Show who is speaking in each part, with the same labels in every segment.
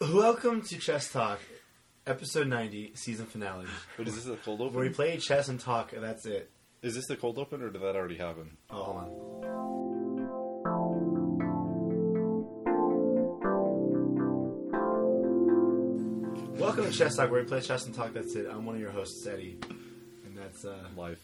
Speaker 1: Welcome to Chess Talk, episode 90, season finale,
Speaker 2: But is this the cold
Speaker 1: where we
Speaker 2: open?
Speaker 1: play chess and talk, and that's it.
Speaker 2: Is this the cold open, or did that already happen?
Speaker 1: Oh, hold on. Welcome to Chess Talk, where we play chess and talk, that's it. I'm one of your hosts, Eddie, and that's uh,
Speaker 2: Life.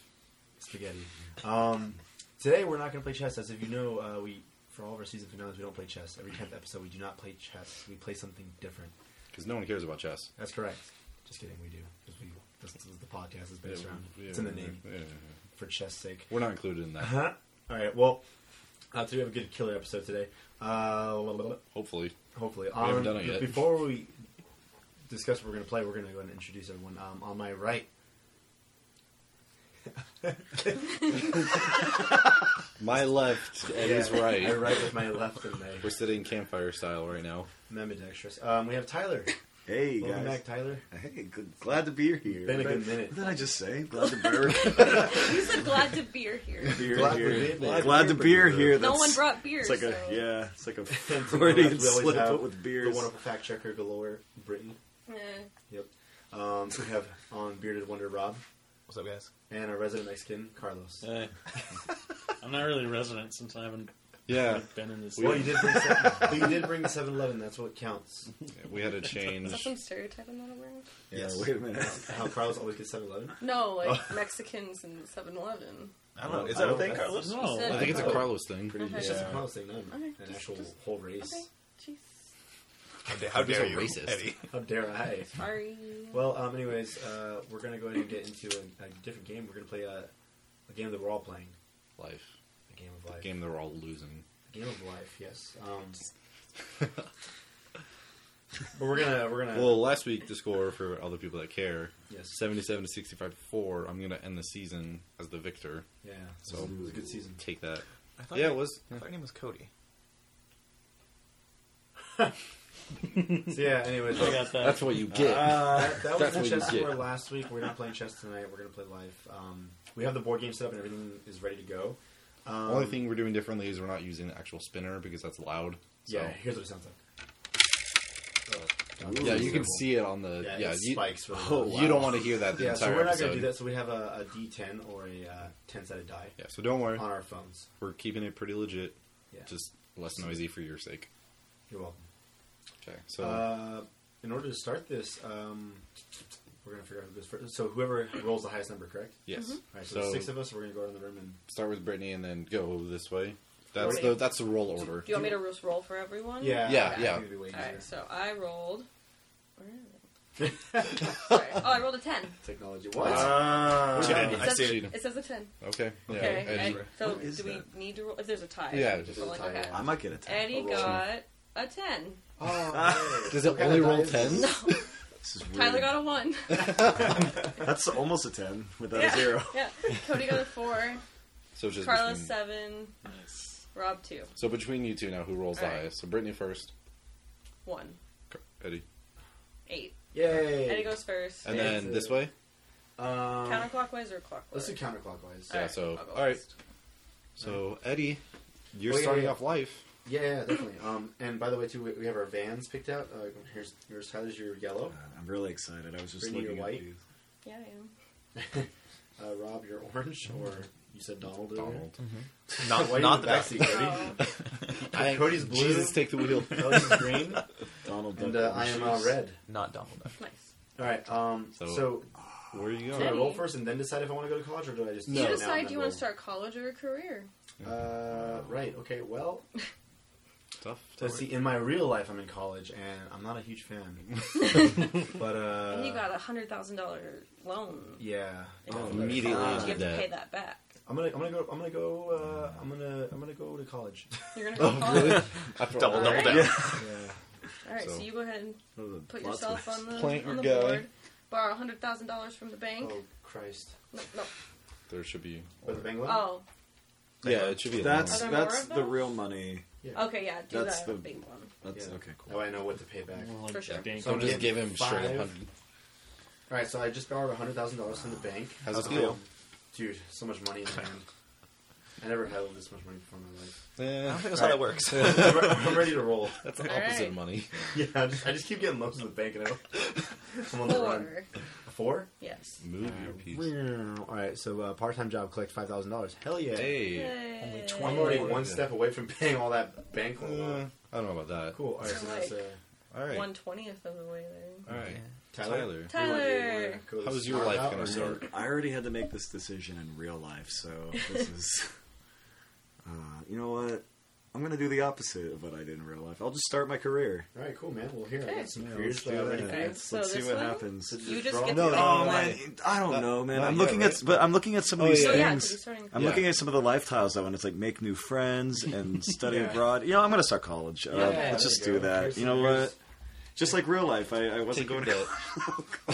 Speaker 1: Spaghetti. Um, today we're not going to play chess. As if you know, uh, we for all of our season finales, we don't play chess. Every 10th episode, we do not play chess. We play something different.
Speaker 2: Because no one cares about chess.
Speaker 1: That's correct. Just kidding, we do. Because we, this, this is the podcast is based around.
Speaker 2: Yeah,
Speaker 1: it's in the
Speaker 2: yeah,
Speaker 1: name,
Speaker 2: yeah, yeah, yeah.
Speaker 1: for chess sake.
Speaker 2: We're not included in that.
Speaker 1: Huh? All right, well, uh, today we have a good killer episode today. Uh, blah, blah, blah,
Speaker 2: Hopefully.
Speaker 1: hopefully.
Speaker 2: haven't
Speaker 1: On-
Speaker 2: done it yet.
Speaker 1: Before we discuss what we're going to play, we're going to go ahead and introduce everyone. Um, on my right,
Speaker 2: My left, Eddie's
Speaker 1: Yeah, I
Speaker 2: right.
Speaker 1: write with my left and my
Speaker 2: We're sitting campfire style right now.
Speaker 1: ambidextrous. Um, we have Tyler.
Speaker 3: Hey
Speaker 1: Welcome
Speaker 3: guys!
Speaker 1: back, Tyler.
Speaker 3: Hey, good, glad to be here.
Speaker 1: Been a good
Speaker 3: What did I-
Speaker 1: minute.
Speaker 3: What did I just say? Glad to be
Speaker 4: You said glad to beer here.
Speaker 3: here.
Speaker 1: Glad to
Speaker 3: here.
Speaker 1: be here.
Speaker 3: Glad to be here.
Speaker 4: No
Speaker 3: That's-
Speaker 4: one brought beer.
Speaker 3: It's like
Speaker 4: so.
Speaker 3: a yeah. It's like a
Speaker 1: And to the left, we
Speaker 3: Freudian
Speaker 1: always
Speaker 3: slip
Speaker 1: have
Speaker 3: but with
Speaker 1: The
Speaker 3: beers.
Speaker 1: wonderful fact checker galore, Brittany.
Speaker 4: Eh.
Speaker 1: Yep. Um, we have on bearded wonder Rob
Speaker 5: What's up, guys?
Speaker 1: and our resident Mexican Carlos.
Speaker 6: Hey. I'm not really a resident since I haven't
Speaker 2: Yeah,
Speaker 6: been in this.
Speaker 1: Well, you did bring seven, but you did bring the 7-Eleven. That's what counts.
Speaker 2: we had a
Speaker 4: Is that
Speaker 2: change.
Speaker 4: some stereotype I'm not aware of?
Speaker 3: yeah,
Speaker 1: Yes.
Speaker 3: wait a minute.
Speaker 1: How Carlos always gets 7-Eleven.
Speaker 4: No, like Mexicans and 7 Eleven.
Speaker 5: I don't know. Is
Speaker 1: Oh, I
Speaker 5: that a
Speaker 1: don't-
Speaker 5: thing,
Speaker 1: that's-
Speaker 5: Carlos?
Speaker 6: No,
Speaker 4: Said-
Speaker 2: I think it's a
Speaker 1: Oh.
Speaker 2: Carlos thing.
Speaker 1: Pretty.
Speaker 4: Okay.
Speaker 1: It's just a
Speaker 5: Yeah.
Speaker 1: Carlos thing, not
Speaker 4: Okay,
Speaker 1: an
Speaker 4: just-
Speaker 1: actual
Speaker 4: just-
Speaker 1: whole race.
Speaker 4: Okay. Jeez.
Speaker 5: How dare, how
Speaker 2: He's
Speaker 5: dare
Speaker 2: a
Speaker 5: you,
Speaker 2: racist.
Speaker 5: Eddie?
Speaker 1: How dare I?
Speaker 4: Sorry.
Speaker 1: Well, um, anyways, uh, we're gonna go ahead and get into a, a different game. We're gonna play a, a game that we're all playing.
Speaker 2: Life.
Speaker 1: A game of
Speaker 2: The
Speaker 1: life.
Speaker 2: game they're all losing.
Speaker 1: Game of life. Yes. Um, but we're gonna we're gonna
Speaker 2: Well, last week the score for all the people that care,
Speaker 1: Yes.
Speaker 2: seventy-seven to sixty-five to four. I'm gonna end the season as the victor.
Speaker 1: yeah. So
Speaker 2: So-
Speaker 1: it was a good season.
Speaker 2: Take that.
Speaker 5: I
Speaker 2: Yeah, it was.
Speaker 5: I thought your name was Cody.
Speaker 1: So yeah. Anyways,
Speaker 6: I got that.
Speaker 2: That's what you get.
Speaker 1: Uh, that, that was
Speaker 2: That's
Speaker 1: the
Speaker 2: what you
Speaker 1: chess
Speaker 2: get.
Speaker 1: score last week. We're not playing chess tonight. We're going to play life. Um, we have the board game set up and everything is ready to go. Um,
Speaker 2: Only thing we're doing differently is we're not using the actual spinner because that's loud. So. um,
Speaker 1: yeah, here's what it sounds like.
Speaker 3: Ooh.
Speaker 2: Yeah, you can see it on the.
Speaker 1: Yeah,
Speaker 2: Yeah,
Speaker 1: it
Speaker 2: you,
Speaker 1: spikes really
Speaker 2: you
Speaker 1: loud.
Speaker 2: don't want to hear that the
Speaker 1: Yeah,
Speaker 2: entire
Speaker 1: so we're not
Speaker 2: episode.
Speaker 1: going to do that. So we have a, a D10 or a uh, 10 sided die
Speaker 2: Yeah, so don't worry.
Speaker 1: on our phones.
Speaker 2: We're keeping it pretty legit,
Speaker 1: Yeah,
Speaker 2: just less noisy for your sake.
Speaker 1: you're welcome.
Speaker 2: Okay, so
Speaker 1: Uh, in order to start this, um, we're going to figure out who goes first. So whoever rolls the highest number, correct?
Speaker 2: yes,
Speaker 4: mm-hmm.
Speaker 1: All right, so,
Speaker 2: so,
Speaker 1: the six of us, we're going to go around the room and
Speaker 2: start with Brittany and then go this way. That's
Speaker 4: Okay.
Speaker 2: the that's the roll
Speaker 4: Do
Speaker 2: order.
Speaker 4: you want me to just roll for everyone?
Speaker 1: yeah,
Speaker 2: Yeah,
Speaker 1: I think
Speaker 2: yeah.
Speaker 1: it'd be way easier.
Speaker 4: Alright, so I rolled. Where is it? Sorry. Oh, I rolled a 10.
Speaker 1: Technology. What?
Speaker 2: Uh,
Speaker 3: Ah,
Speaker 1: Cheated.
Speaker 3: I
Speaker 4: It
Speaker 2: That's
Speaker 4: says,
Speaker 3: see.
Speaker 2: cheating.
Speaker 4: it says a 10.
Speaker 2: Okay, yeah,
Speaker 4: Okay.
Speaker 2: Eddie.
Speaker 4: I- so
Speaker 3: What is
Speaker 4: do we
Speaker 3: that?
Speaker 4: need to roll? If there's a tie.
Speaker 2: Yeah,
Speaker 4: Just
Speaker 2: there's
Speaker 1: a
Speaker 4: roll like,
Speaker 1: tie,
Speaker 4: okay.
Speaker 1: yeah.
Speaker 3: I might get a ten.
Speaker 4: Eddie
Speaker 3: Hold on.
Speaker 4: got a 10.
Speaker 1: Oh, man.
Speaker 2: Does it
Speaker 1: What kind
Speaker 2: only
Speaker 1: of
Speaker 2: roll
Speaker 1: die is
Speaker 2: 10?
Speaker 1: this?
Speaker 3: This is
Speaker 4: Tyler
Speaker 3: weird.
Speaker 4: got a 1.
Speaker 3: That's almost a ten without
Speaker 4: yeah.
Speaker 3: a zero.
Speaker 4: Yeah. Cody got a 4.
Speaker 2: So it's just
Speaker 4: Carlos
Speaker 2: between,
Speaker 4: 7.
Speaker 6: nice.
Speaker 4: Rob 2.
Speaker 2: So between you two now, who rolls the
Speaker 4: Alright.
Speaker 2: highest? So Brittany first,
Speaker 4: 1.
Speaker 2: Car- Eddie,
Speaker 4: 8.
Speaker 1: Yay!
Speaker 4: Eddie goes first.
Speaker 2: and
Speaker 1: Fancy.
Speaker 2: then this way.
Speaker 1: Um,
Speaker 4: Counterclockwise or clockwise?
Speaker 1: let's do counterclockwise.
Speaker 2: Yeah,
Speaker 4: Alright,
Speaker 2: so-
Speaker 4: I'll go
Speaker 2: alright.
Speaker 4: first.
Speaker 2: So Eddie, you're
Speaker 1: Wait,
Speaker 2: starting
Speaker 1: yeah, yeah.
Speaker 2: off life.
Speaker 1: Yeah, yeah, definitely. Um, and by the way, too, we- we have our vans picked out. Uh, here's yours, Tyler's your yellow.
Speaker 3: Uh, I'm really excited. I was just
Speaker 1: Brittany,
Speaker 3: looking
Speaker 1: you're
Speaker 3: at
Speaker 1: white?
Speaker 3: these.
Speaker 4: Yeah, I am.
Speaker 1: Uh, Rob, your orange, or you said Donald. earlier?
Speaker 2: Donald,
Speaker 5: Not,
Speaker 1: Why are you
Speaker 5: not
Speaker 1: in the
Speaker 5: the back
Speaker 1: backseat,
Speaker 5: seat.
Speaker 1: Cody?
Speaker 4: Oh.
Speaker 2: I-
Speaker 1: Cody's blue.
Speaker 2: Jesus, take the wheel.
Speaker 1: Cody's green,
Speaker 3: Donald
Speaker 1: and uh,
Speaker 3: Duck
Speaker 1: I am uh,
Speaker 3: overshoes.
Speaker 1: red.
Speaker 5: Not Donald Duck.
Speaker 4: Nice.
Speaker 1: All right. Um, so,
Speaker 2: So- Where are you
Speaker 1: do I
Speaker 2: going?
Speaker 4: Eddie.
Speaker 1: roll first and then decide if I want to go to college, or do I just
Speaker 2: No.
Speaker 1: do
Speaker 4: You
Speaker 1: it now and
Speaker 4: decide do
Speaker 1: then
Speaker 4: you want
Speaker 1: roll?
Speaker 4: to start college or a career?
Speaker 1: Uh, right. Okay. Well,
Speaker 2: Tough.
Speaker 1: let's see. In my real life, I'm in college, and I'm not a huge fan. but uh, Oh,
Speaker 4: and you got a hundred thousand dollar loan.
Speaker 1: yeah.
Speaker 2: Immediately
Speaker 4: You
Speaker 2: did
Speaker 4: have to
Speaker 2: that.
Speaker 4: pay that back.
Speaker 1: I'm gonna, I'm gonna go, I'm gonna go, uh, I'm gonna, I'm gonna go to college.
Speaker 4: You're gonna go to college.
Speaker 2: After
Speaker 5: Double,
Speaker 2: all
Speaker 5: double
Speaker 4: Alright.
Speaker 5: down.
Speaker 1: yeah.
Speaker 4: All right, so.
Speaker 2: So-
Speaker 4: you go ahead and
Speaker 3: What are the
Speaker 4: put
Speaker 3: plot
Speaker 4: yourself
Speaker 3: twists?
Speaker 4: on the
Speaker 2: Plant
Speaker 4: on
Speaker 2: your
Speaker 4: the
Speaker 2: guy.
Speaker 4: board. Borrow a hundred thousand dollars from the bank.
Speaker 1: Oh Christ.
Speaker 4: No, no.
Speaker 2: There should be.
Speaker 1: With the Bangla?
Speaker 4: Oh,
Speaker 2: Yeah, it should be. a
Speaker 3: That's
Speaker 4: Are there more
Speaker 3: that's
Speaker 4: of
Speaker 3: the
Speaker 4: those?
Speaker 3: real money.
Speaker 1: Yeah.
Speaker 4: okay, yeah, do
Speaker 3: That's
Speaker 4: that
Speaker 3: the-
Speaker 4: big one.
Speaker 3: That's
Speaker 1: Yeah.
Speaker 3: okay.
Speaker 1: Now
Speaker 3: Cool.
Speaker 1: I know what to pay back.
Speaker 6: More like
Speaker 4: For sure.
Speaker 6: dank.
Speaker 1: So I'm
Speaker 2: just
Speaker 1: just
Speaker 2: give him
Speaker 1: five.
Speaker 2: straight up hundred.
Speaker 1: All right, so I just borrowed hundred thousand dollars from the bank.
Speaker 2: How's it
Speaker 1: Um,
Speaker 2: feel?
Speaker 1: Dude, so much money in my hand. I never held this much money before in my life.
Speaker 5: I
Speaker 2: Eh,
Speaker 5: don't think that's how
Speaker 1: Right.
Speaker 5: that works.
Speaker 1: I'm, re- I'm ready to roll.
Speaker 2: that's the
Speaker 4: All
Speaker 2: opposite
Speaker 4: right.
Speaker 2: of money.
Speaker 1: Yeah, I just, I just keep getting loans in the bank, and I don't- I'm on the run.
Speaker 4: Four.
Speaker 1: A four?
Speaker 4: Yes.
Speaker 2: Move your piece.
Speaker 1: All right, so uh, part-time job, collect five thousand dollars. Hell yeah!
Speaker 2: Hey.
Speaker 4: Only
Speaker 1: I'm already one step away from paying all that bank loan.
Speaker 2: Uh,
Speaker 1: off.
Speaker 2: I don't know about that.
Speaker 1: cool. All right, so that's uh,
Speaker 2: All right.
Speaker 4: One twentieth of the way there.
Speaker 2: All right.
Speaker 1: Tyler.
Speaker 2: Tyler.
Speaker 1: Do you wanna- do you
Speaker 4: Tyler.
Speaker 1: wanna go
Speaker 2: How's
Speaker 1: this
Speaker 2: your
Speaker 1: route
Speaker 2: life
Speaker 1: out,
Speaker 2: gonna
Speaker 1: or-
Speaker 2: start?
Speaker 3: I already had to make this decision in real life, so this is. Uh, you know what? I'm gonna do the opposite of what I did in real life. I'll just start my career.
Speaker 1: All right, cool, man. Well, here I
Speaker 4: Okay.
Speaker 1: got some
Speaker 3: Yeah,
Speaker 1: careers
Speaker 3: let's do
Speaker 1: uh,
Speaker 3: that.
Speaker 1: ready for you.
Speaker 4: Okay.
Speaker 3: Let's
Speaker 4: So
Speaker 3: see
Speaker 4: this
Speaker 3: what
Speaker 4: one?
Speaker 3: happens.
Speaker 4: You
Speaker 1: Just
Speaker 4: just
Speaker 1: draw-
Speaker 4: get
Speaker 1: No,
Speaker 4: the
Speaker 1: no,
Speaker 3: Oh
Speaker 1: Not
Speaker 3: man, I don't know, man.
Speaker 2: not
Speaker 3: I'm
Speaker 2: yet,
Speaker 3: looking
Speaker 2: right?
Speaker 3: at, but I'm looking at some of
Speaker 2: Oh,
Speaker 3: these
Speaker 4: So
Speaker 2: yeah.
Speaker 4: yeah,
Speaker 3: things.
Speaker 4: it's starting.
Speaker 3: I'm
Speaker 2: Yeah.
Speaker 3: looking at some of the lifestyles though, and it's like make new friends and study
Speaker 1: Yeah.
Speaker 3: abroad. You know, I'm gonna start college. Uh,
Speaker 4: Yeah, there
Speaker 3: let's just
Speaker 1: you go.
Speaker 3: do that.
Speaker 1: Here's-
Speaker 3: You know
Speaker 1: here's-
Speaker 3: what? Just like real life, I, I wasn't going to
Speaker 2: debt.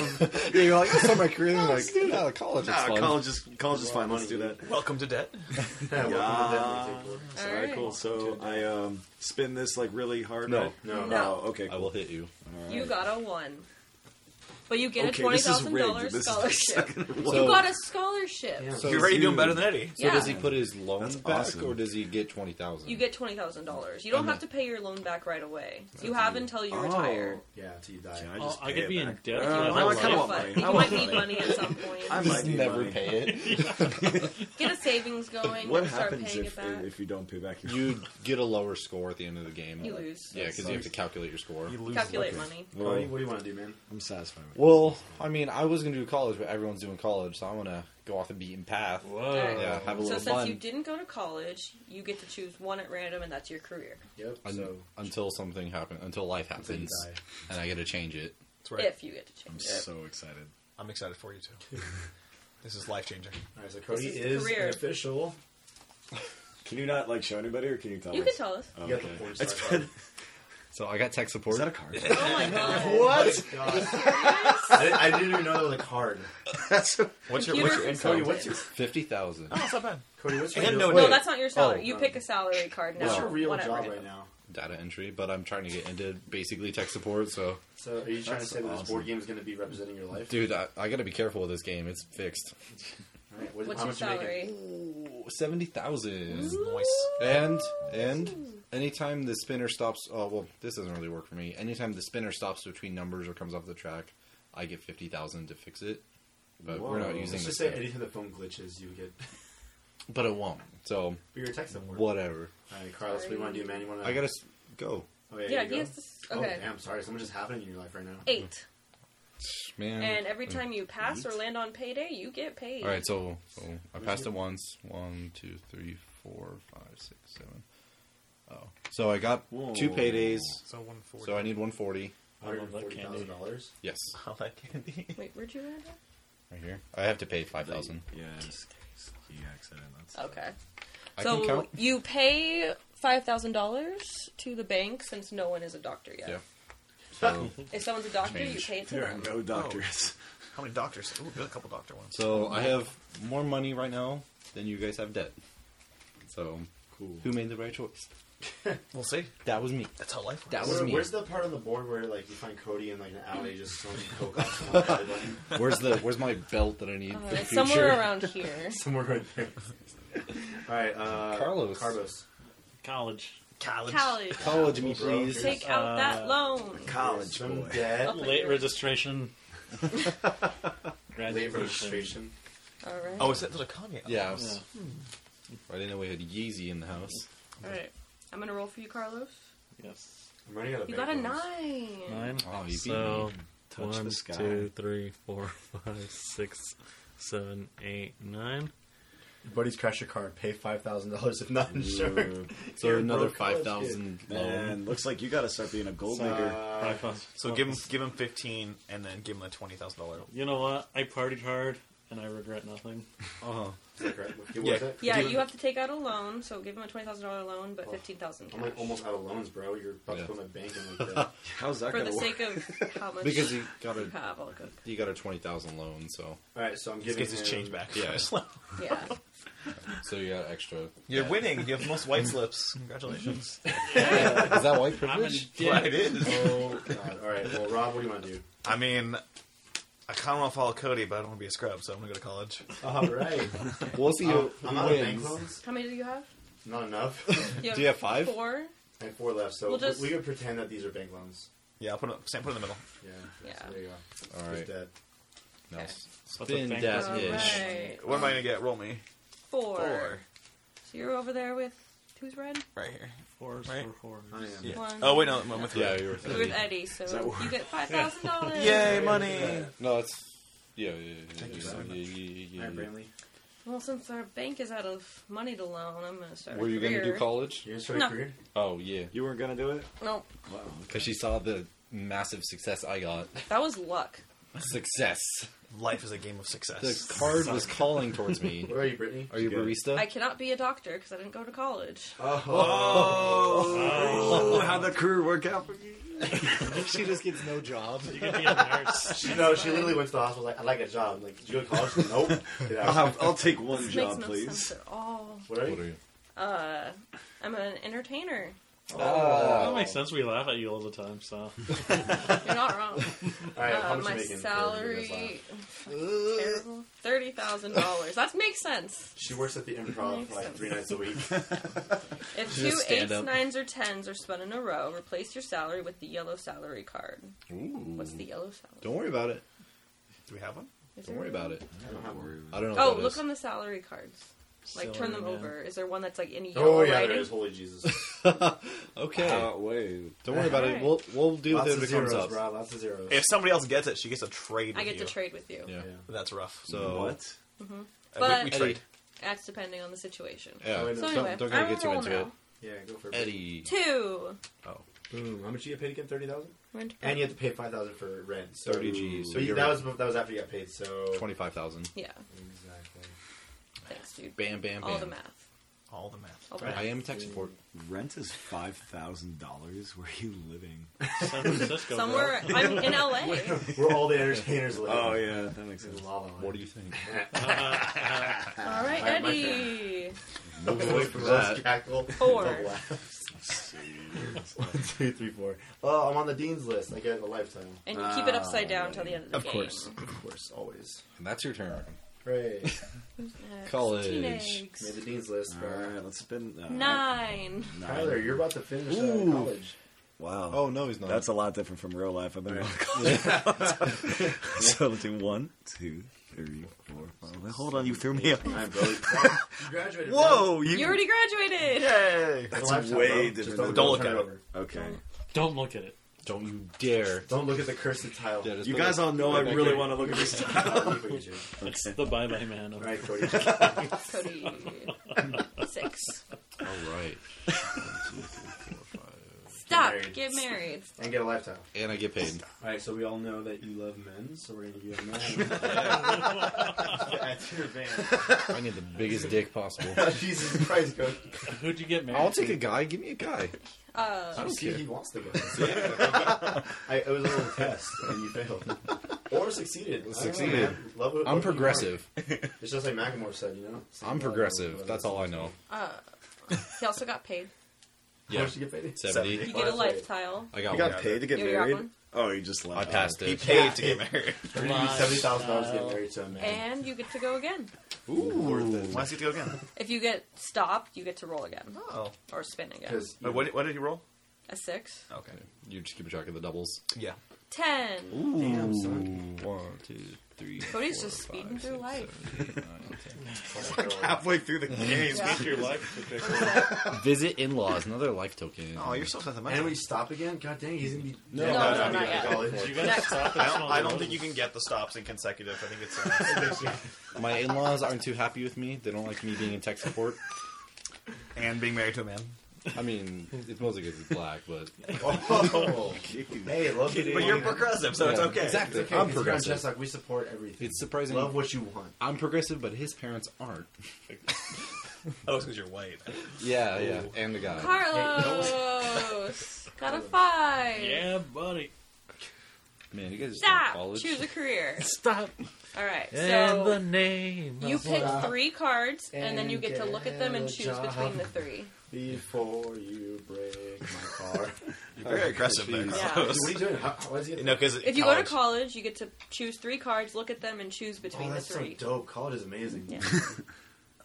Speaker 2: yeah, you're like, I start my career. and you're
Speaker 3: let's do
Speaker 2: like, nah, college is
Speaker 3: Nah,
Speaker 2: fun.
Speaker 3: college is college is fine. Let's do that.
Speaker 5: Welcome to debt.
Speaker 1: Yeah, welcome to Denver,
Speaker 4: All
Speaker 3: All right,
Speaker 4: right.
Speaker 3: cool. So I um, spin this like really hard.
Speaker 2: No.
Speaker 3: right?
Speaker 1: No.
Speaker 3: no. Okay,
Speaker 2: I
Speaker 3: cool.
Speaker 2: will hit you.
Speaker 4: You got a one, but you get
Speaker 3: Okay,
Speaker 4: a twenty
Speaker 3: this is
Speaker 4: thousand
Speaker 3: rigged.
Speaker 4: dollars
Speaker 3: This is the
Speaker 4: scholarship.
Speaker 2: So-
Speaker 4: you got a scholarship.
Speaker 1: Yeah.
Speaker 2: So
Speaker 5: You're already
Speaker 3: dude.
Speaker 5: doing better than Eddie.
Speaker 2: So does he
Speaker 4: Yeah.
Speaker 2: put his loan
Speaker 3: That's
Speaker 2: back,
Speaker 3: awesome.
Speaker 2: or does he get twenty thousand?
Speaker 4: You get twenty thousand dollars. You don't have to pay your loan back right away. You have until you
Speaker 3: Oh.
Speaker 4: retire.
Speaker 1: Yeah, till you die.
Speaker 3: Can I
Speaker 6: Oh,
Speaker 3: just
Speaker 6: I
Speaker 3: pay
Speaker 6: could
Speaker 3: it
Speaker 6: be in
Speaker 3: back?
Speaker 6: debt.
Speaker 3: Uh,
Speaker 6: my
Speaker 3: I
Speaker 6: whole
Speaker 3: like kinda
Speaker 6: life.
Speaker 3: want money.
Speaker 4: But
Speaker 3: I
Speaker 4: You
Speaker 3: want
Speaker 4: might need
Speaker 3: money.
Speaker 4: money at some
Speaker 3: I
Speaker 4: point.
Speaker 3: might
Speaker 2: Just
Speaker 3: need
Speaker 2: never
Speaker 3: money.
Speaker 2: pay it.
Speaker 4: Get a savings going.
Speaker 3: What
Speaker 4: and start
Speaker 3: happens
Speaker 4: paying
Speaker 3: if
Speaker 4: it back.
Speaker 3: if you don't pay back your
Speaker 2: you get a lower score at the end of the game.
Speaker 4: You lose.
Speaker 2: Yeah, because you have to calculate your score.
Speaker 5: You lose.
Speaker 4: Calculate
Speaker 5: Okay.
Speaker 4: money.
Speaker 1: What do
Speaker 3: Well,
Speaker 1: you- what do you want to do, man?
Speaker 3: I'm satisfied with
Speaker 2: Well, I mean, I was gonna do college, but everyone's doing college, so I'm gonna go off the beaten path.
Speaker 6: Whoa.
Speaker 4: Alright.
Speaker 2: Oh, Yeah, have a
Speaker 4: So
Speaker 2: little
Speaker 4: since
Speaker 2: fun
Speaker 4: you didn't go to college, you get to choose one at random, and that's your career.
Speaker 1: Yep.
Speaker 2: Un-
Speaker 1: So
Speaker 2: until something happens, until life
Speaker 1: Until you
Speaker 2: happens,
Speaker 1: die.
Speaker 2: and I get to change it.
Speaker 5: That's right.
Speaker 4: If you get to
Speaker 3: I'm
Speaker 4: change it.
Speaker 3: so excited.
Speaker 5: I'm excited for you too. this is life changing.
Speaker 1: All right, so Cody
Speaker 4: is
Speaker 1: is
Speaker 4: career.
Speaker 1: an official.
Speaker 3: Can you not like show anybody, or can you tell?
Speaker 4: You
Speaker 3: us?
Speaker 4: can tell us.
Speaker 3: Oh,
Speaker 1: You got
Speaker 3: okay.
Speaker 1: the porn
Speaker 3: It's
Speaker 1: star
Speaker 3: been-
Speaker 2: So I got tech support.
Speaker 3: Is that a card?
Speaker 4: Oh my god.
Speaker 1: What? I, didn't, I didn't even know that was a card.
Speaker 3: That's
Speaker 5: What's your
Speaker 4: Computer
Speaker 5: what's your
Speaker 4: and
Speaker 5: income?
Speaker 1: Cody, what's your
Speaker 2: Fifty thousand.
Speaker 5: Oh, it's not bad.
Speaker 1: Cody? What's your
Speaker 5: And
Speaker 1: real,
Speaker 5: no
Speaker 4: No,
Speaker 5: Wait.
Speaker 4: that's not your salary.
Speaker 2: Oh.
Speaker 4: you pick a salary card now.
Speaker 1: what's your real
Speaker 4: Whatever.
Speaker 1: job right now?
Speaker 2: Data entry, but I'm trying to get into basically tech support. So,
Speaker 1: So are you trying
Speaker 3: That's
Speaker 1: to say that this
Speaker 3: awesome.
Speaker 1: board game is going to be representing your life?
Speaker 2: dude, I, I got to be careful with this game. It's fixed.
Speaker 1: All right, what,
Speaker 4: What's
Speaker 1: how
Speaker 4: your
Speaker 1: much you making?
Speaker 4: salary?
Speaker 2: Seventy thousand.
Speaker 5: Nice.
Speaker 2: And and anytime the spinner stops, oh well, this doesn't really work for me. Anytime the spinner stops between numbers or comes off the track, I get fifty thousand to fix it. But we're not
Speaker 3: Whoa.
Speaker 1: Let's
Speaker 2: using this.
Speaker 1: just say
Speaker 2: thing.
Speaker 1: anytime the phone glitches, you get.
Speaker 2: But it won't. So
Speaker 1: But you're a tech support.
Speaker 2: whatever.
Speaker 1: All right, Carlos, what do you want to do, man? You want to?
Speaker 2: I gotta s- go,
Speaker 1: Oh, yeah,
Speaker 4: Yeah,
Speaker 1: you go?
Speaker 4: yes, this-
Speaker 1: Oh,
Speaker 4: okay.
Speaker 1: damn, sorry. Something just happened in your life right now.
Speaker 4: Eight.
Speaker 2: man.
Speaker 4: And
Speaker 1: Mm.
Speaker 4: every time you pass or land on payday, you get paid.
Speaker 2: All right, so, so I passed it once. One, two, three, four, five, six, seven. Oh, so I got two
Speaker 3: Whoa.
Speaker 2: paydays.
Speaker 5: So one forty.
Speaker 2: So I need one forty.
Speaker 6: I love that
Speaker 1: $140,000.
Speaker 2: Yes,
Speaker 5: all that candy.
Speaker 4: Wait, where'd you land
Speaker 2: right here. I have to pay five thousand.
Speaker 3: Yeah, it's the accident. That's
Speaker 4: on? Okay.
Speaker 2: I can
Speaker 4: so
Speaker 2: count.
Speaker 4: you pay five thousand dollars to the bank since no one is a doctor yet.
Speaker 2: Yeah. So,
Speaker 4: If someone's a doctor, you
Speaker 2: Change.
Speaker 4: pay it to
Speaker 3: there are
Speaker 4: them.
Speaker 3: no doctors.
Speaker 5: How many doctors? Ooh, there's a couple doctor ones.
Speaker 2: so I have more money right now than you guys have debt. So
Speaker 3: Cool.
Speaker 2: who made the right choice?
Speaker 5: We'll see.
Speaker 2: That was me.
Speaker 5: That's how life works.
Speaker 2: That was
Speaker 1: Where,
Speaker 2: me.
Speaker 1: where's the part on the board where like you find Cody in like an alley just throwing coke off someone's head, like,
Speaker 2: Where's the Where's my belt that I need
Speaker 4: Uh,
Speaker 2: for the
Speaker 4: it's
Speaker 2: future?
Speaker 4: somewhere around here.
Speaker 1: somewhere right there? All right, uh,
Speaker 2: Carlos.
Speaker 1: Carlos.
Speaker 6: College.
Speaker 5: college.
Speaker 4: College,
Speaker 2: College me,
Speaker 1: Bro,
Speaker 2: please.
Speaker 1: here's-
Speaker 4: take out that
Speaker 6: Uh,
Speaker 4: loan.
Speaker 3: College
Speaker 1: Some
Speaker 3: boy.
Speaker 1: debt.
Speaker 4: Oh,
Speaker 6: Late registration.
Speaker 1: Late
Speaker 6: Graduation.
Speaker 1: registration.
Speaker 4: All right.
Speaker 5: Oh, is that there's a Kanye?
Speaker 2: Yeah. I, was-
Speaker 6: Yeah.
Speaker 2: I didn't know we had Yeezy in the house.
Speaker 4: All right. I'm gonna roll for you, Carlos.
Speaker 6: Yes.
Speaker 1: I'm running out of
Speaker 4: You
Speaker 1: bank
Speaker 4: got a
Speaker 1: loans.
Speaker 4: nine.
Speaker 6: Nine.
Speaker 2: Oh, you beat
Speaker 6: so,
Speaker 3: Touch
Speaker 6: one,
Speaker 3: the sky.
Speaker 6: two, three, four, five, six, seven, eight, nine.
Speaker 1: Your buddies crash your car and pay five thousand dollars if not insured.
Speaker 2: So
Speaker 1: You're
Speaker 2: another
Speaker 1: broke college
Speaker 2: five thousand
Speaker 1: kid.
Speaker 2: loan.
Speaker 3: Man, looks like you got to start being a gold digger.
Speaker 1: Uh,
Speaker 6: Five bucks.
Speaker 5: So give him give him fifteen, and then give him the twenty thousand dollar.
Speaker 6: You know what? I partied hard and I regret nothing.
Speaker 2: Uh-huh.
Speaker 1: what was
Speaker 5: Yeah.
Speaker 1: it?
Speaker 4: Yeah,
Speaker 5: Give-
Speaker 4: you have to take out a loan, so give him a twenty thousand dollar loan, but
Speaker 1: Oh.
Speaker 4: fifteen thousand
Speaker 1: I'm
Speaker 4: cash
Speaker 1: like almost out of loans, bro. You're about
Speaker 2: Yeah.
Speaker 1: to go in the bank and like. Uh,
Speaker 3: How's that
Speaker 4: for
Speaker 3: gonna
Speaker 4: the
Speaker 3: work?
Speaker 4: sake of how much
Speaker 2: Because you got
Speaker 4: you
Speaker 2: a
Speaker 4: have. I'll go.
Speaker 2: you got a twenty thousand loan, so
Speaker 1: all right, so I'm giving
Speaker 5: Just gets his
Speaker 1: him-
Speaker 5: change back.
Speaker 2: Yeah.
Speaker 4: Yeah.
Speaker 2: so you got extra.
Speaker 5: You're
Speaker 2: Yeah.
Speaker 5: winning. You have the most white slips. Congratulations.
Speaker 2: Is that white
Speaker 6: I'm in
Speaker 2: privilege?
Speaker 5: yeah, it
Speaker 6: debt.
Speaker 5: is.
Speaker 1: Oh God! All right. Well, Rob, what do you want to do?
Speaker 5: I mean, I kind of want to follow Cody, but I don't want to be a scrub, so I'm gonna go to college.
Speaker 1: All right.
Speaker 2: We'll see who
Speaker 1: I'm out of bank
Speaker 2: wins.
Speaker 1: loans.
Speaker 4: How many do you have?
Speaker 1: Not enough.
Speaker 2: Do you have five?
Speaker 4: Four.
Speaker 1: and four left, so
Speaker 4: We'll just-
Speaker 1: we would pretend that these are bank loans.
Speaker 5: Yeah, I'll put it, Sam, put it in the middle.
Speaker 1: Yeah.
Speaker 4: Yeah.
Speaker 1: So there you go.
Speaker 2: All right.
Speaker 1: Just uh, that.
Speaker 2: Now
Speaker 4: Okay.
Speaker 2: Spin
Speaker 6: What's a
Speaker 2: that
Speaker 4: All
Speaker 6: bank
Speaker 2: ish.
Speaker 4: right.
Speaker 5: What am I gonna get? Roll me.
Speaker 4: Four.
Speaker 5: Four.
Speaker 4: So you're over there with who's red?
Speaker 5: Right here.
Speaker 6: Fours
Speaker 5: Right.
Speaker 6: for fours.
Speaker 1: I am.
Speaker 5: Yeah.
Speaker 4: One.
Speaker 5: Oh wait, no, I'm with
Speaker 2: Yeah,
Speaker 5: you.
Speaker 2: you were
Speaker 4: You're with
Speaker 2: three.
Speaker 4: Eddie, so
Speaker 3: that
Speaker 4: you get five thousand dollars.
Speaker 5: Yay, money!
Speaker 2: No, it's yeah, yeah, yeah, yeah,
Speaker 1: Thank you
Speaker 2: yeah,
Speaker 1: so
Speaker 2: yeah,
Speaker 1: much.
Speaker 2: yeah, yeah,
Speaker 1: All right,
Speaker 2: yeah.
Speaker 1: Brantley.
Speaker 4: Well, since our bank is out of money to loan, I'm gonna start.
Speaker 2: Were
Speaker 4: a
Speaker 2: you
Speaker 4: career.
Speaker 2: gonna do college?
Speaker 1: You're going to start
Speaker 4: No.
Speaker 1: a career?
Speaker 2: Oh yeah,
Speaker 3: You weren't gonna do it?
Speaker 4: No,
Speaker 3: Wow.
Speaker 2: because she saw the massive success I got.
Speaker 4: that was luck.
Speaker 2: Success.
Speaker 5: Life is a game of success.
Speaker 2: The card was calling towards me.
Speaker 1: Where are you, Brittany?
Speaker 2: Are you
Speaker 3: Good.
Speaker 2: barista?
Speaker 4: I cannot be a doctor because I didn't go to college.
Speaker 1: Oh.
Speaker 3: Oh, how'd that career work out for you?
Speaker 2: she just gets no job.
Speaker 6: You could be a nurse.
Speaker 1: She, no, she literally went to the hospital like, I'd like a job. Like, did you go to college? nope. Get out.
Speaker 3: I'll, have, I'll take one
Speaker 4: This
Speaker 3: job,
Speaker 4: makes no
Speaker 3: please.
Speaker 4: sense at all.
Speaker 1: What are
Speaker 2: What are
Speaker 1: you?
Speaker 2: you?
Speaker 4: Uh, I'm an entertainer.
Speaker 6: That makes sense. We laugh at you all the time, so.
Speaker 4: You're not wrong.
Speaker 1: All right, how
Speaker 4: Uh,
Speaker 1: much
Speaker 4: my
Speaker 1: you making? for the guys
Speaker 4: salary,
Speaker 1: laugh?
Speaker 4: terrible, thirty thousand dollars. That makes sense.
Speaker 1: She works at the improv for like three nights a week. Oh,
Speaker 4: If
Speaker 2: Just
Speaker 4: two
Speaker 2: stand
Speaker 4: eights,
Speaker 2: up.
Speaker 4: nines, or tens are spun in a row, replace your salary with the yellow salary card.
Speaker 2: Ooh.
Speaker 4: What's the yellow salary?
Speaker 2: Don't worry about it.
Speaker 5: Do we have one?
Speaker 4: Is
Speaker 2: Don't
Speaker 4: there
Speaker 2: worry
Speaker 4: one?
Speaker 2: about it.
Speaker 1: I don't have one.
Speaker 2: I don't know.
Speaker 4: Oh,
Speaker 2: what that
Speaker 4: look
Speaker 2: is.
Speaker 4: on the salary cards. Like turn them
Speaker 6: Salary, yeah.
Speaker 4: over. Is there one that's like in yellow
Speaker 1: Oh, yeah, there
Speaker 4: writing?
Speaker 1: is. Holy Jesus.
Speaker 2: Okay.
Speaker 3: Uh, wait.
Speaker 2: Don't worry about it.
Speaker 4: Alright.
Speaker 2: We'll we'll deal with
Speaker 1: Lots
Speaker 2: it
Speaker 1: of
Speaker 2: if it
Speaker 1: zeros,
Speaker 2: comes up.
Speaker 1: bro. Lots of zeros.
Speaker 5: If somebody else gets it, she gets a trade.
Speaker 4: I
Speaker 5: with
Speaker 4: get to
Speaker 5: you.
Speaker 4: trade with you.
Speaker 2: Yeah.
Speaker 1: Yeah.
Speaker 5: That's rough.
Speaker 2: So
Speaker 3: What?
Speaker 5: Uh,
Speaker 4: But-
Speaker 5: we, we trade.
Speaker 4: That's depending on the situation.
Speaker 2: Yeah.
Speaker 1: Oh, I know.
Speaker 4: So
Speaker 1: Don't-
Speaker 4: anyway,
Speaker 2: Eh, don't
Speaker 4: I'm
Speaker 2: get too
Speaker 4: roll
Speaker 2: into
Speaker 4: now.
Speaker 2: it.
Speaker 1: Yeah, go for it.
Speaker 2: Eddie.
Speaker 4: Two.
Speaker 2: Oh.
Speaker 1: Boom. How much did you get paid again? 30000
Speaker 4: We're into
Speaker 1: And you have to pay 5000 for rent. So
Speaker 2: 30 G's.
Speaker 1: So you,
Speaker 2: You're
Speaker 1: that was that was after you got paid. So
Speaker 2: twenty-five thousand.
Speaker 4: yeah.
Speaker 1: Exactly.
Speaker 4: Thanks, dude.
Speaker 2: Bam, bam, bam.
Speaker 4: All the math.
Speaker 5: All the math.
Speaker 4: All the
Speaker 2: I
Speaker 4: math.
Speaker 2: am tech support.
Speaker 3: Rent is five thousand dollars. Where are you living?
Speaker 6: San Francisco.
Speaker 4: Somewhere I'm in LA.
Speaker 1: We're all the entertainers. Live.
Speaker 3: Oh yeah, that makes
Speaker 1: This
Speaker 3: sense.
Speaker 1: is lava.
Speaker 2: What do you think?
Speaker 4: All right,
Speaker 1: Alright, my
Speaker 4: Eddie.
Speaker 1: Move away from
Speaker 2: That.
Speaker 1: us, cackle.
Speaker 4: Four.
Speaker 1: Double laughs. One, two, three, four. Well, I'm on the dean's list. I get a lifetime.
Speaker 4: And you keep it upside down till the end of the
Speaker 1: Of
Speaker 4: game.
Speaker 1: course, of course, always.
Speaker 2: And that's your turn.
Speaker 1: Hooray!
Speaker 4: Next,
Speaker 2: College.
Speaker 4: teen
Speaker 1: Made
Speaker 4: eggs.
Speaker 1: the dean's list.
Speaker 3: All
Speaker 1: bro.
Speaker 3: right, let's spin. Uh,
Speaker 4: Nine.
Speaker 3: nine.
Speaker 1: Tyler, you're about to finish uh,
Speaker 3: Ooh.
Speaker 1: college.
Speaker 3: Wow.
Speaker 2: Oh no, he's not.
Speaker 3: That's a lot different from real life. I've been going to college. so let's do one, two, three, four, five. Wait, Hold on, you threw me up.
Speaker 1: I'm bro. you graduated. bro.
Speaker 3: Whoa, you.
Speaker 4: You already graduated.
Speaker 5: Yay!
Speaker 1: It's a
Speaker 3: That's
Speaker 1: lifetime,
Speaker 3: way
Speaker 1: bro. Just
Speaker 3: different
Speaker 1: Don't,
Speaker 5: than- Don't
Speaker 1: don't
Speaker 5: look
Speaker 1: look
Speaker 5: at
Speaker 1: at
Speaker 5: it.
Speaker 1: over.
Speaker 3: okay.
Speaker 6: Don't look at it.
Speaker 2: Don't you dare.
Speaker 1: Don't look at the cursed tile.
Speaker 2: Yeah, just
Speaker 3: You
Speaker 2: put
Speaker 3: guys
Speaker 2: it-
Speaker 3: all know I
Speaker 2: Okay.
Speaker 3: really want to look at this.
Speaker 6: It's the bye bye man.
Speaker 1: All
Speaker 6: Of
Speaker 1: right, Cody.
Speaker 4: Cody. Six.
Speaker 2: All right.
Speaker 4: Stop.
Speaker 1: married.
Speaker 4: Get married.
Speaker 1: and get a lifetime.
Speaker 2: And I get paid.
Speaker 1: All right, so we all know that you love men, so we're gonna give you a man. That's your van.
Speaker 2: I need the biggest dick possible.
Speaker 1: Jesus Christ, Cody.
Speaker 6: Who'd you get married?
Speaker 2: I'll take
Speaker 6: to?
Speaker 2: a guy. Give me a guy.
Speaker 4: Uh,
Speaker 2: I don't
Speaker 1: See,
Speaker 2: care.
Speaker 1: he wants to go. I, it was a little test, and you failed. Or succeeded. I don't know,
Speaker 2: Succeeded.
Speaker 1: man. Love what-
Speaker 2: I'm
Speaker 1: what you
Speaker 2: progressive.
Speaker 1: want. It's just like Macklemore said, you know? Same
Speaker 2: I'm
Speaker 1: level,
Speaker 2: progressive.
Speaker 1: whatever.
Speaker 2: That's all I know.
Speaker 4: he also got paid.
Speaker 1: How much did you get paid?
Speaker 2: Seventy.
Speaker 4: You
Speaker 1: Oh,
Speaker 4: get a
Speaker 1: that's right.
Speaker 4: life tile.
Speaker 2: I
Speaker 3: You
Speaker 2: got one.
Speaker 3: got paid to get
Speaker 4: You already got
Speaker 3: married?
Speaker 4: one?
Speaker 3: Oh, you just
Speaker 2: I
Speaker 3: laughed.
Speaker 2: passed
Speaker 5: He
Speaker 2: it.
Speaker 5: paid to get married.
Speaker 1: We're gonna use seventy thousand dollars to get married to a man.
Speaker 4: And you get to go again.
Speaker 2: Ooh.
Speaker 5: Why does he have to go again?
Speaker 4: If you get stopped, you get to roll again.
Speaker 5: Oh.
Speaker 4: Or spin again.
Speaker 1: Because
Speaker 5: Wait, what, what did he roll?
Speaker 4: A six.
Speaker 5: Okay.
Speaker 2: You just keep track of the doubles.
Speaker 5: Yeah.
Speaker 4: Ten.
Speaker 1: damn son.
Speaker 2: One, two, three.
Speaker 4: Cody's just speeding through life.
Speaker 3: Halfway through the game.
Speaker 2: Visit in laws. Another life token.
Speaker 5: Oh, you're so sentimental.
Speaker 1: And we stop again? God dang, he's gonna be
Speaker 4: No,
Speaker 1: Yeah,
Speaker 4: no,
Speaker 1: he's
Speaker 4: not
Speaker 1: gonna be
Speaker 4: yet.
Speaker 1: college.
Speaker 6: You guys stop
Speaker 5: I don't, I don't think you can get the stops in consecutive. I think it's. Uh,
Speaker 2: My in laws aren't too happy with me. They don't like me being in tech support.
Speaker 5: and being married to a man.
Speaker 2: I mean, it's mostly because he's black, but
Speaker 1: Oh. Hey, love what you
Speaker 5: But you're
Speaker 1: want.
Speaker 5: progressive, so it's
Speaker 2: Yeah,
Speaker 5: okay.
Speaker 2: Exactly.
Speaker 1: Okay,
Speaker 2: I'm
Speaker 1: because we're on Chess
Speaker 2: progressive.
Speaker 1: Talk, we support everything.
Speaker 2: It's surprising.
Speaker 1: Love what you want.
Speaker 2: I'm progressive, but his parents aren't.
Speaker 5: Oh, because you're white.
Speaker 2: Yeah, yeah, and the guy.
Speaker 4: Carlos got a five.
Speaker 6: Yeah, buddy.
Speaker 2: Man, you guys just
Speaker 4: Stop.
Speaker 2: in college.
Speaker 4: Choose a career.
Speaker 6: Stop.
Speaker 4: All right.
Speaker 6: And the
Speaker 4: So
Speaker 6: name.
Speaker 4: you
Speaker 6: of-
Speaker 4: pick
Speaker 1: Stop.
Speaker 4: three cards, and, then
Speaker 1: And
Speaker 4: you get to
Speaker 1: get
Speaker 4: look at them and choose
Speaker 1: a job.
Speaker 4: between the three.
Speaker 1: Before you break my car.
Speaker 5: You're very aggressive there.
Speaker 2: Jeez.
Speaker 4: Yeah.
Speaker 5: Carlos.
Speaker 1: what are you doing? How, why does he Oh,
Speaker 5: You
Speaker 1: get
Speaker 5: know, because
Speaker 4: If you go to college, you get to choose three cards, look at them, and choose between
Speaker 1: Oh,
Speaker 4: the
Speaker 1: that's so
Speaker 4: three.
Speaker 1: dope. College is amazing.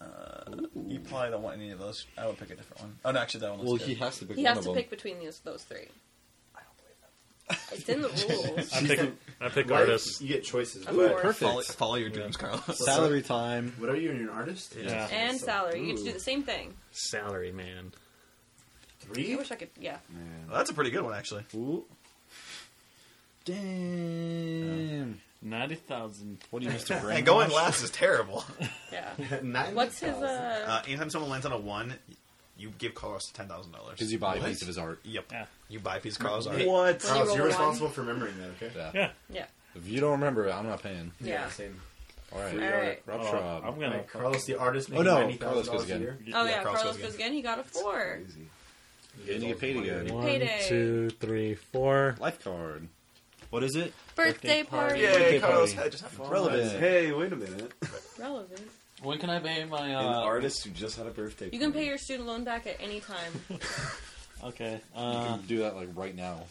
Speaker 4: Yeah.
Speaker 7: You probably don't want any of those. I would pick a different one. Oh, no, actually, that one looks
Speaker 2: Well,
Speaker 7: good.
Speaker 2: he has to pick
Speaker 4: He
Speaker 2: one
Speaker 4: has to
Speaker 2: of
Speaker 4: pick between these, those three. It's in the rules.
Speaker 6: I pick, I pick
Speaker 1: Why-
Speaker 6: artists.
Speaker 1: You get choices.
Speaker 4: Of
Speaker 2: them.
Speaker 1: But
Speaker 4: course.
Speaker 2: Perfect.
Speaker 7: Follow, follow your dreams, Carlos.
Speaker 2: Salary time.
Speaker 1: what are you? You're an artist?
Speaker 6: Yeah.
Speaker 4: and
Speaker 1: So-
Speaker 4: salary. You get to do the same thing.
Speaker 6: Salary man.
Speaker 1: Three?
Speaker 4: I wish I could. Yeah.
Speaker 5: Well, that's a pretty good one, actually.
Speaker 2: Ooh. Damn.
Speaker 6: Ninety thousand.
Speaker 2: What do you, Mr. Brainwash?
Speaker 5: And going last is terrible.
Speaker 4: Yeah.
Speaker 1: Nine
Speaker 4: What's his?
Speaker 1: thousand.
Speaker 4: uh...
Speaker 5: Uh, anytime someone lands on a one, you give Carlos ten thousand dollars.
Speaker 2: Because you buy a piece of his art.
Speaker 5: Yep.
Speaker 6: Yeah.
Speaker 5: You buy a piece of Carlos art.
Speaker 6: Hey.
Speaker 1: What?
Speaker 4: When you
Speaker 1: Carlos,
Speaker 4: roll
Speaker 1: you're
Speaker 4: a
Speaker 1: responsible for remembering that, okay?
Speaker 2: Yeah.
Speaker 6: Yeah.
Speaker 4: Yeah.
Speaker 2: If you don't remember it, I'm not paying.
Speaker 4: Yeah.
Speaker 1: same.
Speaker 2: All right.
Speaker 4: All right.
Speaker 2: Rob
Speaker 6: Oh,
Speaker 2: Schraub.
Speaker 6: I'm gonna.
Speaker 1: Like, Carlos the artist
Speaker 2: Oh,
Speaker 1: making
Speaker 2: no.
Speaker 1: ninety
Speaker 2: Carlos
Speaker 1: thousand
Speaker 2: goes
Speaker 1: dollars a
Speaker 2: again.
Speaker 1: year.
Speaker 4: Oh yeah,
Speaker 5: Carlos
Speaker 4: Carlos,
Speaker 5: goes
Speaker 4: goes again. He got a four.
Speaker 3: Easy.
Speaker 2: You're gonna get paid again.
Speaker 6: One,
Speaker 4: Payday.
Speaker 6: two, three, four.
Speaker 2: Life card. What is it?
Speaker 4: Birthday party.
Speaker 5: Yay,
Speaker 2: Birthday
Speaker 5: Carlos!
Speaker 2: party.
Speaker 5: had- Just have fun.
Speaker 2: Relevant.
Speaker 3: Hey, wait a minute.
Speaker 4: Relevant.
Speaker 6: When can I pay my?
Speaker 3: An
Speaker 6: Uh,
Speaker 3: artist who just had a birthday.
Speaker 4: You can
Speaker 3: party.
Speaker 4: pay your student loan back at any time.
Speaker 6: okay.
Speaker 2: You
Speaker 6: Uh,
Speaker 2: can do that like right now.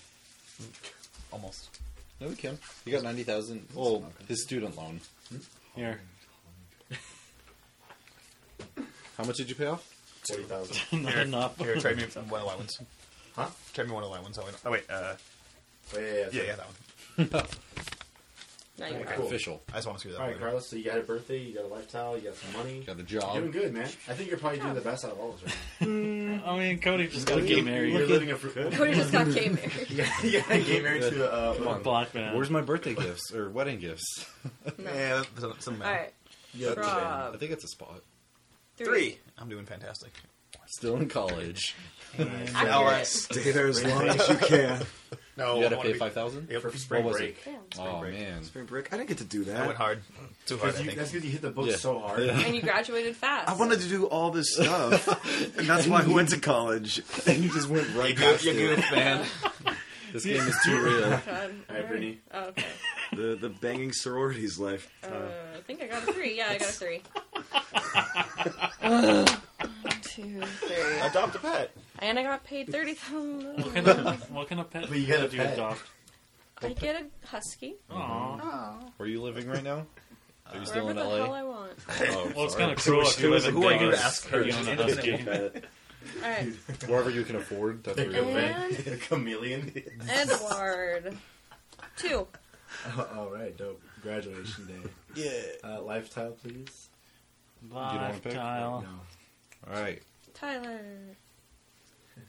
Speaker 7: Almost.
Speaker 2: No, we can. He got ninety thousand. Well, his student loan.
Speaker 6: here.
Speaker 2: How much did you pay off?
Speaker 1: Forty thousand.
Speaker 6: Not enough.
Speaker 5: Here, trade me one allowance.
Speaker 1: Huh?
Speaker 5: Trade me one allowance. Oh wait, oh, wait uh,
Speaker 1: Yeah, yeah, yeah.
Speaker 5: yeah, yeah, that one.
Speaker 4: Now you
Speaker 1: Okay.
Speaker 4: are.
Speaker 1: Cool.
Speaker 2: Official.
Speaker 5: I just want to screw that
Speaker 1: All
Speaker 5: one.
Speaker 1: right, Carlos. So you got a birthday, you got a lifestyle, you got some money.
Speaker 2: Got a
Speaker 1: You're doing
Speaker 2: job.
Speaker 1: good, man. I think you're probably doing the best out of all of us. Right
Speaker 6: I mean, Cody just
Speaker 1: now.
Speaker 6: got to get
Speaker 1: You're
Speaker 6: married.
Speaker 1: living a fr-
Speaker 4: Cody just got gay married.
Speaker 1: yeah, yeah, gay married to the. Uh,
Speaker 6: Or Black man.
Speaker 2: Where's my birthday gifts or wedding gifts?
Speaker 5: Yeah, that doesn't, doesn't
Speaker 4: All
Speaker 5: matter.
Speaker 4: right.
Speaker 1: yeah,
Speaker 4: Rob.
Speaker 2: I think it's a spot.
Speaker 5: Three. I'm doing fantastic.
Speaker 2: Still in college.
Speaker 4: Accurate.
Speaker 3: Stay there as long as you can.
Speaker 2: you
Speaker 5: No, oh, I
Speaker 2: gotta
Speaker 5: wanna
Speaker 2: pay
Speaker 5: be-
Speaker 2: five thousand.
Speaker 5: Yeah, for
Speaker 1: for spring
Speaker 2: What was
Speaker 1: break.
Speaker 4: Damn.
Speaker 2: Oh
Speaker 5: break.
Speaker 2: man.
Speaker 3: Spring break. I didn't get to do
Speaker 5: I went
Speaker 3: that.
Speaker 5: hard, too hard. I
Speaker 1: 'Cause you-
Speaker 5: think.
Speaker 1: that's because you hit the book
Speaker 2: Yeah.
Speaker 1: so hard.
Speaker 4: And you graduated fast.
Speaker 3: I wanted to do all this stuff, and that's why I went to college.
Speaker 2: And you just went
Speaker 5: You
Speaker 2: right
Speaker 5: goof,
Speaker 2: past
Speaker 5: you
Speaker 2: it.
Speaker 5: goof, man.
Speaker 2: This game is too real.
Speaker 4: God.
Speaker 1: All right, Brittany.
Speaker 4: Oh, okay.
Speaker 3: The the banging sororities life.
Speaker 4: Uh, I think I got a three. Yeah, I got a three. One, two, three.
Speaker 5: Adopt a pet.
Speaker 4: And I got paid thirty thousand.
Speaker 6: What kind of- what kind of pet
Speaker 1: But you got a
Speaker 6: do
Speaker 1: pet.
Speaker 6: adopt?
Speaker 4: I get a husky
Speaker 6: Aww.
Speaker 2: Where are you living right now? Are you still
Speaker 4: wherever
Speaker 2: in
Speaker 4: the hell
Speaker 2: LA?
Speaker 4: I want.
Speaker 2: Oh,
Speaker 6: Well, it's
Speaker 2: sorry.
Speaker 6: kind of cruel if you live in
Speaker 5: Who are you gonna
Speaker 6: Dallas.
Speaker 5: ask her?
Speaker 6: You own a husky.
Speaker 4: All right,
Speaker 2: wherever you can afford. That's where you're living.
Speaker 4: and
Speaker 1: Chameleon.
Speaker 4: Edward. Two.
Speaker 1: Oh, all right, dope. Graduation day.
Speaker 5: Yeah.
Speaker 1: Uh, lifestyle, please.
Speaker 2: wanna pick?
Speaker 6: Lifestyle.
Speaker 1: No.
Speaker 2: All right.
Speaker 4: Tyler.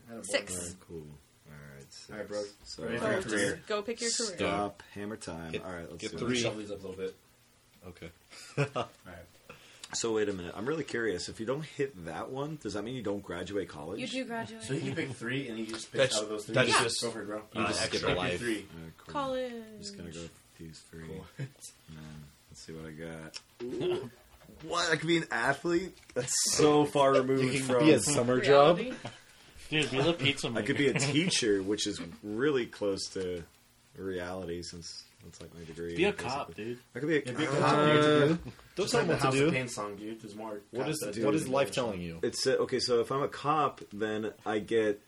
Speaker 1: I don't
Speaker 4: Six.
Speaker 1: want
Speaker 3: Cool. All right. Six.
Speaker 1: to- All right, bro.
Speaker 3: So uh,
Speaker 1: Ready
Speaker 4: Oh,
Speaker 1: for
Speaker 4: just
Speaker 1: your career?
Speaker 4: go pick your career.
Speaker 2: Stop.
Speaker 3: stop. Hammer time.
Speaker 2: Get-
Speaker 3: all right. Let's
Speaker 2: get
Speaker 3: do
Speaker 2: three.
Speaker 3: it.
Speaker 1: Shuffle these up a little bit.
Speaker 2: Okay.
Speaker 1: All right.
Speaker 3: So wait a minute. I'm really curious. If you don't hit that one, does that mean you don't graduate college?
Speaker 4: You do graduate.
Speaker 1: So you can pick three, and you just pick
Speaker 5: That's-
Speaker 1: out of those three.
Speaker 5: that's just-
Speaker 1: go for it, bro.
Speaker 2: You
Speaker 5: Uh,
Speaker 2: just skip
Speaker 5: extra.
Speaker 2: a
Speaker 1: Pick
Speaker 2: life.
Speaker 1: three.
Speaker 3: All right, cool.
Speaker 4: College.
Speaker 3: Uh, I'm just gonna go with these three.
Speaker 1: Cool.
Speaker 3: And then let's see what I got. what? I could be an athlete. That's so far removed from.
Speaker 2: Be a summer job.
Speaker 4: Reality.
Speaker 6: Dude, be the pizza maker.
Speaker 3: I could be a teacher, which is really close to reality since that's like my degree.
Speaker 6: Be a
Speaker 3: basically.
Speaker 6: cop, dude.
Speaker 3: I could be a
Speaker 1: Yeah,
Speaker 3: cop.
Speaker 1: be a cop.
Speaker 2: Uh, don't
Speaker 1: Just
Speaker 2: tell
Speaker 1: like the
Speaker 2: him what to
Speaker 1: House of
Speaker 2: do.
Speaker 1: Pain song, dude. There's more.
Speaker 3: What is
Speaker 1: cops
Speaker 3: the
Speaker 1: that
Speaker 2: What
Speaker 1: do
Speaker 2: is
Speaker 1: it.
Speaker 2: life telling you?
Speaker 3: It's uh, okay. So if I'm a cop, then I get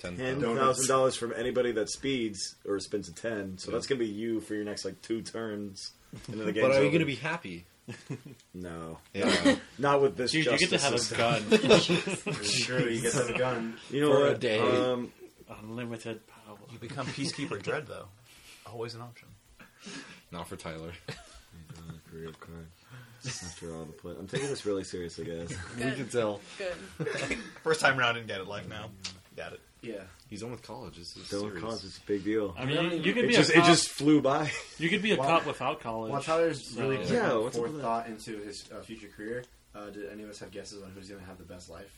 Speaker 2: Ten
Speaker 3: ten
Speaker 2: thousand.
Speaker 1: Donuts.
Speaker 3: thousand dollars from anybody that speeds or spins a ten. So
Speaker 2: Yeah.
Speaker 3: that's gonna be you for your next like two turns. And then the game's
Speaker 2: But are you
Speaker 3: over.
Speaker 2: going to be happy?
Speaker 3: No,
Speaker 2: Yeah.
Speaker 3: not with this.
Speaker 6: Dude, you get to
Speaker 3: justice
Speaker 6: have a
Speaker 3: system.
Speaker 6: gun.
Speaker 1: Sure, you get to have a gun.
Speaker 3: You know
Speaker 2: for a
Speaker 3: what?
Speaker 2: day.
Speaker 3: Um,
Speaker 6: Unlimited power.
Speaker 5: You become Peacekeeper Dread, though. Always an option.
Speaker 2: Not for Tyler.
Speaker 3: career card. After all the play, I'm taking this really seriously, guys.
Speaker 2: we can tell.
Speaker 4: Good.
Speaker 5: First time round, didn't get it. Life now, got it.
Speaker 1: Yeah.
Speaker 2: He's on with college. This is
Speaker 3: Don't
Speaker 2: serious.
Speaker 3: cause it's a big deal.
Speaker 6: I mean, you, you could
Speaker 3: It
Speaker 6: be
Speaker 3: just
Speaker 6: a
Speaker 3: it
Speaker 6: cop.
Speaker 3: just flew by.
Speaker 6: you could be a
Speaker 1: Well-
Speaker 6: cop without college.
Speaker 1: While Tyler's
Speaker 6: So-
Speaker 1: really putting
Speaker 3: Yeah, what's up with that?
Speaker 1: forethought into his uh, future career, uh, did any of us have guesses on who's going to have the best life?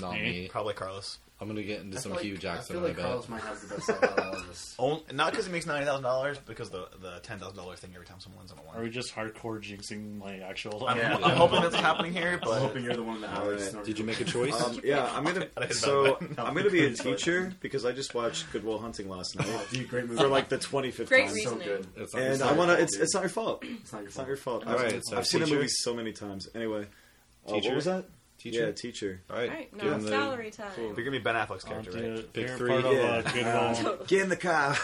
Speaker 2: Not
Speaker 6: Eh?
Speaker 2: me.
Speaker 5: Probably Carlos.
Speaker 2: I'm going to get into
Speaker 1: I
Speaker 2: some
Speaker 1: feel
Speaker 2: Hugh
Speaker 1: like-
Speaker 2: Jackson,
Speaker 1: I
Speaker 2: I,
Speaker 1: feel like
Speaker 2: bet.
Speaker 1: Carlos might have the best life out of all of us.
Speaker 5: Only, not because he makes ninety thousand dollars, because the the ten thousand dollars thing every time someone wins on a
Speaker 6: Are
Speaker 5: one.
Speaker 6: we just hardcore jinxing my actual?
Speaker 5: I'm,
Speaker 1: Yeah.
Speaker 5: I'm hoping that's happening here,
Speaker 1: I'm
Speaker 5: but
Speaker 1: hoping you're the one that hours.
Speaker 2: Did you make a choice?
Speaker 3: Um, yeah, I'm gonna. So I'm gonna be a teacher because I just watched Good Will Hunting last night
Speaker 1: Oh, dude, great movie.
Speaker 3: for like the 25th
Speaker 4: Great
Speaker 3: time.
Speaker 4: reason.
Speaker 1: so good.
Speaker 2: It's not
Speaker 3: And
Speaker 2: your
Speaker 3: I
Speaker 2: fault.
Speaker 3: want to. It's, it's not your fault.
Speaker 1: It's not your
Speaker 3: It's not
Speaker 1: fault.
Speaker 3: your fault.
Speaker 2: All
Speaker 3: I've,
Speaker 2: right, so
Speaker 3: I've seen the
Speaker 2: teacher.
Speaker 3: movie so many times. Anyway, uh, what
Speaker 2: Teacher.
Speaker 3: was that?
Speaker 2: Teacher?
Speaker 3: Yeah, teacher.
Speaker 2: All right.
Speaker 4: All right,
Speaker 2: give
Speaker 4: now
Speaker 2: him the-
Speaker 4: salary time.
Speaker 5: They're gonna be Ben Affleck's
Speaker 6: Aren't
Speaker 5: character,
Speaker 6: you
Speaker 5: right?
Speaker 6: the favorite
Speaker 2: three,
Speaker 6: part
Speaker 3: yeah.
Speaker 6: of a good one?
Speaker 3: Get in the car.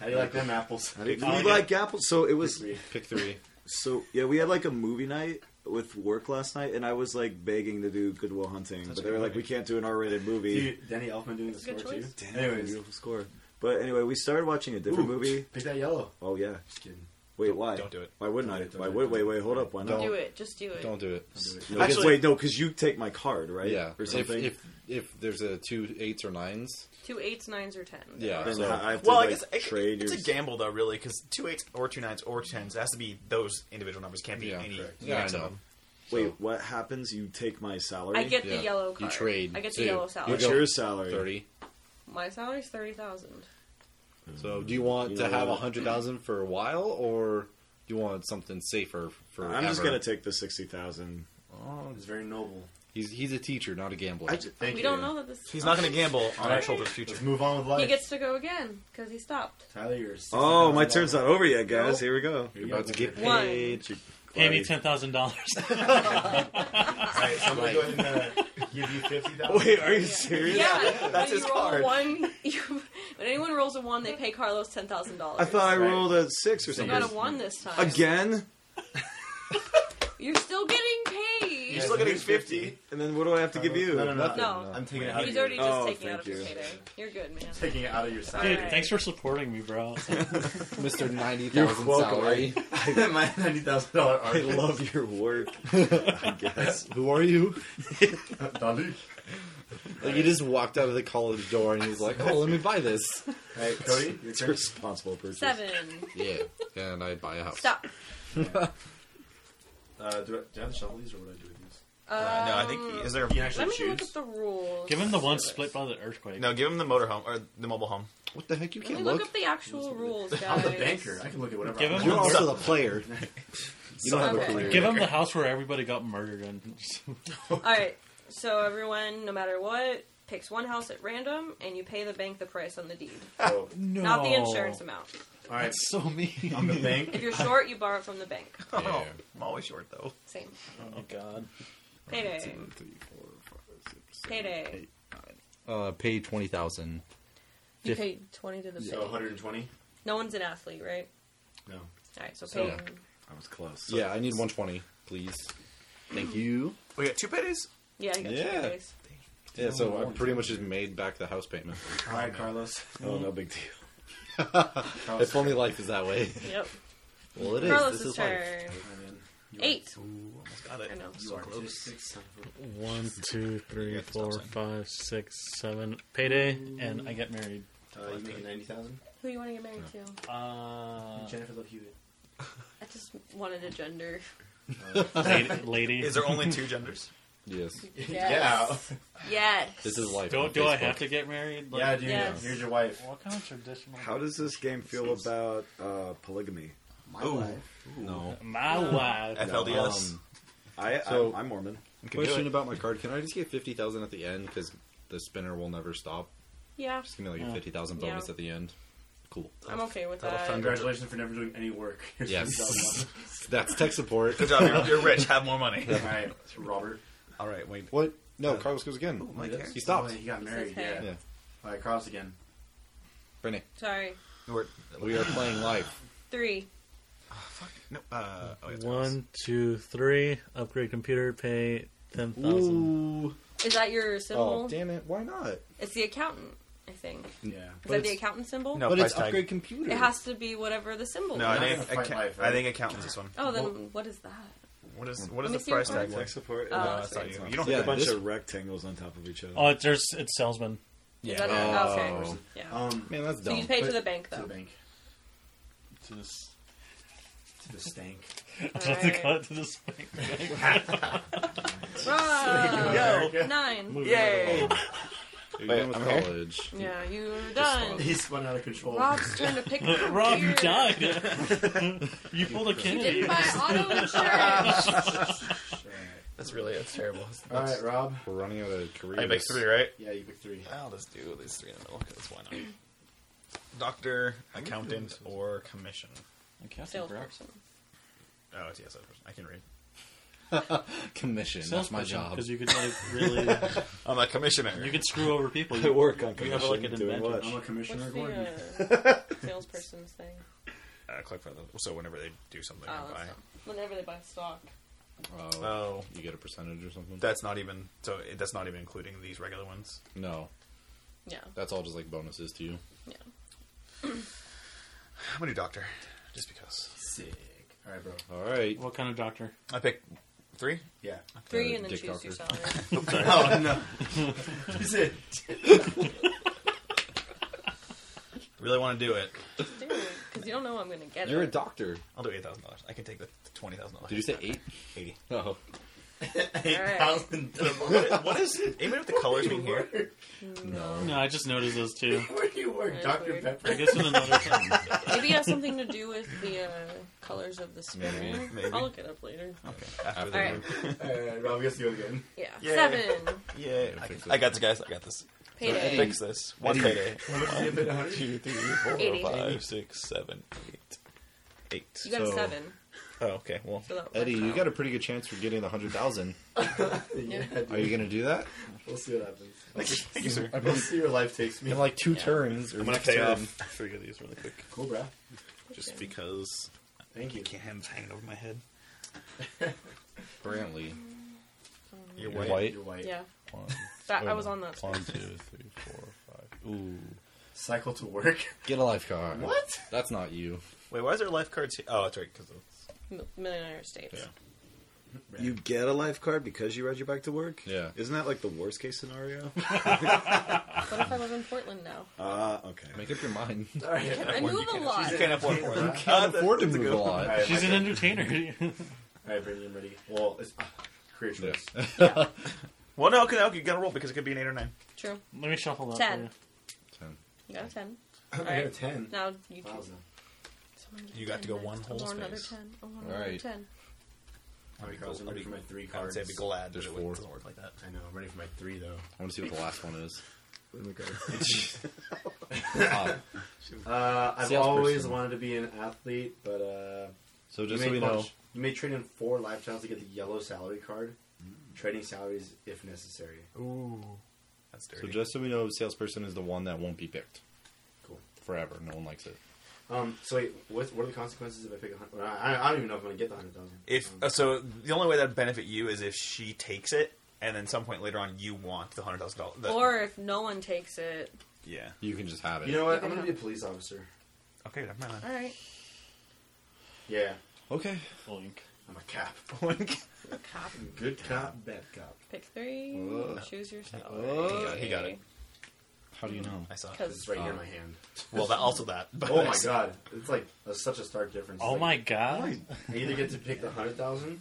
Speaker 1: How do you like them apples?
Speaker 3: I didn't-
Speaker 6: Oh,
Speaker 3: we
Speaker 6: yeah.
Speaker 3: like apples. So it was
Speaker 2: Pick three.
Speaker 3: so yeah. We had like a movie night with work last night, and I was like begging to do Goodwill Hunting, but they were like, we can't do an R-rated movie.
Speaker 1: Dude, Danny Elfman doing the
Speaker 4: It's a good
Speaker 1: score too.
Speaker 4: choice.
Speaker 3: Damn,
Speaker 1: Anyways,
Speaker 3: beautiful score. But anyway, we started watching a different
Speaker 1: Ooh,
Speaker 3: movie.
Speaker 1: pick that yellow.
Speaker 3: Oh yeah.
Speaker 1: Just kidding.
Speaker 3: Wait, why?
Speaker 5: don't do it.
Speaker 3: Why wouldn't
Speaker 1: Don't do
Speaker 3: I?
Speaker 1: it,
Speaker 3: why
Speaker 1: don't
Speaker 3: would?
Speaker 1: do it.
Speaker 3: Wait, wait, hold up. Why not?
Speaker 4: Do it. Just do it.
Speaker 2: Don't do it.
Speaker 1: Don't do
Speaker 3: No, 'cause-
Speaker 5: Actually-
Speaker 3: wait, no, because you take my card, right?
Speaker 2: Yeah.
Speaker 3: or
Speaker 2: if,
Speaker 3: something.
Speaker 2: if if there's a two eights or nines,
Speaker 4: Two eights, nines, or ten.
Speaker 2: yeah.
Speaker 3: then
Speaker 2: so-
Speaker 3: I have to
Speaker 5: Well, I
Speaker 3: like,
Speaker 5: guess it,
Speaker 3: trade
Speaker 5: it's
Speaker 3: your.
Speaker 5: a gamble though, really, because two eights or two nines or tens it has to be those individual numbers. Can't be
Speaker 2: Yeah,
Speaker 5: any
Speaker 2: correct. Yeah,
Speaker 5: mix
Speaker 2: I
Speaker 5: of
Speaker 2: know.
Speaker 5: them.
Speaker 2: So-
Speaker 3: Wait, what happens? You take my salary.
Speaker 4: I get
Speaker 2: Yeah.
Speaker 4: the yellow
Speaker 2: You
Speaker 4: card.
Speaker 2: trade
Speaker 4: I get
Speaker 2: two.
Speaker 4: the yellow
Speaker 2: You
Speaker 4: salary.
Speaker 3: What's
Speaker 2: go-
Speaker 3: your salary?
Speaker 2: thirty.
Speaker 4: My salary's thirty thousand.
Speaker 3: Mm-hmm.
Speaker 2: So do you want
Speaker 3: You
Speaker 2: to
Speaker 3: know
Speaker 2: have a
Speaker 3: what?
Speaker 2: hundred thousand for a while, or do you want something safer for?
Speaker 3: I'm just gonna take the sixty thousand.
Speaker 1: Oh, it's very noble.
Speaker 2: He's he's a teacher, not a gambler.
Speaker 3: I just,
Speaker 1: Thank
Speaker 4: We
Speaker 1: you.
Speaker 4: don't know that this.
Speaker 5: He's not going to gamble on our
Speaker 1: Alright.
Speaker 5: children's future.
Speaker 1: Let's move on with life.
Speaker 4: He gets to go again because he stopped.
Speaker 1: Tyler, you're sixty
Speaker 3: oh,
Speaker 1: thousand
Speaker 3: my turn's not
Speaker 1: dollars.
Speaker 3: over yet, guys. Here we go.
Speaker 1: You're
Speaker 2: about to get
Speaker 1: paid.
Speaker 4: One.
Speaker 2: paid.
Speaker 6: Pay me ten thousand dollars.
Speaker 1: All right, so I'm gonna go ahead and uh, give you fifty thousand.
Speaker 3: Wait, are you serious?
Speaker 4: Yeah,
Speaker 5: That's
Speaker 4: when
Speaker 5: his
Speaker 4: you roll a
Speaker 5: card.
Speaker 4: One, when anyone rolls a one, they pay Carlos ten thousand dollars.
Speaker 3: I thought I rolled a six or
Speaker 4: you
Speaker 3: something.
Speaker 4: got a one this time.
Speaker 3: Again?
Speaker 4: You're still getting paid.
Speaker 5: You're still getting 50.
Speaker 3: And then what do I have to give you?
Speaker 1: No, no, no.
Speaker 4: No.
Speaker 1: I'm taking it out. of
Speaker 4: He's
Speaker 1: your-
Speaker 4: already just
Speaker 3: Oh,
Speaker 4: taking out of
Speaker 3: thank
Speaker 4: his
Speaker 3: you.
Speaker 4: payday. You're good, man.
Speaker 1: taking it out of your salary.
Speaker 6: Dude,
Speaker 4: Alright.
Speaker 6: thanks for supporting me, bro.
Speaker 2: Mister ninety thousand
Speaker 3: welcome.
Speaker 2: salary.
Speaker 1: my ninety thousand dollar
Speaker 3: I
Speaker 1: art.
Speaker 3: love your work. I guess.
Speaker 2: Who are you?
Speaker 1: Dolly.
Speaker 2: Like you just walked out of the college door and he's like, "Oh, let me buy this."
Speaker 1: All right, Cody, your
Speaker 3: It's
Speaker 1: turn.
Speaker 3: responsible purchase.
Speaker 4: Seven.
Speaker 2: Yeah, and I buy a house.
Speaker 4: Stop.
Speaker 1: Uh, do, I, do I have to shuffle these or what do I do with these?
Speaker 4: Um,
Speaker 5: Uh, no, I think is there.
Speaker 1: You can
Speaker 4: Let
Speaker 1: actually
Speaker 4: me look at
Speaker 1: choose.
Speaker 4: the rules.
Speaker 6: Give him the one split by the earthquake.
Speaker 5: No, give him the motorhome or the mobile home.
Speaker 2: What the heck? You
Speaker 4: Let me
Speaker 2: can't
Speaker 4: look
Speaker 2: look.
Speaker 4: up the actual rules, guys.
Speaker 1: I'm the banker. I can look at whatever.
Speaker 6: Give
Speaker 1: I
Speaker 6: him
Speaker 1: want.
Speaker 2: You're also the player. You don't have a
Speaker 4: Okay.
Speaker 2: career.
Speaker 6: Give him the house where everybody got murdered and
Speaker 4: All right. So everyone, no matter what, picks one house at random, and you pay the bank the price on the deed,
Speaker 1: Oh.
Speaker 6: no.
Speaker 4: not the insurance amount.
Speaker 1: All right,
Speaker 6: That's so mean.
Speaker 1: I'm the bank.
Speaker 4: If you're short, you borrow it from the bank.
Speaker 2: Yeah.
Speaker 5: I'm always short though.
Speaker 4: Same.
Speaker 6: Oh my god.
Speaker 4: Payday. Payday.
Speaker 2: Uh, pay twenty thousand.
Speaker 4: You
Speaker 2: Fif-
Speaker 4: paid twenty to the
Speaker 1: So
Speaker 4: bank.
Speaker 1: 120.
Speaker 4: No one's an athlete, right?
Speaker 1: No.
Speaker 4: All right. So pay.
Speaker 2: So-
Speaker 3: I was close.
Speaker 2: Yeah, I need one twenty, please. Thank you.
Speaker 5: We got two pitties.
Speaker 4: Yeah. You got
Speaker 2: Yeah.
Speaker 4: yeah. Two pays.
Speaker 2: Yeah, so I pretty much just made back the house payment.
Speaker 1: All right, Carlos.
Speaker 3: Oh, no big deal.
Speaker 1: Carlos
Speaker 2: If only life is that way.
Speaker 4: Yep.
Speaker 2: Well, it is.
Speaker 4: Carlos's
Speaker 2: this is life.
Speaker 4: turn.
Speaker 1: I'm in. You are-
Speaker 4: Eight.
Speaker 5: Ooh, almost got it.
Speaker 4: I know.
Speaker 1: You
Speaker 5: So
Speaker 1: are
Speaker 5: close.
Speaker 1: artistic son of a-
Speaker 6: One, two, three,
Speaker 5: Yeah, stop
Speaker 6: four,
Speaker 5: sign.
Speaker 6: five, six, seven. Payday, and I get married.
Speaker 1: Uh, you making 90,000?
Speaker 4: Who you want to get married to?
Speaker 6: Uh,
Speaker 1: Jennifer Love Hewitt.
Speaker 4: I just wanted a gender.
Speaker 6: lady, lady.
Speaker 5: Is there only two genders?
Speaker 2: Yes.
Speaker 4: Yes. Yes.
Speaker 2: This is life.
Speaker 6: do
Speaker 2: on
Speaker 6: do I
Speaker 2: Facebook.
Speaker 6: have to get married?
Speaker 1: Yeah, dude.
Speaker 4: Yes.
Speaker 1: Here's your wife.
Speaker 6: What kind of traditional?
Speaker 3: How does this game feel about uh, polygamy?
Speaker 5: Ooh,
Speaker 2: No.
Speaker 6: my wife?
Speaker 5: FLDS.
Speaker 2: Um,
Speaker 3: I,
Speaker 2: So-
Speaker 3: I I'm Mormon.
Speaker 5: You can do
Speaker 2: question
Speaker 5: it.
Speaker 2: about my card. Can I just get fifty thousand at the end? Because the spinner will never stop.
Speaker 4: Yeah.
Speaker 2: Just give me like a
Speaker 6: Yeah.
Speaker 2: fifty thousand bonus
Speaker 4: Yeah.
Speaker 2: at the end. Cool.
Speaker 4: I'm okay with
Speaker 5: That'll
Speaker 4: that.
Speaker 5: thunder.
Speaker 1: Congratulations for never doing any work. Here's
Speaker 2: Yes.
Speaker 1: 70,000.
Speaker 2: That's tech support.
Speaker 5: Good job. You're, you're rich. Have more money.
Speaker 1: All right, Robert.
Speaker 5: All right, wait.
Speaker 2: What? No, Carlos goes again.
Speaker 5: Mike
Speaker 1: Yes.
Speaker 2: He stopped.
Speaker 1: Oh, he got
Speaker 4: He
Speaker 1: married.
Speaker 4: says, hey.
Speaker 1: Yeah.
Speaker 2: Yeah.
Speaker 1: All right, Carlos again.
Speaker 2: Brittany,
Speaker 4: Sorry.
Speaker 5: We're,
Speaker 2: we are playing life.
Speaker 4: Three.
Speaker 5: no, uh, oh, it's
Speaker 6: One, two, three. Upgrade computer. Pay ten thousand.
Speaker 4: Is that your symbol?
Speaker 2: Oh, damn it. Why not?
Speaker 4: it's the accountant, I think. Is
Speaker 1: Yeah.
Speaker 4: that the
Speaker 2: it's-
Speaker 4: accountant symbol?
Speaker 5: No,
Speaker 2: but
Speaker 5: price
Speaker 2: it's
Speaker 5: tag.
Speaker 2: upgrade computer.
Speaker 4: It has to be whatever the symbol
Speaker 5: No, I
Speaker 4: is.
Speaker 5: think
Speaker 1: Not gonna fight
Speaker 5: acca-
Speaker 1: life,
Speaker 5: I
Speaker 1: right?
Speaker 5: think accountant's this one.
Speaker 4: Oh, then what is that?
Speaker 5: What is
Speaker 4: Let
Speaker 5: what is
Speaker 4: me
Speaker 5: the
Speaker 4: see your
Speaker 5: price tag?
Speaker 4: card.
Speaker 5: Like?
Speaker 3: support.
Speaker 4: Oh,
Speaker 5: No,
Speaker 4: that's
Speaker 5: it's not
Speaker 4: right.
Speaker 5: you. You don't
Speaker 2: Yeah,
Speaker 3: a bunch
Speaker 2: this-
Speaker 3: of rectangles on top of each other.
Speaker 6: Oh, it's there's it's salesman.
Speaker 4: Is
Speaker 2: Yeah.
Speaker 4: that a- oh, okay.
Speaker 2: Oh.
Speaker 4: Yeah.
Speaker 1: Um,
Speaker 2: Man, that's
Speaker 4: so
Speaker 2: dumb.
Speaker 4: you pay to
Speaker 2: But-
Speaker 4: the bank,
Speaker 1: to the
Speaker 4: though.
Speaker 1: bank.
Speaker 6: To this,
Speaker 1: To the stank.
Speaker 6: I don't think I to this bank.
Speaker 4: Right. Nine.
Speaker 6: Yay!
Speaker 2: You're
Speaker 3: Wait,
Speaker 2: done with
Speaker 3: I'm here?
Speaker 2: college.
Speaker 4: Yeah, you're done.
Speaker 1: He's spun out of control.
Speaker 4: Rob's trying to pick the
Speaker 6: Rob, you
Speaker 4: beer.
Speaker 6: died. you pulled a
Speaker 4: You didn't
Speaker 6: Kennedy.
Speaker 4: buy auto insurance.
Speaker 5: That's really that's terrible.
Speaker 1: All right, Rob.
Speaker 2: We're running out of careers.
Speaker 5: I make three, right?
Speaker 1: Yeah, you pick three.
Speaker 5: I'll just do these three in the middle because why not? Doctor, accountant, or commission.
Speaker 6: Okay, that's a bro.
Speaker 4: Salesperson.
Speaker 5: Oh, it's yes, I I can read.
Speaker 2: Commission. That's my job.
Speaker 6: Because you could like really,
Speaker 5: I'm a commissioner.
Speaker 6: you could screw over people.
Speaker 3: I
Speaker 6: You,
Speaker 3: work on
Speaker 6: you have like
Speaker 3: commission.
Speaker 6: an
Speaker 3: Doing
Speaker 6: inventor.
Speaker 3: what?
Speaker 1: I'm a
Speaker 4: What's
Speaker 1: commissioner, Gordon.
Speaker 4: the uh, salesperson's thing?
Speaker 5: uh, click for the- so whenever they do something,
Speaker 4: Oh,
Speaker 5: I buy.
Speaker 4: that's not- whenever they buy stock.
Speaker 2: Oh,
Speaker 5: Oh,
Speaker 2: you get a percentage or something?
Speaker 5: that's not even so. it- That's not even including these regular ones.
Speaker 2: no,
Speaker 4: Yeah.
Speaker 2: that's all just like bonuses to you.
Speaker 4: Yeah.
Speaker 5: I'm gonna do doctor, just because.
Speaker 1: Sick. All right, bro.
Speaker 2: All right.
Speaker 6: What kind of doctor?
Speaker 5: I pick three.
Speaker 1: Yeah.
Speaker 4: Three
Speaker 2: Uh,
Speaker 4: and then
Speaker 2: Dick
Speaker 4: choose your
Speaker 2: Doctor.
Speaker 4: salary.
Speaker 1: oh no. That's it.
Speaker 5: Really want to do it.
Speaker 4: Because you don't know I'm going to get
Speaker 2: You're a
Speaker 4: it.
Speaker 2: doctor.
Speaker 5: I'll do eight thousand dollars. I can take the twenty thousand dollars.
Speaker 2: Did you say eight?
Speaker 5: eighty?
Speaker 2: Oh,
Speaker 1: Eight thousand.
Speaker 5: What is? Even with the colors being here,
Speaker 2: no.
Speaker 6: Oh, No, I just noticed those two.
Speaker 1: Where do you work,
Speaker 4: That's
Speaker 1: Doctor
Speaker 4: weird.
Speaker 6: I
Speaker 1: Pepper?
Speaker 6: guess in another time.
Speaker 4: Maybe it has something to do with the uh, colors of the spirit.
Speaker 2: Maybe.
Speaker 5: Maybe.
Speaker 4: I'll look it up later.
Speaker 5: after
Speaker 4: All right.
Speaker 5: the
Speaker 1: Uh, Rob, guess you again.
Speaker 4: Yeah.
Speaker 5: Yeah.
Speaker 4: Seven.
Speaker 5: yeah,
Speaker 2: Gotta
Speaker 5: I,
Speaker 2: fix
Speaker 5: can-
Speaker 2: it.
Speaker 5: I got this, guys. I got this.
Speaker 4: Payday.
Speaker 2: Eddie-
Speaker 5: Fix this. One
Speaker 2: Eddie.
Speaker 5: payday. One, two, three,
Speaker 4: Eighty.
Speaker 5: four, five, six, seven, eight. Eight.
Speaker 4: you got a
Speaker 2: so-
Speaker 4: seven.
Speaker 5: Oh, okay. Well,
Speaker 4: So that
Speaker 2: Eddie,
Speaker 4: works
Speaker 2: you
Speaker 4: out.
Speaker 2: got a pretty good chance for getting the hundred thousand.
Speaker 1: Yeah,
Speaker 2: Are you gonna do that
Speaker 1: we'll see what happens.
Speaker 5: thank you, sir.
Speaker 1: We'll see where life takes me.
Speaker 2: in like two turns? Or
Speaker 5: I'm gonna
Speaker 2: next
Speaker 5: pay
Speaker 2: turn?
Speaker 5: off three of these really quick,
Speaker 1: cool, bro.
Speaker 5: just because
Speaker 1: Thank you.
Speaker 5: cans hanging over my head.
Speaker 2: Brantley.
Speaker 5: You're
Speaker 2: You're
Speaker 5: white.
Speaker 2: white.
Speaker 1: You're white.
Speaker 4: Yeah.
Speaker 6: One,
Speaker 4: That, I was on that.
Speaker 6: one, two, three, four, five. Ooh.
Speaker 1: Cycle to work.
Speaker 2: Get a life card.
Speaker 1: What?
Speaker 2: That's not you.
Speaker 5: Wait, why is there life cards here? Oh, that's right, because
Speaker 4: Mi- Millionaire States.
Speaker 5: Yeah.
Speaker 3: You get a life card because you ride your bike to work?
Speaker 2: Yeah.
Speaker 3: Isn't that like the worst case scenario?
Speaker 4: What if I live in Portland now?
Speaker 3: Ah, okay.
Speaker 2: Make up your mind.
Speaker 1: All right.
Speaker 4: I move a lot.
Speaker 5: you can't have one for that.
Speaker 2: Can't afford to move a
Speaker 1: All
Speaker 2: lot.
Speaker 1: right,
Speaker 6: She's
Speaker 1: my
Speaker 6: an
Speaker 1: turn.
Speaker 6: entertainer.
Speaker 1: All right, Brittany, I'm ready. Well, it's uh, career
Speaker 2: Yeah.
Speaker 1: choice.
Speaker 5: Well, no, okay, no, you gotta roll because it could be an eight or nine.
Speaker 4: True.
Speaker 6: Let me shuffle that.
Speaker 4: Ten.
Speaker 6: for
Speaker 2: Ten.
Speaker 4: You got a ten.
Speaker 1: Oh, I got a ten.
Speaker 4: Now you can.
Speaker 1: Thousand.
Speaker 4: someone get
Speaker 5: You
Speaker 4: a
Speaker 5: got
Speaker 4: 10
Speaker 5: to go
Speaker 4: next.
Speaker 5: one
Speaker 4: I
Speaker 5: whole
Speaker 4: want another
Speaker 5: space.
Speaker 4: ten. I want
Speaker 2: All
Speaker 4: another
Speaker 2: right.
Speaker 4: ten.
Speaker 1: I'll be,
Speaker 5: I'll
Speaker 1: I'm ready
Speaker 5: be-
Speaker 1: for my three
Speaker 5: I would
Speaker 1: cards.
Speaker 5: say be glad
Speaker 2: There's
Speaker 5: that it
Speaker 2: four.
Speaker 5: doesn't work like that.
Speaker 1: I know. I'm ready for my three though.
Speaker 2: I want to see what the last one is. Ah.
Speaker 1: Uh, I've
Speaker 2: Salesperson.
Speaker 1: always wanted to be an athlete, but uh,
Speaker 2: So
Speaker 1: you,
Speaker 2: just so
Speaker 1: may
Speaker 2: we know,
Speaker 1: punch- you may trade in four lifetimes to get the yellow salary card. Trading salaries if necessary.
Speaker 5: Ooh, that's dirty.
Speaker 2: so just so we know, salesperson is the one that won't be picked
Speaker 1: Cool.
Speaker 2: forever. No one likes it.
Speaker 1: Um. So wait, what, what are the consequences if I pick a hundred? I, I don't even know if I'm gonna get the hundred thousand.
Speaker 5: if
Speaker 1: um,
Speaker 5: uh, so, the only way that would benefit you is if she takes it, and then some point later on, you want the hundred thousand dollars.
Speaker 4: Or if no one takes it.
Speaker 5: yeah,
Speaker 2: You can just have it.
Speaker 1: you know what,
Speaker 4: You
Speaker 1: I'm gonna
Speaker 4: can
Speaker 1: be a police officer.
Speaker 5: okay, never mind.
Speaker 4: All right.
Speaker 1: Yeah,
Speaker 2: okay.
Speaker 6: Blink.
Speaker 1: I'm a cop.
Speaker 4: Cop.
Speaker 1: Good cop, bad cop.
Speaker 4: Pick three.
Speaker 2: Ugh.
Speaker 4: Choose your salary.
Speaker 2: He
Speaker 5: got it, he got it.
Speaker 2: How do you know?
Speaker 5: I saw. it.
Speaker 1: This is
Speaker 4: 'Cause-
Speaker 1: right here in
Speaker 2: Um,
Speaker 1: my hand.
Speaker 5: Well, that also that. But
Speaker 1: Oh my god, it's like that's such a stark difference.
Speaker 6: Oh
Speaker 1: It's
Speaker 6: my
Speaker 1: like,
Speaker 6: god.
Speaker 1: I either get to pick the hundred thousand,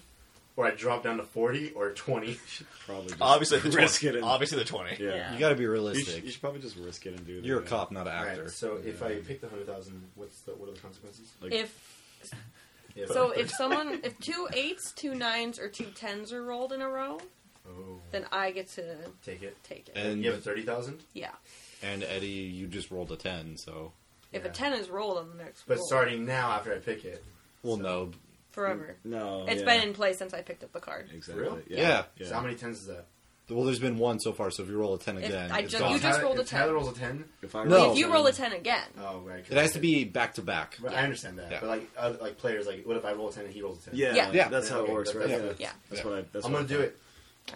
Speaker 1: or I drop down to forty or twenty.
Speaker 3: Probably just
Speaker 5: Obviously the
Speaker 3: risk it.
Speaker 5: twenty.
Speaker 3: And,
Speaker 5: Obviously the twenty.
Speaker 3: yeah.
Speaker 4: Yeah.
Speaker 2: You got to be
Speaker 3: You, should,
Speaker 2: realistic.
Speaker 3: you should probably just risk it and do that.
Speaker 2: You're a cop, not an actor.
Speaker 1: Alright, so if
Speaker 3: Yeah.
Speaker 1: I pick the hundred thousand, what's the what are the consequences?
Speaker 3: Like,
Speaker 4: If
Speaker 1: Yeah,
Speaker 4: so, if someone if two eights, two nines, or two tens are rolled in a row,
Speaker 1: oh,
Speaker 4: then I get to
Speaker 1: take it.
Speaker 4: take it.
Speaker 2: And
Speaker 1: You have a thirty thousand,
Speaker 4: yeah.
Speaker 2: and Eddie, you just rolled a ten, so
Speaker 4: If
Speaker 1: Yeah.
Speaker 4: a ten is rolled on the next
Speaker 1: but
Speaker 4: roll,
Speaker 1: starting now after I pick it,
Speaker 2: well, no,
Speaker 4: forever.
Speaker 3: no.
Speaker 4: It's
Speaker 3: Oh, yeah.
Speaker 4: been in play since I picked up the card.
Speaker 3: Exactly.
Speaker 1: Really?
Speaker 2: Yeah.
Speaker 1: so how many tens is that?
Speaker 2: well, there's been one so far. So if you roll a ten
Speaker 4: If
Speaker 2: again,
Speaker 4: I
Speaker 2: it's
Speaker 4: ju-
Speaker 2: gone.
Speaker 4: you just
Speaker 1: Tyler-
Speaker 4: rolled a
Speaker 1: if Tyler
Speaker 4: 10.
Speaker 1: rolls a ten.
Speaker 3: If I
Speaker 2: No.
Speaker 3: roll
Speaker 4: if you
Speaker 3: ten-
Speaker 4: roll a ten again,
Speaker 1: Oh right, 'cause
Speaker 2: it has
Speaker 1: I
Speaker 2: to
Speaker 1: pick-
Speaker 2: be back to back.
Speaker 1: But I understand that,
Speaker 2: Yeah.
Speaker 1: but like other, like players, like what if I roll a ten and he rolls a ten?
Speaker 3: Yeah,
Speaker 4: Yeah.
Speaker 2: Yeah.
Speaker 3: That's how it
Speaker 1: Okay,
Speaker 3: works,
Speaker 1: that-
Speaker 3: right?
Speaker 1: that's-
Speaker 3: Yeah.
Speaker 4: yeah,
Speaker 3: That's what I. That's
Speaker 1: I'm
Speaker 3: what
Speaker 1: gonna
Speaker 3: I
Speaker 1: do
Speaker 3: thought.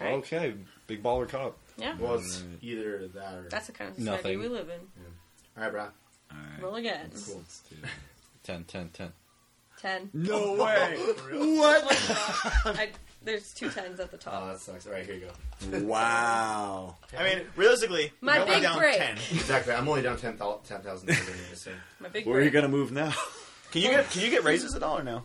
Speaker 1: it.
Speaker 4: All right.
Speaker 2: Okay, big baller cop.
Speaker 4: yeah.
Speaker 1: Well, it's either that or
Speaker 4: That's the kind of society
Speaker 2: Nothing.
Speaker 4: we live in.
Speaker 1: all right, bro.
Speaker 3: All
Speaker 4: Roll
Speaker 3: right.
Speaker 4: again.
Speaker 1: Cool.
Speaker 2: Ten, ten, ten.
Speaker 4: Ten.
Speaker 3: No way!
Speaker 4: One shot. I, there's two tens at the
Speaker 1: Oh,
Speaker 4: top.
Speaker 1: that sucks. All right, here you go.
Speaker 3: wow.
Speaker 5: I mean, realistically,
Speaker 4: My
Speaker 5: you're only
Speaker 4: big
Speaker 5: down
Speaker 4: break.
Speaker 5: ten.
Speaker 1: Exactly. I'm only down ten thousand.
Speaker 4: My big.
Speaker 3: Where are you
Speaker 4: break.
Speaker 3: gonna move now?
Speaker 5: Can you get can you get raises at all or no?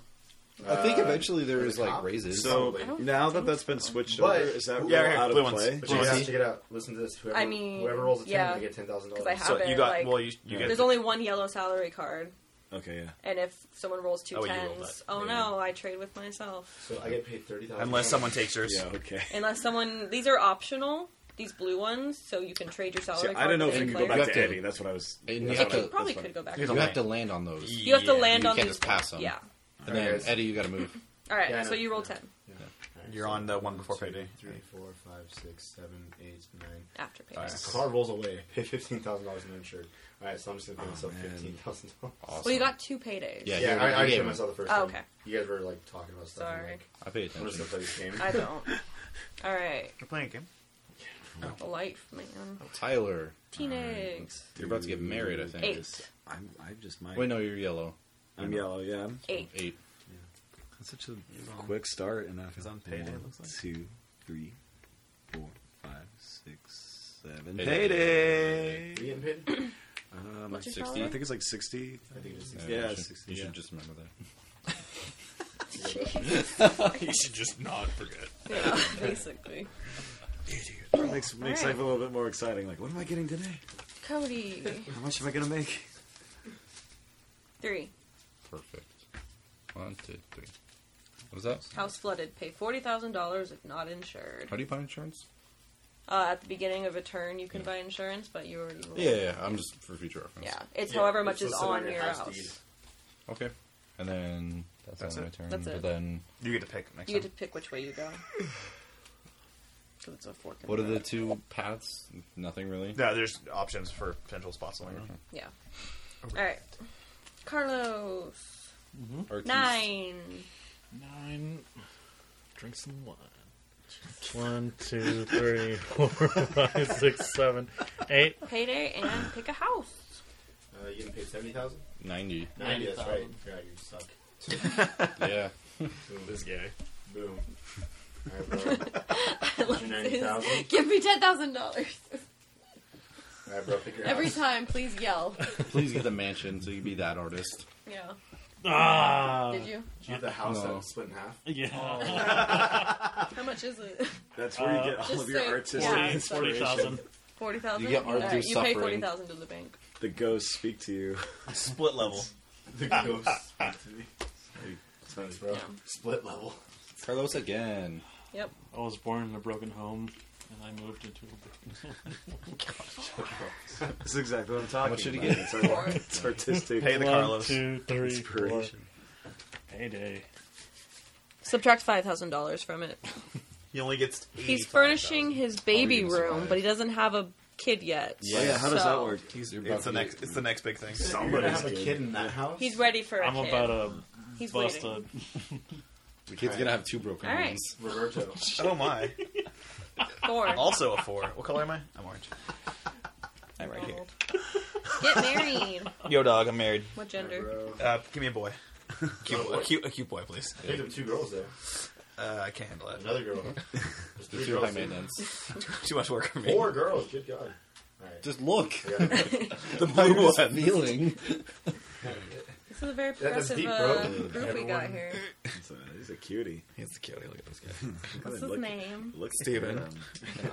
Speaker 2: I
Speaker 1: Uh,
Speaker 2: think eventually there is like
Speaker 1: cop?
Speaker 2: raises.
Speaker 3: So
Speaker 1: Probably.
Speaker 4: I don't
Speaker 3: now that that's been switched
Speaker 1: But-
Speaker 3: over, is that
Speaker 5: Yeah,
Speaker 3: yeah,
Speaker 5: yeah,
Speaker 3: out
Speaker 5: blue
Speaker 3: of
Speaker 5: ones.
Speaker 3: play?
Speaker 1: But
Speaker 5: Well,
Speaker 1: check it out.
Speaker 5: see-
Speaker 1: Check it out. Listen to this. Whoever,
Speaker 4: I mean,
Speaker 1: whoever rolls a ten,
Speaker 4: yeah.
Speaker 1: they get ten thousand dollars.
Speaker 4: 'Cause I have-
Speaker 5: So
Speaker 4: it,
Speaker 5: you got
Speaker 4: like-
Speaker 5: well, you you
Speaker 4: There's
Speaker 5: get
Speaker 4: only one yellow salary card,
Speaker 3: Okay, yeah.
Speaker 4: and if someone rolls two
Speaker 5: Oh,
Speaker 4: tens,
Speaker 5: you rolled that.
Speaker 4: oh
Speaker 5: Yeah.
Speaker 4: no, I trade with myself.
Speaker 1: So I get paid thirty thousand.
Speaker 5: unless someone takes yours.
Speaker 3: Yeah, okay.
Speaker 4: Unless someone, these are optional. These blue ones, so you can trade your
Speaker 3: See,
Speaker 4: salary.
Speaker 3: I don't know if
Speaker 4: card with
Speaker 3: we
Speaker 4: any
Speaker 3: could go
Speaker 4: player.
Speaker 2: You
Speaker 3: back to,
Speaker 2: have to-
Speaker 3: Eddie. That's what I was.
Speaker 2: And you
Speaker 3: that's
Speaker 2: have
Speaker 3: what I-
Speaker 4: You
Speaker 2: to-
Speaker 4: probably
Speaker 3: that's
Speaker 4: could
Speaker 3: what
Speaker 4: go back.
Speaker 5: You
Speaker 4: to
Speaker 2: you have to land on those,
Speaker 5: Yeah.
Speaker 4: You have to land
Speaker 2: You
Speaker 4: on
Speaker 2: can't
Speaker 4: these.
Speaker 2: just pass them.
Speaker 4: Yeah.
Speaker 2: and then
Speaker 1: Alright, guys.
Speaker 2: Eddie, you got to move.
Speaker 4: All right.
Speaker 1: Yeah, I
Speaker 4: so
Speaker 1: know.
Speaker 4: you roll
Speaker 1: Yeah.
Speaker 4: ten.
Speaker 5: You're on the one before
Speaker 1: two,
Speaker 5: payday.
Speaker 1: Three, four, five, six, seven, eight, nine.
Speaker 4: after pay.
Speaker 5: Alright.
Speaker 1: The car rolls away. I pay fifteen thousand dollars in insured. All right, so I'm just gonna pay
Speaker 3: Oh,
Speaker 1: myself
Speaker 3: man.
Speaker 1: fifteen thousand dollars.
Speaker 2: Awesome.
Speaker 4: Well, you got two paydays.
Speaker 2: Yeah.
Speaker 1: Yeah,
Speaker 2: you-
Speaker 1: I, I
Speaker 2: you
Speaker 1: paid
Speaker 2: gave him.
Speaker 1: myself the first.
Speaker 4: Oh,
Speaker 1: time.
Speaker 4: okay.
Speaker 1: You guys were like talking about stuff. I'm
Speaker 4: Sorry.
Speaker 1: like,
Speaker 2: I paid
Speaker 1: I'm just
Speaker 2: attention.
Speaker 1: gonna play this game.
Speaker 4: I don't. All right.
Speaker 5: You're playing a game.
Speaker 4: Life, man.
Speaker 2: Tyler,
Speaker 4: Teenage.
Speaker 2: you're about to get married, I think.
Speaker 4: Eight.
Speaker 3: Um, I'm, I just might.
Speaker 2: Wait, no, you're yellow.
Speaker 3: I'm yellow. Yeah.
Speaker 4: Eight.
Speaker 2: Eight.
Speaker 6: That's such a
Speaker 3: Quick start and
Speaker 5: It's on payday, it looks like.
Speaker 3: Two, three, four, five, six, seven.
Speaker 2: Payday.
Speaker 3: Payday.
Speaker 1: You getting paid?
Speaker 3: Um,
Speaker 4: What's your
Speaker 2: 60?
Speaker 4: salary?
Speaker 3: I think it's like sixty.
Speaker 1: I think it's
Speaker 2: Uh,
Speaker 1: sixty.
Speaker 3: Yeah,
Speaker 2: you should,
Speaker 3: sixty,
Speaker 2: you should
Speaker 3: yeah.
Speaker 2: just remember that.
Speaker 5: you should just not forget.
Speaker 4: Yeah, basically.
Speaker 3: makes makes
Speaker 4: Alright.
Speaker 3: life a little bit more exciting. Like, what am I getting today?
Speaker 4: Cody.
Speaker 3: How much am I gonna make?
Speaker 4: Three.
Speaker 2: Perfect. One, two, three. What was that?
Speaker 4: House flooded. Pay forty thousand dollars if not insured.
Speaker 2: How do you buy insurance?
Speaker 4: Uh, at the beginning of a turn, you can buy insurance, but you already.
Speaker 2: Yeah, yeah, yeah, I'm just for future reference.
Speaker 4: Yeah. It's
Speaker 1: Yeah,
Speaker 4: however
Speaker 1: it's
Speaker 4: much is
Speaker 1: listed
Speaker 4: on your house.
Speaker 1: deed.
Speaker 2: Okay. And then that's,
Speaker 5: That's
Speaker 2: on
Speaker 5: it.
Speaker 2: my turn.
Speaker 4: That's
Speaker 2: but
Speaker 4: it.
Speaker 2: then,
Speaker 5: You get to pick next
Speaker 4: You get to
Speaker 5: time.
Speaker 4: pick which way you go. 'Cause it's a fork. in
Speaker 2: what are
Speaker 4: road.
Speaker 2: the two paths? Nothing really.
Speaker 5: No, there's options for potential spots later.
Speaker 4: Yeah. All right. Carlos.
Speaker 2: Or keys.
Speaker 4: Nine.
Speaker 6: nine. Drink some wine. One, two, three, four, five, six, seven, eight.
Speaker 4: Payday and pick a house.
Speaker 1: Uh, you getting paid seventy thousand?
Speaker 2: Ninety.
Speaker 1: Ninety. That's right.
Speaker 6: 90,000.
Speaker 1: Yeah, you suck.
Speaker 2: yeah.
Speaker 1: Boom.
Speaker 6: This guy.
Speaker 1: Boom. All right, bro. Ninety thousand.
Speaker 4: Give me ten thousand dollars
Speaker 1: All right, bro. Pick your
Speaker 4: every
Speaker 1: house.
Speaker 4: time. Please yell.
Speaker 2: Please get the mansion so you can be that artist.
Speaker 4: Yeah.
Speaker 6: Ah.
Speaker 4: Did you?
Speaker 1: Do you have the house
Speaker 2: No.
Speaker 1: that's split in half?
Speaker 6: Yeah.
Speaker 4: How much is it?
Speaker 3: That's where
Speaker 6: Uh,
Speaker 3: you get all
Speaker 4: just
Speaker 3: of your
Speaker 4: say-
Speaker 3: artistic
Speaker 4: yeah, it's
Speaker 3: inspiration.
Speaker 6: Forty thousand.
Speaker 4: Forty thousand.
Speaker 2: You get art through
Speaker 4: You pay
Speaker 2: suffering.
Speaker 4: forty thousand to the bank.
Speaker 3: The ghosts speak to you.
Speaker 5: Split level.
Speaker 1: The ghost. speak to me. Thanks, bro.
Speaker 4: Yeah.
Speaker 1: Split level.
Speaker 2: Carlos again.
Speaker 4: Yep.
Speaker 6: I was born in a broken home, and I moved into a broken home.
Speaker 3: That's exactly what I'm talking
Speaker 2: much did he
Speaker 3: about.
Speaker 2: get?
Speaker 3: It's, art- it's artistic.
Speaker 5: Pay the
Speaker 6: One,
Speaker 5: Carlos.
Speaker 6: two, three, four.
Speaker 3: inspiration.
Speaker 6: Payday.
Speaker 4: Subtract five thousand dollars from it.
Speaker 5: He only gets.
Speaker 4: He's
Speaker 5: 85,000.
Speaker 4: furnishing his baby
Speaker 2: gonna
Speaker 4: room,
Speaker 2: survive.
Speaker 4: but he doesn't have a kid yet.
Speaker 3: Oh, yeah, how does
Speaker 4: So-
Speaker 3: that work?
Speaker 2: He's
Speaker 5: It's the next. It's the next big thing.
Speaker 1: You're gonna
Speaker 3: Somebody's
Speaker 1: have a kid in that house.
Speaker 4: He's ready for a
Speaker 6: I'm
Speaker 4: kid.
Speaker 6: about to
Speaker 4: He's
Speaker 6: bust
Speaker 4: waiting.
Speaker 6: a.
Speaker 2: The kid's gonna have two broken
Speaker 4: All right.
Speaker 2: bones.
Speaker 1: Roberto.
Speaker 5: Oh my!
Speaker 4: Thor.
Speaker 5: Also a four. What color am I? I'm orange.
Speaker 7: I'm right here.
Speaker 4: Get married.
Speaker 7: Yo, dog, I'm married.
Speaker 4: What gender?
Speaker 1: Bro.
Speaker 5: Uh, give me a boy.
Speaker 7: Cute, a, cute, a cute boy, please.
Speaker 1: Picked up two girls there.
Speaker 5: Uh, I can't handle that.
Speaker 1: Another girl. There's
Speaker 2: They're
Speaker 1: three
Speaker 2: too
Speaker 1: girls.
Speaker 2: high maintenance.
Speaker 7: Too much work for me.
Speaker 1: Four girls. Good God. All right.
Speaker 2: Just look.
Speaker 1: Yeah.
Speaker 2: The blue one. Feeling.
Speaker 4: This is a very
Speaker 1: that's
Speaker 4: progressive
Speaker 1: deep,
Speaker 4: uh,
Speaker 1: bro.
Speaker 4: group we got
Speaker 1: Everyone-
Speaker 4: here.
Speaker 3: It's a- He's a cutie.
Speaker 7: He's the cutie. Look at this guy.
Speaker 4: What's
Speaker 3: Look-
Speaker 4: his name?
Speaker 3: Look,
Speaker 7: Steven.
Speaker 3: um,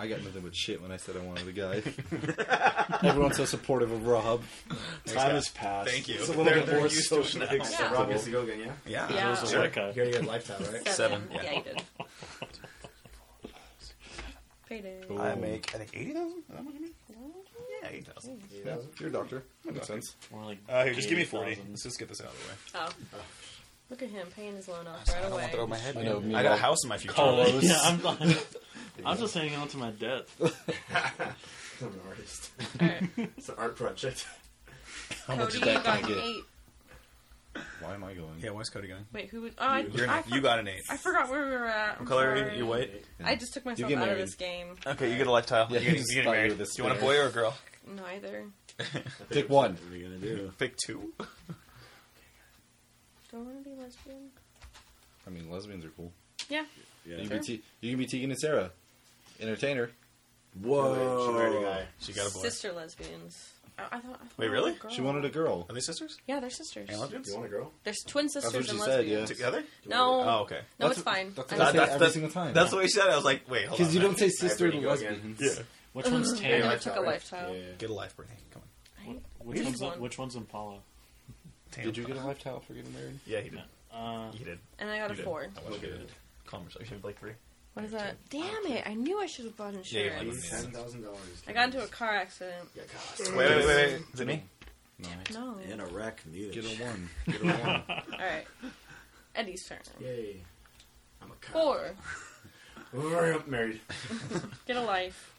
Speaker 2: I got nothing but shit when I said I wanted a guy. Everyone's so supportive of Rob.
Speaker 3: Time has passed.
Speaker 5: Thank you.
Speaker 3: It's a little
Speaker 5: They're-
Speaker 3: bit
Speaker 5: they're
Speaker 3: more
Speaker 5: used to it
Speaker 3: socially
Speaker 5: now.
Speaker 1: So
Speaker 4: Yeah.
Speaker 1: Rob
Speaker 3: acceptable.
Speaker 1: gets to go again, yeah?
Speaker 7: Yeah.
Speaker 4: Yeah.
Speaker 6: That was a
Speaker 5: Sure.
Speaker 6: white guy.
Speaker 1: You already got lifetime, right?
Speaker 7: Seven, yeah.
Speaker 4: Yeah, you did. Payday.
Speaker 5: I make. I think eighty thousand. Yeah, eighty thousand.
Speaker 1: Yeah.
Speaker 2: You're a doctor. That makes sense.
Speaker 6: More like
Speaker 5: Uh, here, just give me forty.
Speaker 6: 80,000.
Speaker 5: Let's just get this out of the way.
Speaker 4: Oh. Look at him paying his loan off
Speaker 7: I
Speaker 4: right
Speaker 7: don't want that over
Speaker 4: away.
Speaker 7: my head.
Speaker 2: I know.
Speaker 7: man.
Speaker 5: I got a house in my future.
Speaker 6: Oh, yeah, I'm, I'm, just hanging on to my debt.
Speaker 1: I'm an artist.
Speaker 4: Alright.
Speaker 1: It's an art project.
Speaker 2: How much
Speaker 4: Cody,
Speaker 2: did
Speaker 4: you
Speaker 2: that guy
Speaker 4: got an
Speaker 2: get?
Speaker 4: eight.
Speaker 2: Why am I going?
Speaker 5: Yeah, where's Cody going?
Speaker 4: Wait, who was? Oh, I,
Speaker 5: You're an
Speaker 4: I
Speaker 5: eight. You got an eight.
Speaker 4: I forgot where we were at. I'm
Speaker 5: What color are
Speaker 4: sorry.
Speaker 5: you? You white.
Speaker 4: I just took myself
Speaker 2: get
Speaker 4: out of
Speaker 2: married.
Speaker 4: this game.
Speaker 5: Okay, you get a lifetime.
Speaker 2: Yeah,
Speaker 5: you
Speaker 2: you
Speaker 5: get,
Speaker 2: just
Speaker 5: you get
Speaker 2: thought you
Speaker 5: married.
Speaker 2: were
Speaker 5: Do
Speaker 2: the
Speaker 5: you want a
Speaker 2: spinner.
Speaker 5: boy or a girl?
Speaker 4: Neither.
Speaker 2: Pick one.
Speaker 3: What are you gonna do?
Speaker 5: Pick two.
Speaker 4: Do I want to be lesbian?
Speaker 2: I mean, lesbians are cool.
Speaker 4: Yeah.
Speaker 3: Yeah.
Speaker 2: You can be, Te- you can be Tegan and Sarah. Entertainer.
Speaker 1: She married a guy.
Speaker 5: She got a boy.
Speaker 4: Sister lesbians. I, I thought. I thought
Speaker 5: Wait,
Speaker 4: they were
Speaker 5: really?
Speaker 4: girl.
Speaker 2: She wanted a girl.
Speaker 5: Are they sisters?
Speaker 4: Yeah, they're sisters.
Speaker 5: And
Speaker 1: Do
Speaker 5: lesbians?
Speaker 1: you want a girl?
Speaker 4: There's twin
Speaker 2: what
Speaker 4: sisters
Speaker 2: she
Speaker 4: and
Speaker 2: said,
Speaker 4: lesbians.
Speaker 2: yeah.
Speaker 5: Together?
Speaker 4: No.
Speaker 5: Oh, okay.
Speaker 4: No,
Speaker 2: That's
Speaker 4: it's
Speaker 2: what-
Speaker 4: fine.
Speaker 2: That's
Speaker 4: I
Speaker 2: what I say
Speaker 4: just-
Speaker 5: That-
Speaker 2: every
Speaker 5: that-
Speaker 2: single time.
Speaker 5: That's what he said. I was like, wait, hold on.
Speaker 2: because you don't say sister
Speaker 1: Everybody
Speaker 2: to
Speaker 1: go again.
Speaker 2: lesbians.
Speaker 6: Which one's
Speaker 4: I
Speaker 6: Tanner?
Speaker 4: never took a lifestyle.
Speaker 1: Yeah.
Speaker 5: Get a life, Brittany. Come on.
Speaker 6: Which
Speaker 4: Which
Speaker 6: one's
Speaker 4: one?
Speaker 6: Which one's Impala?
Speaker 5: Damn.
Speaker 2: Did you get a life towel for getting married?
Speaker 5: Yeah, he did.
Speaker 6: Uh,
Speaker 5: He did.
Speaker 4: And I got a
Speaker 5: You did.
Speaker 4: four.
Speaker 5: I watched it. Conversation with like three.
Speaker 4: What is that? Damn it! I knew I should have bought
Speaker 5: Yeah, yeah,
Speaker 4: insurance.
Speaker 5: yeah.
Speaker 1: Ten thousand dollars.
Speaker 4: I got into a car accident.
Speaker 1: Yeah,
Speaker 5: Wait,
Speaker 1: God.
Speaker 5: wait, wait, wait. Is it me?
Speaker 2: No.
Speaker 4: No.
Speaker 3: And a wreck needed.
Speaker 2: Get a one. Get a one.
Speaker 4: All right. Eddie's turn.
Speaker 1: Yay. I'm a cop.
Speaker 4: Four.
Speaker 1: We're married.
Speaker 4: Get a life.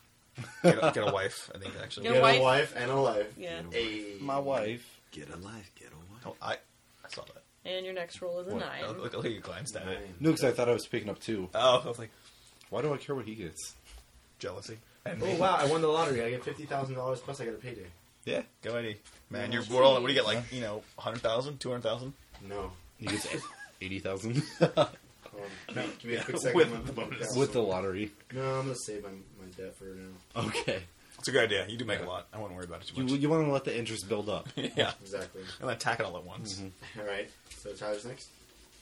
Speaker 5: Get a, get a wife, I think, actually.
Speaker 4: Your
Speaker 1: Get
Speaker 4: wife?
Speaker 1: a wife and a life.
Speaker 4: Yeah.
Speaker 1: Hey.
Speaker 2: My wife.
Speaker 3: Get a life, get a wife.
Speaker 5: Oh, I, I saw that.
Speaker 4: And your next roll is a nine.
Speaker 5: I look, I look at you glanced at it.
Speaker 2: No, because I thought I was picking up two.
Speaker 5: Oh, I was like,
Speaker 2: Why do I care what he gets?
Speaker 5: jealousy. And
Speaker 1: Oh
Speaker 5: me.
Speaker 1: wow! I won the lottery. I get fifty thousand dollars plus. I get a payday.
Speaker 2: Yeah.
Speaker 5: Go ID. Man, you're we're all, what do you get, like, you know, 100,000, 200,000?
Speaker 1: No.
Speaker 2: He gets 80,000
Speaker 1: Um, no, give me a quick second.
Speaker 5: With
Speaker 1: I'm
Speaker 5: the
Speaker 1: gonna-
Speaker 5: bonus.
Speaker 2: with the lottery.
Speaker 1: No, I'm gonna save my, my debt for now.
Speaker 2: Okay.
Speaker 5: It's a good idea. You do make a lot. I wouldn't worry about it too
Speaker 2: You,
Speaker 5: much.
Speaker 2: you want to let the interest build up.
Speaker 5: yeah.
Speaker 1: Exactly.
Speaker 5: And then attack it all at once.
Speaker 1: All right. So Tyler's next.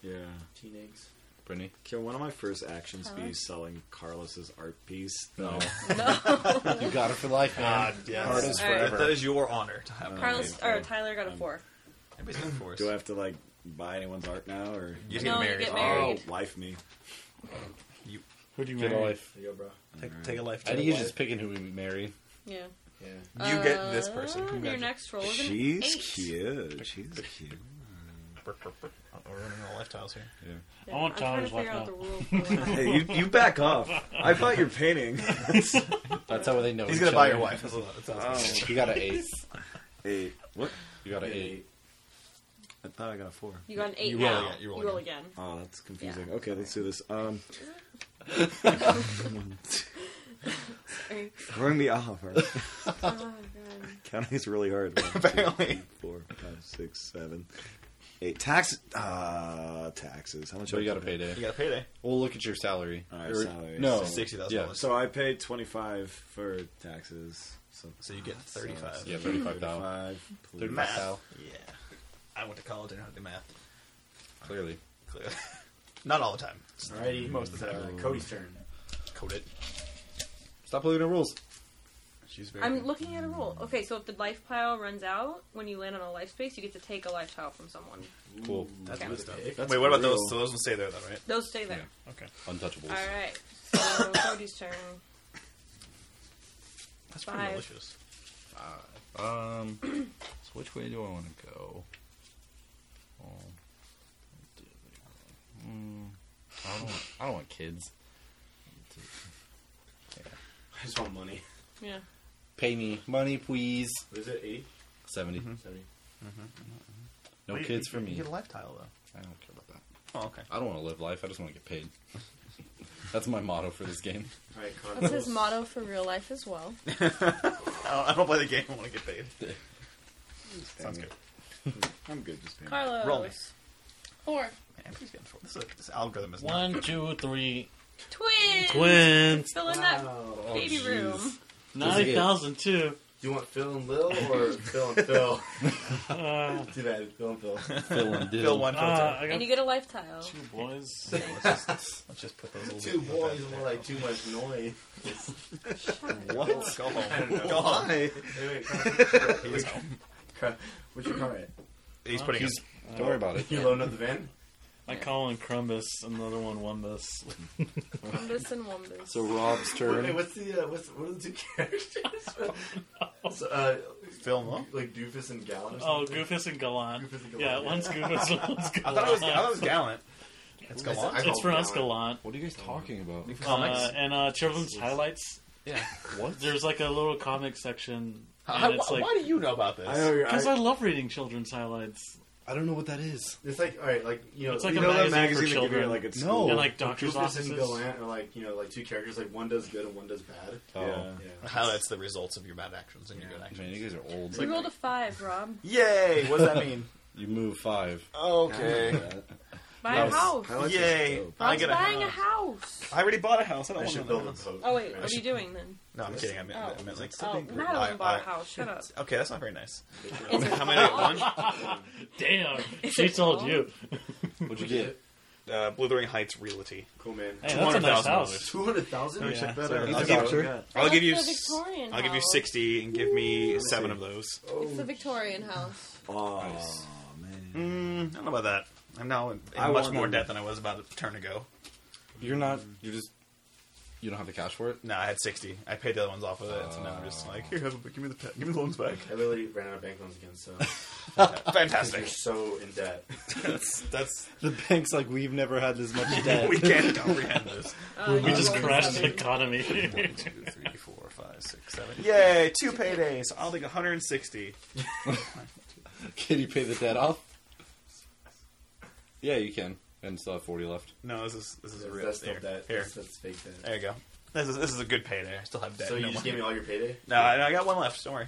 Speaker 3: Yeah.
Speaker 1: Teen eggs.
Speaker 2: Brittany?
Speaker 3: Can one of my first actions be selling Carlos's art piece?
Speaker 2: No.
Speaker 4: no.
Speaker 2: you got it for life, man. Artist
Speaker 4: All right.
Speaker 5: That-
Speaker 2: forever.
Speaker 5: that is your honor to have.
Speaker 4: Carlos
Speaker 3: Okay.
Speaker 4: or Tyler
Speaker 5: Um,
Speaker 4: got a four.
Speaker 5: Everybody's done for us.
Speaker 3: Do I have to like buy anyone's art now or
Speaker 5: You
Speaker 4: No, you get married.
Speaker 3: Oh, wife me?
Speaker 6: Who do you
Speaker 2: Get a
Speaker 6: marry?
Speaker 2: life.
Speaker 1: There you go, bro.
Speaker 5: Take, take a life.
Speaker 2: I
Speaker 5: take
Speaker 2: think
Speaker 5: a
Speaker 2: he's
Speaker 5: life.
Speaker 2: just picking who we marry.
Speaker 4: Yeah.
Speaker 1: Yeah.
Speaker 5: You get this
Speaker 4: Uh,
Speaker 5: person.
Speaker 4: Your
Speaker 5: Congratulations.
Speaker 4: next roll is an
Speaker 3: She's
Speaker 4: eight.
Speaker 3: cute. She's cute.
Speaker 5: Burp, burp, burp. Oh, We're running out of life tiles here.
Speaker 4: Yeah,
Speaker 6: I want
Speaker 4: I'm trying to
Speaker 6: Tyler's
Speaker 4: figure
Speaker 6: wife
Speaker 4: out
Speaker 6: now.
Speaker 4: the rule. for-
Speaker 3: Hey, you, you back off. I thought you're painting.
Speaker 2: That's how they know.
Speaker 5: He's
Speaker 2: each
Speaker 5: gonna buy
Speaker 2: other.
Speaker 5: your wife. That's a lot. That's awesome.
Speaker 2: You got an eight.
Speaker 3: Eight. What?
Speaker 2: You got an eight.
Speaker 3: I thought I got a four.
Speaker 4: You got an eight
Speaker 5: You roll
Speaker 4: now.
Speaker 5: again, you roll
Speaker 4: again.
Speaker 3: Oh, that's confusing. Okay, let's do this. Um,
Speaker 4: Sorry.
Speaker 3: throwing the offer.
Speaker 4: Oh, God.
Speaker 3: Counting is really hard. One, two, three, four, five, six, seven, eight. Tax. Uh, taxes. How much?
Speaker 2: So
Speaker 3: I
Speaker 2: you got a
Speaker 3: pay?
Speaker 2: payday.
Speaker 5: You got a payday.
Speaker 2: We'll look at your salary.
Speaker 3: All right,
Speaker 2: Or-
Speaker 3: salary.
Speaker 2: No,
Speaker 3: So
Speaker 5: $60,000.
Speaker 2: Yeah.
Speaker 3: So I paid twenty-five for taxes. So,
Speaker 5: So you get
Speaker 3: so-
Speaker 5: 35.
Speaker 2: Yeah, 35 thou.
Speaker 3: Thirty-five. please.
Speaker 2: Thirty-five
Speaker 5: Math.
Speaker 2: thou.
Speaker 5: Yeah. I went to college. I know how to do math.
Speaker 2: Clearly,
Speaker 5: Clearly. Not all the time. Just
Speaker 1: Alrighty.
Speaker 5: Most of the
Speaker 1: Uh,
Speaker 5: time.
Speaker 1: Cody's turn.
Speaker 5: Code it.
Speaker 2: stop looking at rules.
Speaker 5: She's very.
Speaker 4: I'm
Speaker 5: good.
Speaker 4: looking at a roll. Okay, so if the life pile runs out when you land on a life space, you get to take a life tile from someone.
Speaker 2: Cool.
Speaker 5: That's
Speaker 4: Okay.
Speaker 5: messed up.
Speaker 1: Pick.
Speaker 3: That's
Speaker 5: Wait, what about
Speaker 3: real.
Speaker 5: those? So those ones stay there, though, right?
Speaker 4: Those stay there.
Speaker 5: Okay.
Speaker 2: Untouchables.
Speaker 4: All right. So Cody's turn.
Speaker 5: That's pretty
Speaker 4: Five.
Speaker 5: delicious.
Speaker 2: Um, so which way do I want to go? Oh, mm, I don't. Want, I don't want kids.
Speaker 1: I just want money.
Speaker 4: Yeah.
Speaker 2: Pay me money, please.
Speaker 1: What is it? Eighty.
Speaker 2: 70
Speaker 5: Mm-hmm.
Speaker 1: Seventy.
Speaker 2: No
Speaker 5: Wait,
Speaker 2: kids
Speaker 5: you-
Speaker 2: for
Speaker 5: you
Speaker 2: me.
Speaker 5: get a life tile, though.
Speaker 2: I don't care about that.
Speaker 5: Oh, okay.
Speaker 2: I don't want to live life. I just want to get paid. That's my motto for this game.
Speaker 1: All right. Con
Speaker 4: That's his
Speaker 1: rolls.
Speaker 4: motto for real life as well.
Speaker 5: I don't, I don't play the game. I want to get paid. Sounds
Speaker 3: Dang
Speaker 5: good.
Speaker 3: it. I'm good. Just paying.
Speaker 4: Carlos.
Speaker 5: Roll me.
Speaker 4: Four.
Speaker 5: Man, please get this, is- this algorithm is not.
Speaker 6: One, two, three.
Speaker 4: Twins.
Speaker 6: Twins.
Speaker 4: Fill in that
Speaker 1: Wow.
Speaker 4: baby
Speaker 5: Oh,
Speaker 2: jeez.
Speaker 4: room.
Speaker 6: Ninety thousand two.
Speaker 1: Do you want Phil and Lil or Phil and Phil?
Speaker 6: Uh,
Speaker 1: Too bad. Phil and Phil.
Speaker 2: Fill and
Speaker 5: Fill
Speaker 2: dill.
Speaker 5: one,
Speaker 6: uh,
Speaker 5: fill
Speaker 6: I
Speaker 4: And
Speaker 6: got
Speaker 4: you get a life tile.
Speaker 6: two boys.
Speaker 5: two. Let's just, let's just put those little
Speaker 1: Two
Speaker 5: little
Speaker 1: boys
Speaker 5: bits
Speaker 1: more
Speaker 5: there.
Speaker 1: like too much noise.
Speaker 5: What? Go home.
Speaker 1: know.
Speaker 5: Go home.
Speaker 3: Why?
Speaker 1: Wait, wait,
Speaker 5: He's home.
Speaker 1: Con- What's your car at?
Speaker 5: He's putting his.
Speaker 2: Don't worry about it.
Speaker 1: You loading up the van?
Speaker 6: I call him Crumbus, and the other one Wumbus.
Speaker 4: Wumbus and Wumbus.
Speaker 2: So Rob's
Speaker 1: Wait, wait,
Speaker 2: turn.
Speaker 1: what's the uh, what's what are the two characters? so, uh,
Speaker 5: Film, huh?
Speaker 1: like Doofus and Gallon. Or
Speaker 6: Oh,
Speaker 1: something?
Speaker 6: Goofus and Gallant.
Speaker 1: Goofus and Gallant,
Speaker 6: Yeah,
Speaker 1: yeah.
Speaker 6: one's Goofus, and one's Gallant.
Speaker 5: I thought it was, I thought it was Gallant. It's
Speaker 1: I
Speaker 5: Gallant.
Speaker 1: call
Speaker 6: it's
Speaker 1: it
Speaker 6: pronounced
Speaker 1: Gallant.
Speaker 6: Oh, Gallant.
Speaker 2: What are you guys talking about?
Speaker 5: Comics.
Speaker 6: Uh, and uh, children's highlights.
Speaker 5: yeah.
Speaker 2: What?
Speaker 6: There's like a little comic section,
Speaker 5: How-
Speaker 6: and it's
Speaker 5: why,
Speaker 6: like
Speaker 5: why do you know about this?
Speaker 3: I know.
Speaker 6: because I
Speaker 3: I,
Speaker 6: love reading children's highlights
Speaker 2: I don't know what that is.
Speaker 1: It's like all right, like you know,
Speaker 6: It's like
Speaker 1: you
Speaker 6: a
Speaker 1: know
Speaker 3: that
Speaker 6: magazine
Speaker 1: that
Speaker 6: for
Speaker 3: magazine they give you
Speaker 6: children.
Speaker 3: like at
Speaker 2: No.
Speaker 3: school.
Speaker 6: and like doctors'
Speaker 1: Doofus
Speaker 6: offices.
Speaker 1: and Gallant are like you know, like two characters, like one does good and one does bad.
Speaker 2: Oh.
Speaker 3: Yeah.
Speaker 1: Yeah.
Speaker 5: How that's the results of your bad actions and your good
Speaker 2: Man,
Speaker 5: actions.
Speaker 2: you guys are old.
Speaker 4: You rolled a five, Rob.
Speaker 5: Yay! What does that mean?
Speaker 2: You move five.
Speaker 5: okay.
Speaker 4: Buy
Speaker 2: Yes.
Speaker 4: a house.
Speaker 3: Highlights is
Speaker 5: Yay.
Speaker 3: dope.
Speaker 5: I
Speaker 4: Rob's
Speaker 5: get a
Speaker 4: buying
Speaker 5: house.
Speaker 4: a house.
Speaker 5: I already bought a house. I don't
Speaker 1: I
Speaker 5: want
Speaker 1: should
Speaker 5: another
Speaker 1: build a
Speaker 5: house.
Speaker 1: boat.
Speaker 4: Oh wait,
Speaker 1: I
Speaker 4: what are you
Speaker 1: should-
Speaker 4: doing then?
Speaker 5: No, I'm kidding. I meant,
Speaker 4: Oh.
Speaker 5: I meant like
Speaker 4: Oh,
Speaker 5: something.
Speaker 4: Madeline
Speaker 5: I-
Speaker 4: bought a
Speaker 5: I-
Speaker 4: house. Shut up.
Speaker 5: Okay, that's not very nice.
Speaker 4: It's
Speaker 5: How many? One.
Speaker 6: Damn,
Speaker 4: Is
Speaker 6: she
Speaker 4: it
Speaker 6: told
Speaker 4: all?
Speaker 6: you.
Speaker 2: What'd you get?
Speaker 5: Uh, Blithering Heights Realty.
Speaker 1: Cool man.
Speaker 6: Hey, that's a nice
Speaker 5: $200,000.
Speaker 6: house.
Speaker 1: Two hundred thousand.
Speaker 5: Yeah.
Speaker 3: Better.
Speaker 5: So
Speaker 3: I'll
Speaker 5: I'll
Speaker 3: give
Speaker 5: give,
Speaker 3: you- yeah.
Speaker 5: I'll
Speaker 4: That's
Speaker 5: give you.
Speaker 4: the
Speaker 5: s-
Speaker 4: Victorian
Speaker 5: I'll give you
Speaker 4: house.
Speaker 5: sixty and give me
Speaker 3: see.
Speaker 5: seven of those.
Speaker 1: Oh.
Speaker 4: It's the Victorian house.
Speaker 3: Oh
Speaker 2: Nice.
Speaker 3: man.
Speaker 5: Mm, I don't know about that. I'm now in, in
Speaker 3: I
Speaker 5: much
Speaker 3: want
Speaker 5: more
Speaker 3: them.
Speaker 5: debt than I was about a turn ago.
Speaker 2: You're not. You're just You don't have the cash for it.
Speaker 5: No, I had sixty. I paid the other ones off of it, so now I'm just like, here, have a give me the pa- give me the loans back.
Speaker 1: I literally ran out of bank loans again, so you're
Speaker 5: Fantastic.
Speaker 1: so in debt.
Speaker 5: that's that's
Speaker 2: The bank's like we've never had this much debt.
Speaker 5: we can't comprehend this.
Speaker 4: Uh,
Speaker 6: We
Speaker 4: you
Speaker 6: just
Speaker 4: roll
Speaker 6: crashed the
Speaker 4: seven.
Speaker 6: economy.
Speaker 5: One, two, three, four, five, six, seven. Yay! Two paydays. I'll take 160.
Speaker 2: can you pay the debt off? Yeah, you can, and still have forty left.
Speaker 5: No, this is this is a real.
Speaker 1: That's still
Speaker 5: here,
Speaker 1: debt.
Speaker 5: Here,
Speaker 1: That's, that's fake debt.
Speaker 5: there you go. This is this is a good payday. I still have debt.
Speaker 1: So you
Speaker 5: no
Speaker 1: just
Speaker 5: money.
Speaker 1: gave me all your payday?
Speaker 5: No, I, I got one left. Don't worry.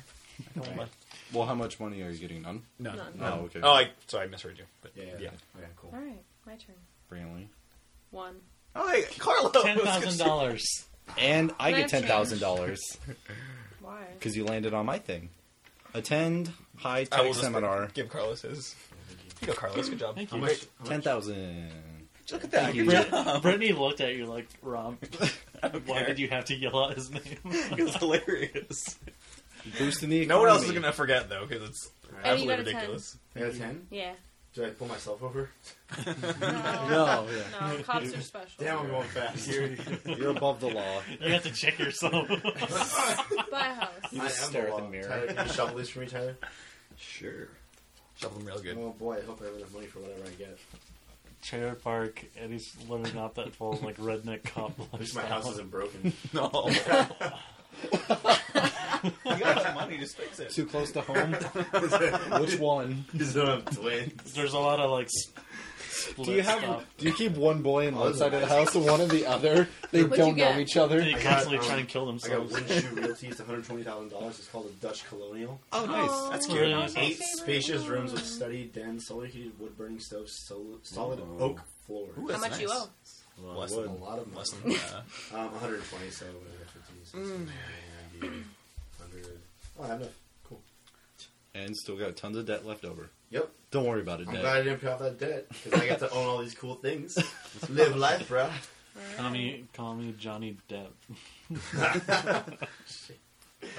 Speaker 5: I got one left.
Speaker 2: Well, how much money are you getting? None.
Speaker 5: None.
Speaker 4: None.
Speaker 2: No, okay.
Speaker 5: Oh, I sorry, I misheard you. But
Speaker 1: Yeah,
Speaker 5: yeah.
Speaker 1: yeah. Okay, cool.
Speaker 4: All right, my turn.
Speaker 2: Brantley.
Speaker 4: One.
Speaker 5: Oh, hey, Carlo.
Speaker 6: Ten thousand dollars.
Speaker 2: And I get
Speaker 4: That's
Speaker 2: ten thousand dollars
Speaker 4: Why?
Speaker 2: because you landed on my thing. Attend high
Speaker 5: I will
Speaker 2: tech
Speaker 5: just
Speaker 2: seminar.
Speaker 5: Give Carlos his. Here you go, Carlos. Good job.
Speaker 6: Thank
Speaker 5: How
Speaker 6: you.
Speaker 5: much-
Speaker 2: Ten thousand.
Speaker 5: Look at that.
Speaker 2: you.
Speaker 5: Good job.
Speaker 6: Brittany looked at you like, Rob, why
Speaker 5: care.
Speaker 6: did you have to yell out his name?
Speaker 5: It's hilarious.
Speaker 2: Boosting the economy.
Speaker 5: No one else is gonna forget though, because it's
Speaker 1: Alright.
Speaker 4: Eddie
Speaker 5: absolutely
Speaker 4: got a ten.
Speaker 5: ridiculous.
Speaker 1: I got a 10?
Speaker 4: Yeah.
Speaker 1: Do I pull myself over?
Speaker 4: No.
Speaker 2: No, yeah.
Speaker 4: No, cops are special.
Speaker 1: Damn, I'm going fast.
Speaker 2: You're above the law.
Speaker 6: you have to check yourself.
Speaker 4: Buy a house.
Speaker 1: I
Speaker 2: just
Speaker 1: am
Speaker 2: stare at
Speaker 1: law.
Speaker 2: the mirror.
Speaker 1: Tyler, can you shovel this for me, Tyler?
Speaker 3: Sure.
Speaker 5: Shove them real good.
Speaker 1: Oh boy, I hope I have enough money for whatever I get.
Speaker 6: Trailer park, and he's living out that full like redneck cop
Speaker 1: My
Speaker 6: lifestyle.
Speaker 1: house isn't broken.
Speaker 5: No. you got some money, just fix it.
Speaker 2: Too close to home. Which one?
Speaker 1: These are twins.
Speaker 6: There's a lot of like. s- Split
Speaker 2: Do you have?
Speaker 6: Stuff.
Speaker 2: Do you keep one boy in
Speaker 1: Oh,
Speaker 2: one
Speaker 1: this
Speaker 2: side of
Speaker 1: is
Speaker 2: the house and one in the other? They
Speaker 4: What'd you
Speaker 2: don't know
Speaker 4: get?
Speaker 2: each other.
Speaker 6: They
Speaker 1: got,
Speaker 6: constantly
Speaker 1: um,
Speaker 6: try and kill
Speaker 1: I got
Speaker 6: themselves.
Speaker 1: Windshoe Realty. It's $120,000. It's called a Dutch Colonial.
Speaker 2: Oh,
Speaker 4: Oh,
Speaker 5: That's
Speaker 6: cute.
Speaker 4: that was my
Speaker 1: Eight
Speaker 4: favorite
Speaker 1: spacious rooms with
Speaker 4: one.
Speaker 1: study, den, solar heated, wood burning stove, sol- solid
Speaker 3: Ooh.
Speaker 1: oak floor.
Speaker 5: Ooh,
Speaker 4: How
Speaker 5: that's
Speaker 4: much you
Speaker 5: nice.
Speaker 4: owe?
Speaker 3: Well,
Speaker 5: Bless
Speaker 3: I
Speaker 1: A
Speaker 3: would.
Speaker 1: lot of money.
Speaker 5: Less than uh,
Speaker 1: Um, 120, so uh, whatever, 50, 60, 90, 100. Oh, I have enough. Cool.
Speaker 2: And still got tons of debt left over.
Speaker 1: Yep.
Speaker 2: Don't worry about it,
Speaker 1: I'm
Speaker 2: Dad.
Speaker 1: glad I didn't pay off that debt because I got to own all these cool things. Live life, bro.
Speaker 6: Call me, call me Johnny Depp.
Speaker 2: All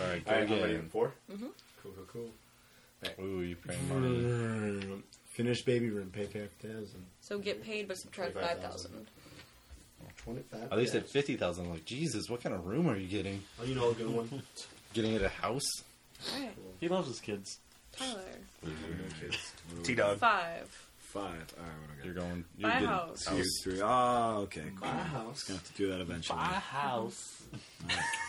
Speaker 2: right, go
Speaker 1: All right, I'm ready
Speaker 2: again.
Speaker 1: for 4 Mm-hmm. Cool, cool,
Speaker 2: Ooh, you praying Marty.
Speaker 1: cool. Finish Mm. baby room, pay 5000
Speaker 4: So get paid, but subtract five thousand.
Speaker 1: 25,000. 25
Speaker 2: At least at fifty thousand, like Jesus, what kind of room are you getting?
Speaker 1: Oh, you know a good one.
Speaker 2: Getting at a house?
Speaker 4: All right,
Speaker 6: He loves his kids.
Speaker 4: Tyler.
Speaker 3: Kids.
Speaker 5: T Dog.
Speaker 4: Five.
Speaker 3: Oh, Five. All right, what do I
Speaker 2: You're
Speaker 3: got?
Speaker 2: going. You're
Speaker 4: Buy a
Speaker 2: getting-
Speaker 4: house.
Speaker 3: Two, three. Ah, okay. Cool.
Speaker 1: My
Speaker 3: I'm
Speaker 1: house.
Speaker 3: gonna have to do that eventually.
Speaker 6: house.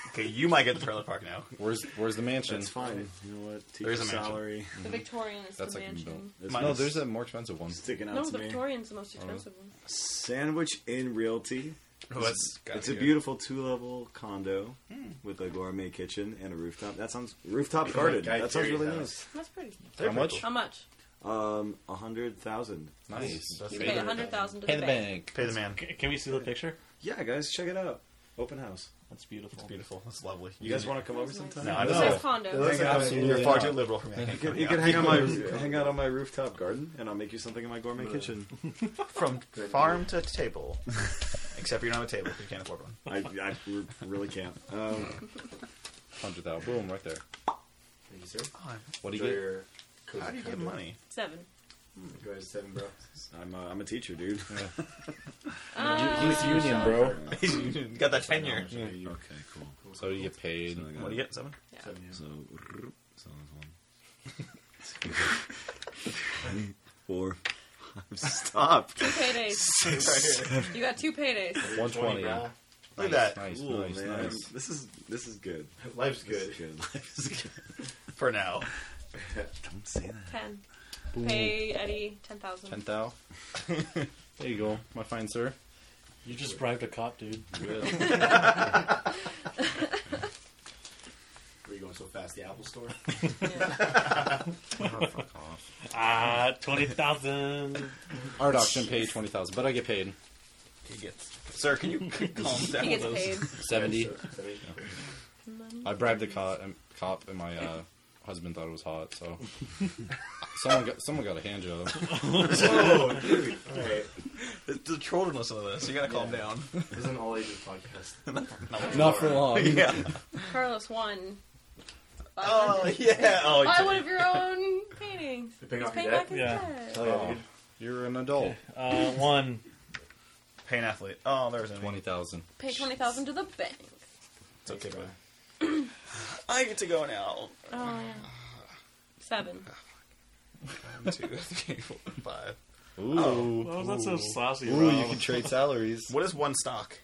Speaker 5: Okay, you might get the trailer park now.
Speaker 2: Where's Where's the mansion?
Speaker 3: That's fine. You know what? Teacher
Speaker 5: There's a mansion.
Speaker 3: salary.
Speaker 4: The Victorian is
Speaker 2: That's
Speaker 4: the
Speaker 2: like
Speaker 4: mansion.
Speaker 3: That's
Speaker 5: Mine
Speaker 2: No,
Speaker 5: is-
Speaker 2: Oh, there's a more expensive one.
Speaker 3: sticking out
Speaker 4: No,
Speaker 3: to
Speaker 4: the
Speaker 3: me.
Speaker 4: Victorian's the most expensive one.
Speaker 3: Sandwich Inn Realty.
Speaker 5: Oh, that's Hmm. gotta
Speaker 3: It's a
Speaker 5: be
Speaker 3: beautiful two-level condo with a gourmet kitchen and a rooftop. That sounds rooftop
Speaker 1: like
Speaker 3: garden.
Speaker 1: Guy
Speaker 3: That sounds
Speaker 1: Fieri's
Speaker 3: really
Speaker 1: house.
Speaker 3: nice.
Speaker 4: That's pretty.
Speaker 2: How much?
Speaker 4: How much?
Speaker 3: Um, a hundred thousand.
Speaker 2: Nice.
Speaker 5: That's
Speaker 4: You
Speaker 5: good.
Speaker 4: pay a hundred thousand to
Speaker 2: Pay
Speaker 4: the,
Speaker 2: the bank.
Speaker 4: bank.
Speaker 5: Pay the man.
Speaker 6: C- can we see the picture?
Speaker 3: Yeah, guys, check it out. Open house.
Speaker 6: That's beautiful.
Speaker 5: Beautiful. That's lovely.
Speaker 3: You guys want to come over sometime?
Speaker 5: No, I
Speaker 4: This says
Speaker 5: don't know.
Speaker 4: condo.
Speaker 1: That's
Speaker 2: absolutely
Speaker 5: You're far
Speaker 2: not.
Speaker 5: too liberal for me.
Speaker 3: You can, you can hang on my hang out on my rooftop garden, and I'll make you something in my gourmet kitchen.
Speaker 5: From farm to table. Except you don't have a table. 'cause You can't afford one.
Speaker 3: I, I re- really can't. Um,
Speaker 2: Hundred thousand. Boom, right there.
Speaker 1: Thank you, sir.
Speaker 2: What do you
Speaker 1: Enjoy
Speaker 2: get?
Speaker 1: your cozy
Speaker 5: How do you get
Speaker 1: condo.
Speaker 5: money?
Speaker 4: Seven.
Speaker 1: Go ahead, seven, bro.
Speaker 3: I'm a, I'm a teacher, dude.
Speaker 4: Uh,
Speaker 2: He's union, bro.
Speaker 5: you got that tenure.
Speaker 3: Okay, cool.
Speaker 2: So you get paid.
Speaker 3: So I got-
Speaker 5: What do you get? Seven?
Speaker 4: yeah.
Speaker 1: Seven, yeah.
Speaker 3: So, so one. Four. I've stopped.
Speaker 4: Two paydays. You got two paydays.
Speaker 2: One
Speaker 1: 20,
Speaker 2: twenty.
Speaker 1: bro.
Speaker 5: Look at that.
Speaker 2: Nice,
Speaker 3: Cool,
Speaker 2: nice,
Speaker 3: Oh, man.
Speaker 2: nice.
Speaker 3: This is this is good.
Speaker 1: Life's
Speaker 3: This
Speaker 1: good.
Speaker 3: is good. Life is good.
Speaker 5: For now.
Speaker 3: Don't say that.
Speaker 4: Ten. Pay Eddie ten thousand.
Speaker 2: Ten thou. there you go, my fine sir.
Speaker 6: You just bribed a cop, dude.
Speaker 2: Good.
Speaker 1: Where are you going so fast? The Apple Store?
Speaker 4: Yeah.
Speaker 2: Oh,
Speaker 6: Ah, twenty thousand.
Speaker 2: Art auction paid twenty thousand, but I get paid
Speaker 5: He gets. Sir, can you calm down?
Speaker 4: He gets
Speaker 5: with
Speaker 4: paid.
Speaker 2: seventy.
Speaker 1: Yes, sir. Seventy.
Speaker 2: I bribed the cop, um, cop and my uh, husband thought it was hot. So someone got someone got a hand job.
Speaker 1: Oh, dude. All right.
Speaker 5: The, the children listen to this. You gotta calm down.
Speaker 1: This is an all ages podcast.
Speaker 2: Not for long.
Speaker 5: yeah.
Speaker 4: Carlos won.
Speaker 5: Oh yeah. Oh,
Speaker 4: Buy one of your own paintings.
Speaker 1: You're paying
Speaker 4: He's
Speaker 1: off your debt?
Speaker 2: Oh,
Speaker 4: paying back his
Speaker 6: Yeah.
Speaker 4: debt.
Speaker 1: Hell yeah, dude.
Speaker 2: You're an adult.
Speaker 6: Uh, one.
Speaker 5: Pay an athlete. Oh, there's any.
Speaker 2: Twenty thousand.
Speaker 4: Pay twenty thousand to the bank.
Speaker 5: It's okay, brother.
Speaker 7: I get to go now.
Speaker 4: Oh yeah. Seven.
Speaker 5: One, two, three, four, five.
Speaker 2: Ooh.
Speaker 6: Why was that so saucy,
Speaker 2: Ooh,
Speaker 6: Rob?
Speaker 2: you can trade salaries.
Speaker 5: What is one stock?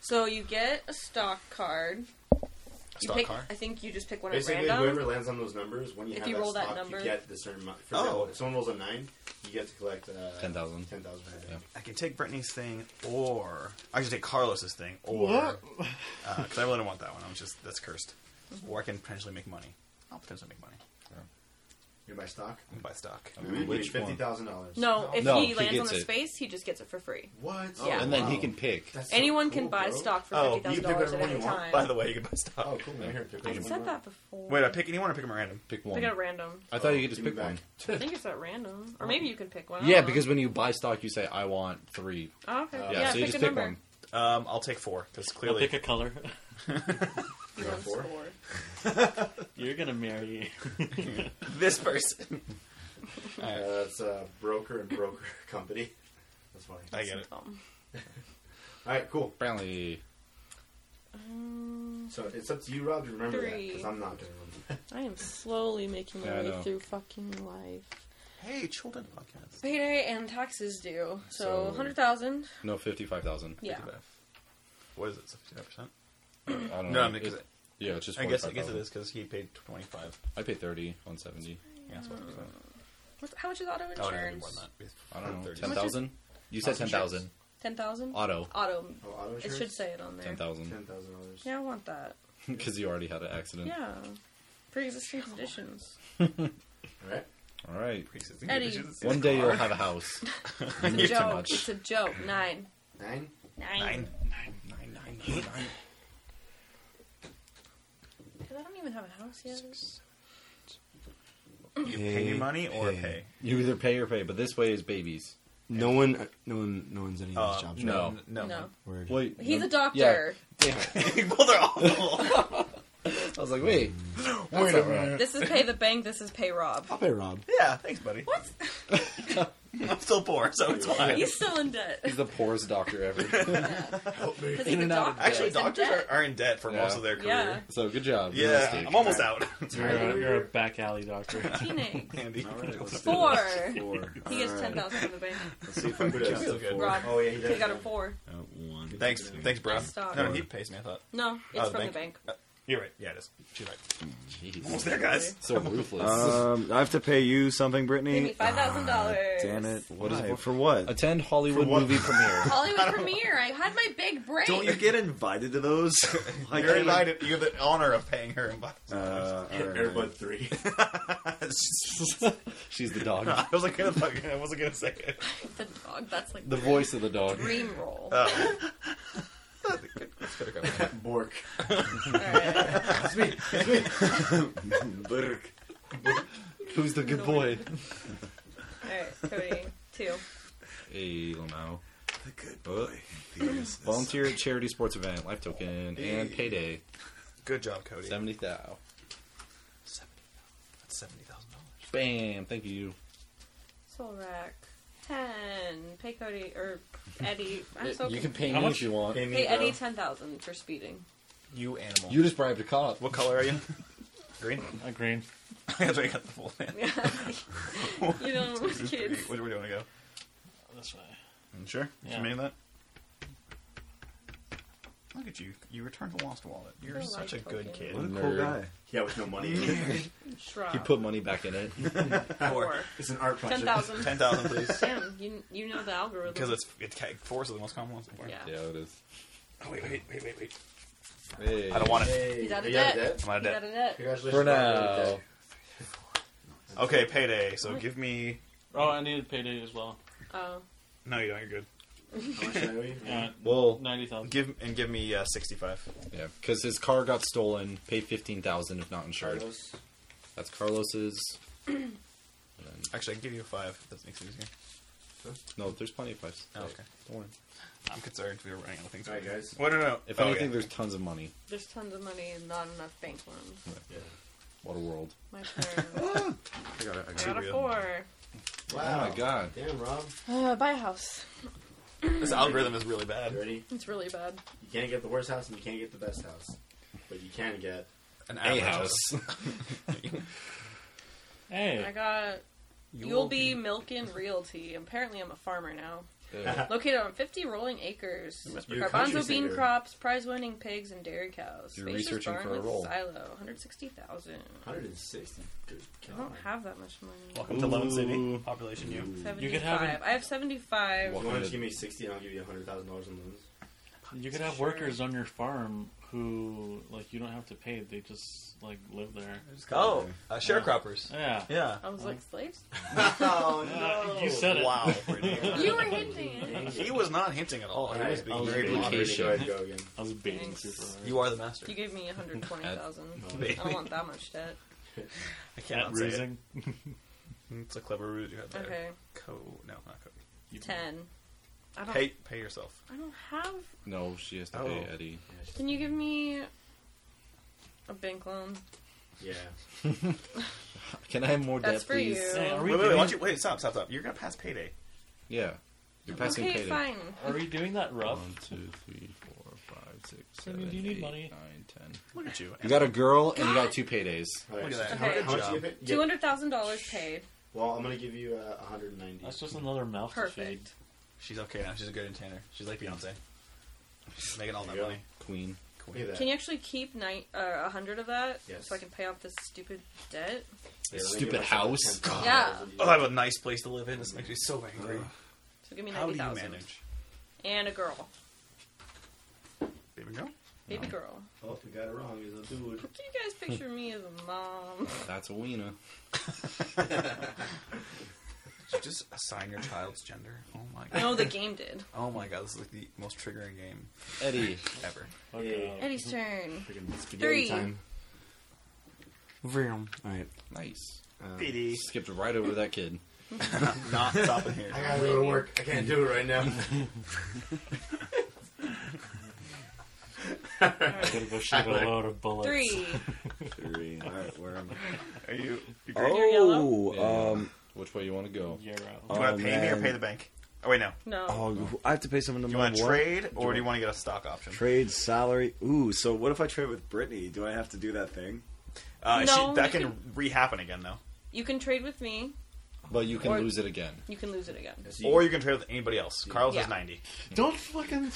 Speaker 4: So you get a stock card. You
Speaker 5: Stock
Speaker 4: pick,
Speaker 5: car?
Speaker 4: I think you just pick one
Speaker 1: Basically,
Speaker 4: at
Speaker 1: whoever
Speaker 4: random.
Speaker 1: lands on those numbers, when you
Speaker 4: If
Speaker 1: have
Speaker 4: you
Speaker 1: that
Speaker 4: roll that
Speaker 1: stock,
Speaker 4: number-
Speaker 1: you get this certain amount. For
Speaker 5: Oh.
Speaker 1: example, if someone rolls a nine, you get to collect uh,
Speaker 2: 10,000.
Speaker 1: 10,000 for the bank.
Speaker 5: I can take Brittany's thing, or I should take Carlos's thing, or because I really don't want that one. I'm just that's cursed. Or I can potentially make money. I'll potentially make money.
Speaker 1: You buy stock.
Speaker 5: I'm gonna buy stock.
Speaker 6: Mm-hmm.
Speaker 1: You
Speaker 2: Which
Speaker 1: get
Speaker 2: one?
Speaker 1: fifty thousand dollars.
Speaker 4: No, if
Speaker 2: No,
Speaker 4: he
Speaker 2: he
Speaker 4: lands on
Speaker 2: gets
Speaker 4: the
Speaker 2: it.
Speaker 4: space, he just gets it for free.
Speaker 1: What?
Speaker 4: Yeah.
Speaker 2: And then he
Speaker 1: Wow.
Speaker 2: can pick.
Speaker 1: That's so
Speaker 4: Anyone
Speaker 1: cool,
Speaker 4: can buy
Speaker 1: bro.
Speaker 4: stock for
Speaker 5: Oh,
Speaker 4: fifty
Speaker 1: you
Speaker 4: thousand
Speaker 1: pick
Speaker 4: dollars at
Speaker 1: whatever
Speaker 4: any
Speaker 1: you want.
Speaker 4: time.
Speaker 5: By the way, you can buy stock.
Speaker 1: Oh, cool. Man. Here, pick
Speaker 4: I
Speaker 1: one.
Speaker 4: said that before.
Speaker 5: Wait, I pick anyone or pick them at random.
Speaker 2: Pick
Speaker 4: Pick
Speaker 2: one.
Speaker 4: at random.
Speaker 2: I thought you could just
Speaker 1: Give me
Speaker 2: pick one.
Speaker 4: I think it's at random, or maybe you can pick one. I
Speaker 2: Yeah,
Speaker 4: don't know.
Speaker 2: because when you buy stock, you say I want three.
Speaker 4: oh, okay.
Speaker 5: Uh,
Speaker 2: Yeah,
Speaker 4: yeah,
Speaker 2: so
Speaker 4: pick
Speaker 2: you just
Speaker 4: a
Speaker 2: pick
Speaker 4: number.
Speaker 2: one.
Speaker 5: Um, I'll take four because
Speaker 6: I'll
Speaker 5: clearly
Speaker 6: pick a color.
Speaker 4: You
Speaker 1: You're
Speaker 4: want
Speaker 1: on four?
Speaker 4: score.
Speaker 6: You're gonna marry.
Speaker 5: this person.
Speaker 1: Uh, that's uh, broker and broker company. That's funny.
Speaker 5: I get it.
Speaker 4: Um,
Speaker 1: All right, cool.
Speaker 2: Apparently,
Speaker 4: um,
Speaker 1: So it's up to you, Rob, to remember that
Speaker 4: Three.
Speaker 1: because I'm not doing it.
Speaker 4: I am slowly making my
Speaker 2: Yeah, I
Speaker 4: way
Speaker 2: know.
Speaker 4: through fucking life.
Speaker 5: Hey, children podcast.
Speaker 4: Payday and taxes due, so,
Speaker 2: So-
Speaker 4: hundred thousand.
Speaker 2: no fifty-five thousand.
Speaker 4: Yeah.
Speaker 5: What is it? Fifty-five percent?
Speaker 2: I don't
Speaker 5: No,
Speaker 2: know.
Speaker 5: I mean, 'cause
Speaker 2: It- yeah, it's just.
Speaker 5: I guess I guess it
Speaker 2: 45,000.
Speaker 5: is because he paid twenty-five.
Speaker 2: I paid thirty on seventy.
Speaker 5: Yeah, that's what it was.
Speaker 4: What's, how much is auto
Speaker 5: Oh, no, it'd be
Speaker 4: insurance?
Speaker 5: more than that.
Speaker 2: I don't know.
Speaker 5: Thirty.
Speaker 2: Ten thousand. You said
Speaker 5: House
Speaker 2: ten
Speaker 5: insurance?
Speaker 2: thousand.
Speaker 4: Ten thousand.
Speaker 2: Auto.
Speaker 4: Auto.
Speaker 1: Oh, auto
Speaker 4: It
Speaker 1: insurance.
Speaker 4: should say it on there.
Speaker 2: Ten
Speaker 1: ten
Speaker 2: thousand.
Speaker 1: thousand dollars.
Speaker 4: Yeah, I want that.
Speaker 2: Because you already had an accident.
Speaker 4: Yeah. Pre-existing conditions.
Speaker 1: All right.
Speaker 2: All right.
Speaker 5: Pre-existing
Speaker 4: Eddie.
Speaker 5: conditions.
Speaker 2: One day you'll have a house.
Speaker 4: It's a
Speaker 2: Too
Speaker 4: joke.
Speaker 2: much.
Speaker 4: It's a joke. Nine.
Speaker 1: Nine.
Speaker 4: Nine.
Speaker 5: Nine. Nine. Nine. Nine. Nine. nine.
Speaker 4: Because I don't even have a house yet.
Speaker 5: You pay
Speaker 3: Pay,
Speaker 5: money or
Speaker 3: pay.
Speaker 5: pay.
Speaker 2: You either pay or pay, but this way is babies.
Speaker 3: No one, no one, no one's any of
Speaker 5: Uh,
Speaker 3: these jobs.
Speaker 2: no.
Speaker 3: right?
Speaker 5: No.
Speaker 4: No.
Speaker 3: Word.
Speaker 2: Wait.
Speaker 4: He's
Speaker 2: no-
Speaker 4: a doctor.
Speaker 5: well, they're all.
Speaker 2: I was like, wait.
Speaker 3: Wait a minute.
Speaker 4: This is pay the bank. This is pay Rob.
Speaker 3: I'll pay Rob.
Speaker 5: yeah, thanks, buddy. What? I'm still poor, so it's fine.
Speaker 4: He's still in debt.
Speaker 2: He's the poorest doctor ever.
Speaker 4: Because
Speaker 2: in
Speaker 4: he's a
Speaker 2: and out of
Speaker 4: doctor.
Speaker 2: debt.
Speaker 5: Actually,
Speaker 4: He's in
Speaker 5: doctors are,
Speaker 4: debt.
Speaker 5: are in debt for
Speaker 2: Yeah.
Speaker 5: most of their
Speaker 4: Yeah.
Speaker 5: career.
Speaker 2: so good job. Good
Speaker 5: Yeah,
Speaker 2: mistake.
Speaker 5: I'm almost out.
Speaker 6: You're a, you're a back alley doctor.
Speaker 4: Teenage.
Speaker 5: Andy.
Speaker 3: All right, let's do
Speaker 4: Four.
Speaker 3: this. Four.
Speaker 4: He gets
Speaker 3: All
Speaker 4: ten
Speaker 3: right.
Speaker 4: thousand from the bank.
Speaker 3: Let's see if I can
Speaker 1: Who
Speaker 3: get
Speaker 1: does?
Speaker 3: to four.
Speaker 4: Rob.
Speaker 1: Oh yeah, he
Speaker 4: He
Speaker 1: does.
Speaker 4: got a
Speaker 1: yeah.
Speaker 4: four.
Speaker 3: Uh, one.
Speaker 5: Thanks, thanks, bro.
Speaker 4: I stopped.
Speaker 5: No, he pays me. I thought.
Speaker 4: No, it's
Speaker 5: Oh, the
Speaker 4: from
Speaker 5: bank.
Speaker 4: the bank.
Speaker 5: You're right. Yeah, it is. She's right. Almost
Speaker 2: Jeez.
Speaker 5: there, guys.
Speaker 2: So ruthless.
Speaker 3: Um, I have to pay you something, Brittany.
Speaker 4: Give me five thousand dollars.
Speaker 3: Damn it! What is
Speaker 2: Why?
Speaker 3: it for? What?
Speaker 2: Attend Hollywood
Speaker 5: For what-
Speaker 2: movie premiere.
Speaker 4: Hollywood premiere. I had my big break.
Speaker 3: Don't you get invited to those? I
Speaker 5: You're
Speaker 3: can't-
Speaker 5: invited. You're the honor of paying her and bucks.
Speaker 3: Uh, all right.
Speaker 1: Airbud three.
Speaker 2: She's the dog.
Speaker 5: I wasn't gonna fucking. I wasn't gonna say it.
Speaker 4: the dog. That's like
Speaker 2: The voice of the dog.
Speaker 4: dream roll.
Speaker 1: Bork.
Speaker 4: Alright.
Speaker 3: Burk.
Speaker 2: Who's the good boy?
Speaker 4: Alright, Cody. Two.
Speaker 2: Hey, Lamau.
Speaker 3: The good boy. Volunteer.
Speaker 2: Volunteer at charity sports event, life token, and payday.
Speaker 5: Good job, Cody.
Speaker 2: 70,000.
Speaker 5: That's seventy thousand dollars.
Speaker 2: Bam, thank you.
Speaker 4: Soul rack. Ten. Pay Cody or Eddie. I'm so
Speaker 2: you can
Speaker 4: confused.
Speaker 2: pay
Speaker 6: How
Speaker 2: me
Speaker 6: much-
Speaker 2: if you want.
Speaker 1: Pay me,
Speaker 4: Pay Eddie
Speaker 1: bro.
Speaker 4: ten thousand for speeding.
Speaker 5: You animal.
Speaker 2: You just bribed a cop.
Speaker 5: what color are you? Green.
Speaker 6: I green.
Speaker 5: That's why you got the full name.
Speaker 4: you know, kids.
Speaker 5: Which way do you want to go?
Speaker 6: This way.
Speaker 5: Sure.
Speaker 6: Yeah.
Speaker 5: You made that. Look at you. You returned a lost wallet. You're
Speaker 4: I like
Speaker 5: such a good
Speaker 4: Tolkien.
Speaker 5: kid.
Speaker 3: What a cool
Speaker 2: Nerd.
Speaker 3: guy.
Speaker 1: Yeah, with no money.
Speaker 2: Mm.
Speaker 4: Shrub.
Speaker 2: He put money back in it.
Speaker 4: four.
Speaker 1: it's an art project.
Speaker 4: Ten thousand.
Speaker 5: Ten thousand, please.
Speaker 4: Damn, you you know the algorithm.
Speaker 5: Because it's it, ca- four is the most common one. so far.
Speaker 4: yeah.
Speaker 2: Yeah, it is.
Speaker 5: Oh, wait, wait, wait, wait, wait.
Speaker 2: Hey.
Speaker 5: I don't want it.
Speaker 1: Hey,
Speaker 4: He's out of
Speaker 1: you
Speaker 4: debt.
Speaker 5: I'm out of
Speaker 4: You got
Speaker 5: debt.
Speaker 4: a net.
Speaker 1: Congratulations.
Speaker 2: For
Speaker 1: Rob, you're out of
Speaker 2: now.
Speaker 1: debt.
Speaker 5: Okay, payday. So give me.
Speaker 6: Oh, I needed payday as well.
Speaker 4: Oh,
Speaker 5: No, you don't. You're good.
Speaker 1: How much did I owe you?
Speaker 6: Uh,
Speaker 2: Well,
Speaker 6: Ninety thousand.
Speaker 5: Give and give me uh, sixty-five.
Speaker 2: yeah, because his car got stolen. Pay fifteen thousand if not insured.
Speaker 1: Carlos.
Speaker 2: That's Carlos's. And then-
Speaker 5: Actually, I can give you a five. If that makes it easier.
Speaker 2: no, there's plenty of fives.
Speaker 5: Oh, okay.
Speaker 2: Don't worry.
Speaker 5: I'm concerned we were running out of things.
Speaker 1: All right, guys.
Speaker 5: Wait, no, no.
Speaker 2: If
Speaker 5: Oh,
Speaker 2: anything,
Speaker 5: yeah.
Speaker 2: there's tons of money.
Speaker 4: there's tons of money and not enough bank loans.
Speaker 1: Yeah.
Speaker 2: What a world!
Speaker 4: My turn.
Speaker 5: I got it. I
Speaker 4: I
Speaker 5: got
Speaker 4: got a
Speaker 5: it.
Speaker 4: four.
Speaker 1: Wow.
Speaker 2: Oh my god!
Speaker 1: Damn, Rob.
Speaker 4: Uh, buy a house.
Speaker 5: This algorithm is really bad.
Speaker 1: You ready?
Speaker 8: It's really bad.
Speaker 1: You can't get the worst house and you can't get the best house, but you can get.
Speaker 5: An
Speaker 2: A
Speaker 5: average
Speaker 2: house.
Speaker 6: Hey,
Speaker 4: I got
Speaker 5: You
Speaker 4: You'll
Speaker 5: will
Speaker 4: Be Milkin Realty. Apparently, I'm a farmer now.
Speaker 2: Uh,
Speaker 4: Located on 50 rolling acres.
Speaker 5: You must
Speaker 1: be a
Speaker 4: Garbanzo
Speaker 1: country
Speaker 4: bean
Speaker 1: singer.
Speaker 4: crops, prize winning pigs, and dairy cows.
Speaker 2: You're
Speaker 4: Spacious
Speaker 2: researching
Speaker 4: barn
Speaker 2: for a
Speaker 4: with
Speaker 2: role.
Speaker 4: silo. 160,000. I
Speaker 1: 160. Good God.
Speaker 4: don't have that much money.
Speaker 5: Welcome to Lone City.
Speaker 6: Ooh.
Speaker 5: Population you.
Speaker 4: 75.
Speaker 6: You could have an-
Speaker 4: I have 75.
Speaker 2: Well-
Speaker 1: You want to just give me 60 and I'll give you $100,000 in loans?
Speaker 6: you could have workers on your farm who, like, you don't have to pay. They just like live there.
Speaker 7: Oh, uh, sharecroppers.
Speaker 6: Yeah.
Speaker 7: Yeah.
Speaker 4: I was like, slaves?
Speaker 1: oh,
Speaker 6: Uh, you said it.
Speaker 5: Wow. Brittany.
Speaker 8: You were hinting at it.
Speaker 5: he was not hinting at all. He was
Speaker 1: I
Speaker 5: being
Speaker 1: was
Speaker 5: very
Speaker 1: very
Speaker 5: moderate.
Speaker 1: moderate. Go ahead, go again.
Speaker 6: I was baiting
Speaker 4: Thanks.
Speaker 6: super hard.
Speaker 7: You are the master.
Speaker 4: You gave me 120,000. I
Speaker 5: Bailey.
Speaker 4: don't want that much debt.
Speaker 5: I cannot say it.
Speaker 6: Raising.
Speaker 5: It's a clever ruse you had there.
Speaker 4: Okay.
Speaker 5: Co- no, not co-
Speaker 4: 10. I don't,
Speaker 5: Pay, pay yourself.
Speaker 4: I don't have.
Speaker 2: no, she has to
Speaker 5: Oh.
Speaker 2: pay Eddie.
Speaker 4: Can you give me a bank loan?
Speaker 1: Yeah.
Speaker 2: Can I have more
Speaker 4: That's
Speaker 2: debt,
Speaker 4: for
Speaker 2: please?
Speaker 4: you.
Speaker 6: Hey, are we
Speaker 5: Wait, wait, wait,
Speaker 6: doing-
Speaker 5: why don't you, wait, stop, stop, stop. You're going to pass payday.
Speaker 2: Yeah. You're passing
Speaker 4: okay,
Speaker 2: payday.
Speaker 4: fine.
Speaker 6: Are we doing that rough?
Speaker 2: One, two, three, four, five, six,
Speaker 6: I mean,
Speaker 2: seven,
Speaker 6: do you need
Speaker 2: eight,
Speaker 6: money?
Speaker 2: nine, ten.
Speaker 5: Look at you.
Speaker 2: You got a girl and you got two paydays.
Speaker 1: All right.
Speaker 5: Look at that.
Speaker 1: How,
Speaker 4: Okay.
Speaker 1: how much
Speaker 5: Good
Speaker 1: you give it? Yeah.
Speaker 4: $200,000 paid.
Speaker 1: Well, I'm going to give you uh, 190.
Speaker 6: That's just another mouth shade.
Speaker 4: Perfect.
Speaker 5: She's okay now. She's a good entertainer. She's like Beyonce. She's making all that
Speaker 1: Yeah.
Speaker 5: money.
Speaker 2: Queen.
Speaker 1: Look at that.
Speaker 4: Can you actually keep nine uh, a hundred of that
Speaker 1: Yes.
Speaker 4: so I can pay off this stupid debt?
Speaker 1: Yeah, let me
Speaker 2: Stupid
Speaker 1: give myself
Speaker 2: house.
Speaker 1: $10,000 and
Speaker 4: Yeah.
Speaker 1: you-
Speaker 5: Oh, I have a nice place to live in. This makes me so angry.
Speaker 4: So give me
Speaker 5: How do
Speaker 4: ninety
Speaker 5: you
Speaker 4: thousand
Speaker 5: manage?
Speaker 4: and a girl,
Speaker 5: There we go.
Speaker 4: baby girl.
Speaker 1: Oh, we got it wrong. It's a dude.
Speaker 4: Can you guys picture me as a mom?
Speaker 2: That's a wiener.
Speaker 5: Did you just assign your child's gender? Oh my god.
Speaker 4: no, the game did.
Speaker 5: Oh my god, this is like the most triggering game
Speaker 2: Eddie.
Speaker 5: ever.
Speaker 1: Hey.
Speaker 6: Okay.
Speaker 4: Eddie's turn.
Speaker 1: Freaking
Speaker 4: Three.
Speaker 1: spaghetti time.
Speaker 3: Vroom. All right.
Speaker 2: Nice.
Speaker 1: Uh,
Speaker 5: Payday.
Speaker 2: Skipped right over that kid.
Speaker 5: Not stopping here.
Speaker 1: I gotta go to work. I can't do it right now.
Speaker 6: Could have shot a load of bullets.
Speaker 4: Three.
Speaker 3: Three. All right. Where am I?
Speaker 5: Are you? you great?
Speaker 4: yellow?
Speaker 3: Oh, um,
Speaker 2: Which way you want to go?
Speaker 6: Euro.
Speaker 5: Do you want
Speaker 3: Oh,
Speaker 5: to pay me or
Speaker 3: man.
Speaker 5: pay the bank? Oh wait, no.
Speaker 4: No.
Speaker 3: oh, I have to pay someone to
Speaker 5: Do you want to trade or do you want to get a stock option?
Speaker 3: Trade salary. Ooh, so what if I trade with Brittany? Do I have to do that thing?
Speaker 5: Uh,
Speaker 4: No,
Speaker 5: she, that
Speaker 4: you
Speaker 5: can re-happen again though.
Speaker 4: You can trade with me.
Speaker 2: But you can
Speaker 4: Or-
Speaker 2: lose it again.
Speaker 4: You can lose it again.
Speaker 5: Or you can trade with anybody else. Carlos
Speaker 4: Yeah.
Speaker 5: is ninety.
Speaker 6: Don't fucking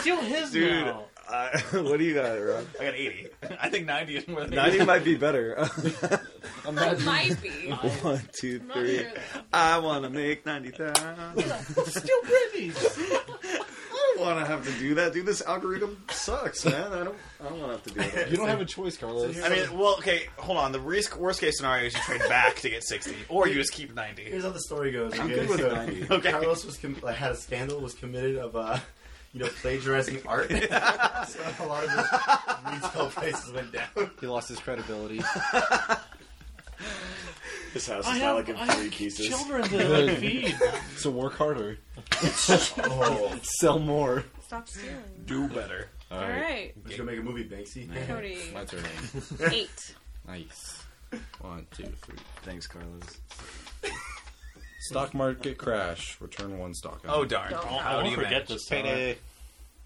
Speaker 6: steal his
Speaker 3: Dude.
Speaker 6: now.
Speaker 3: Uh, what do you got, Rob?
Speaker 5: I got eighty. I think ninety is more than 90.
Speaker 3: 90 might be better.
Speaker 4: It might be. I'm
Speaker 3: One, two,
Speaker 4: not
Speaker 3: three.
Speaker 4: sure though.
Speaker 3: I want to make 90,000.
Speaker 6: Steal Britney's.
Speaker 3: I don't want to have to do that, dude. This algorithm sucks, man. I don't. I don't want to have to do
Speaker 2: You
Speaker 3: that.
Speaker 2: don't have a choice, Carlos.
Speaker 5: I mean, well, okay, hold on. The risk, worst case scenario is you trade back to get sixty, or you just keep ninety.
Speaker 1: Here's how the story goes.
Speaker 3: I'm good with
Speaker 1: so
Speaker 3: 90.
Speaker 5: Okay.
Speaker 1: Carlos was com- like, had a scandal, was committed of, uh, you know, plagiarizing art. so a lot of his retail prices went down.
Speaker 2: he lost his credibility.
Speaker 3: This house
Speaker 6: I
Speaker 3: is not
Speaker 6: have,
Speaker 3: like in
Speaker 6: I
Speaker 3: three
Speaker 6: have
Speaker 3: pieces.
Speaker 6: children to feed.
Speaker 2: so work harder.
Speaker 1: Oh,
Speaker 2: Sell more.
Speaker 4: Stop stealing.
Speaker 5: Do better.
Speaker 2: All
Speaker 4: All right,
Speaker 1: let's go make a movie, Banksy.
Speaker 4: Cody.
Speaker 2: My turn.
Speaker 4: Eight.
Speaker 2: Nice. One, two, three.
Speaker 3: Thanks, Carlos.
Speaker 2: Stock market crash. Return one stock.
Speaker 5: Oh darn!
Speaker 4: Don't-
Speaker 5: How
Speaker 6: I
Speaker 5: do
Speaker 6: won't
Speaker 5: you
Speaker 6: forget
Speaker 5: manage?
Speaker 6: this. Payday.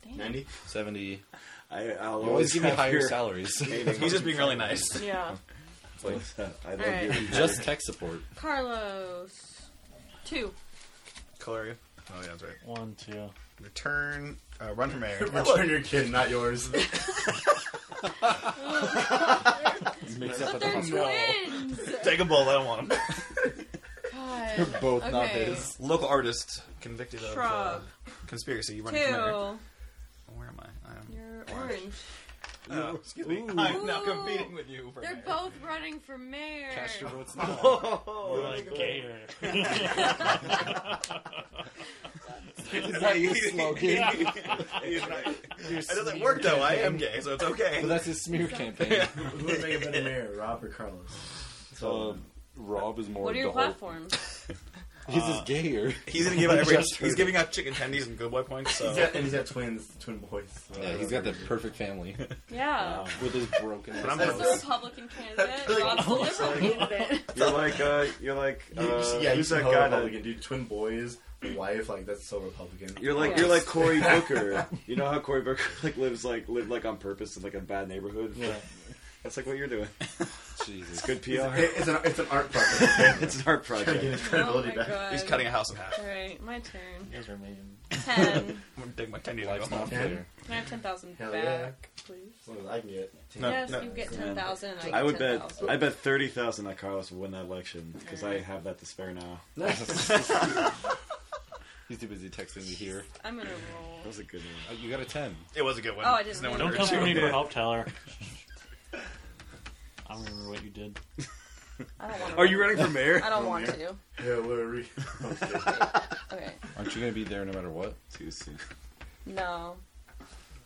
Speaker 2: Payday.
Speaker 4: Damn.
Speaker 1: 90?
Speaker 2: 70.
Speaker 3: I, I'll
Speaker 2: You always give me
Speaker 3: have
Speaker 2: higher
Speaker 3: your-
Speaker 2: salaries.
Speaker 5: He's just being really nice.
Speaker 4: Yeah.
Speaker 3: I love
Speaker 4: All right.
Speaker 3: you.
Speaker 2: Just tech support.
Speaker 4: Carlos. Two.
Speaker 5: Color. Oh yeah, that's right.
Speaker 6: One, two.
Speaker 5: Return. Uh, run from air.
Speaker 1: Return your kid, not yours.
Speaker 2: Mix
Speaker 4: But they're twins.
Speaker 5: Take a bull. I don't want him.
Speaker 4: God.
Speaker 2: Both not
Speaker 4: Okay.
Speaker 2: his.
Speaker 5: Local artist convicted of uh,
Speaker 4: Shrug.
Speaker 5: conspiracy. You run from air.
Speaker 4: Two.
Speaker 5: Where am I? I am.
Speaker 4: You're orange.
Speaker 5: Uh, excuse me.
Speaker 7: I'm
Speaker 4: not
Speaker 7: not
Speaker 4: competing
Speaker 7: competing with you for
Speaker 4: They're both running for mayor.
Speaker 2: Cast your votes now.
Speaker 6: Like gayer.
Speaker 2: Is that your slogan?
Speaker 5: It doesn't work though. I am gay, so it's okay.
Speaker 2: But that's his smear campaign.
Speaker 1: Who would make a better mayor, Rob or Carlos? So,
Speaker 2: Um, Rob is more.
Speaker 4: What are your
Speaker 2: adult.
Speaker 4: platforms?
Speaker 2: He's just gayer.
Speaker 5: He's gonna give out every.
Speaker 2: Just heard
Speaker 5: He's giving out chicken tendies and good boy points. So
Speaker 1: he's got, Oh. and he's got twins, twin boys. Uh,
Speaker 2: Yeah, he's got the perfect family
Speaker 4: Yeah.
Speaker 2: with his broken.
Speaker 5: But I'm
Speaker 4: That's
Speaker 5: Wow.
Speaker 4: the Republican candidate. Rob's the liberal candidate. Oh
Speaker 3: You're like, uh, you're like, uh,
Speaker 1: You- yeah, you
Speaker 3: who's
Speaker 1: said that
Speaker 3: that guy? That,
Speaker 1: Republican dude, twin boys, wife. Like that's so Republican.
Speaker 3: You're like
Speaker 4: Yes.
Speaker 3: you're like Cory Booker. you know how Cory Booker like lives like lived like on purpose in like a bad neighborhood.
Speaker 1: Yeah.
Speaker 3: That's like what you're doing.
Speaker 2: Jesus.
Speaker 3: It's good PR.
Speaker 1: It- it's an it's an art project.
Speaker 3: it's an art
Speaker 1: Trying to get
Speaker 3: project.
Speaker 1: his
Speaker 4: Oh
Speaker 1: credibility
Speaker 4: my
Speaker 1: back.
Speaker 4: god.
Speaker 5: He's cutting a house in half.
Speaker 4: All right, my turn.
Speaker 6: guys are amazing.
Speaker 4: Ten.
Speaker 5: I'm gonna dig my ten to go
Speaker 2: Life's not
Speaker 5: home.
Speaker 2: fair.
Speaker 4: Can I have ten thousand
Speaker 1: Hell
Speaker 4: back,
Speaker 1: yeah.
Speaker 4: please?
Speaker 1: As long as I can get.
Speaker 5: No,
Speaker 4: yes,
Speaker 5: no.
Speaker 4: you get ten thousand.
Speaker 3: I would bet
Speaker 4: 10,000.
Speaker 3: I bet thirty thousand that Carlos will win that election because I have that to spare now.
Speaker 2: He's too busy texting me here.
Speaker 4: I'm gonna
Speaker 3: That
Speaker 4: roll.
Speaker 3: was a good one.
Speaker 2: Oh, you got a 10.
Speaker 5: It was a good one.
Speaker 4: Oh, I didn't
Speaker 5: No one
Speaker 4: really
Speaker 6: Don't
Speaker 5: heard
Speaker 6: come for
Speaker 5: you.
Speaker 6: me for help, Tyler. I don't remember what you did.
Speaker 4: I don't want to.
Speaker 3: Are you running for mayor?
Speaker 4: I don't want to.
Speaker 1: Hillary.
Speaker 4: Okay.
Speaker 2: Aren't you going to be there no matter what?
Speaker 3: Too soon.
Speaker 4: No.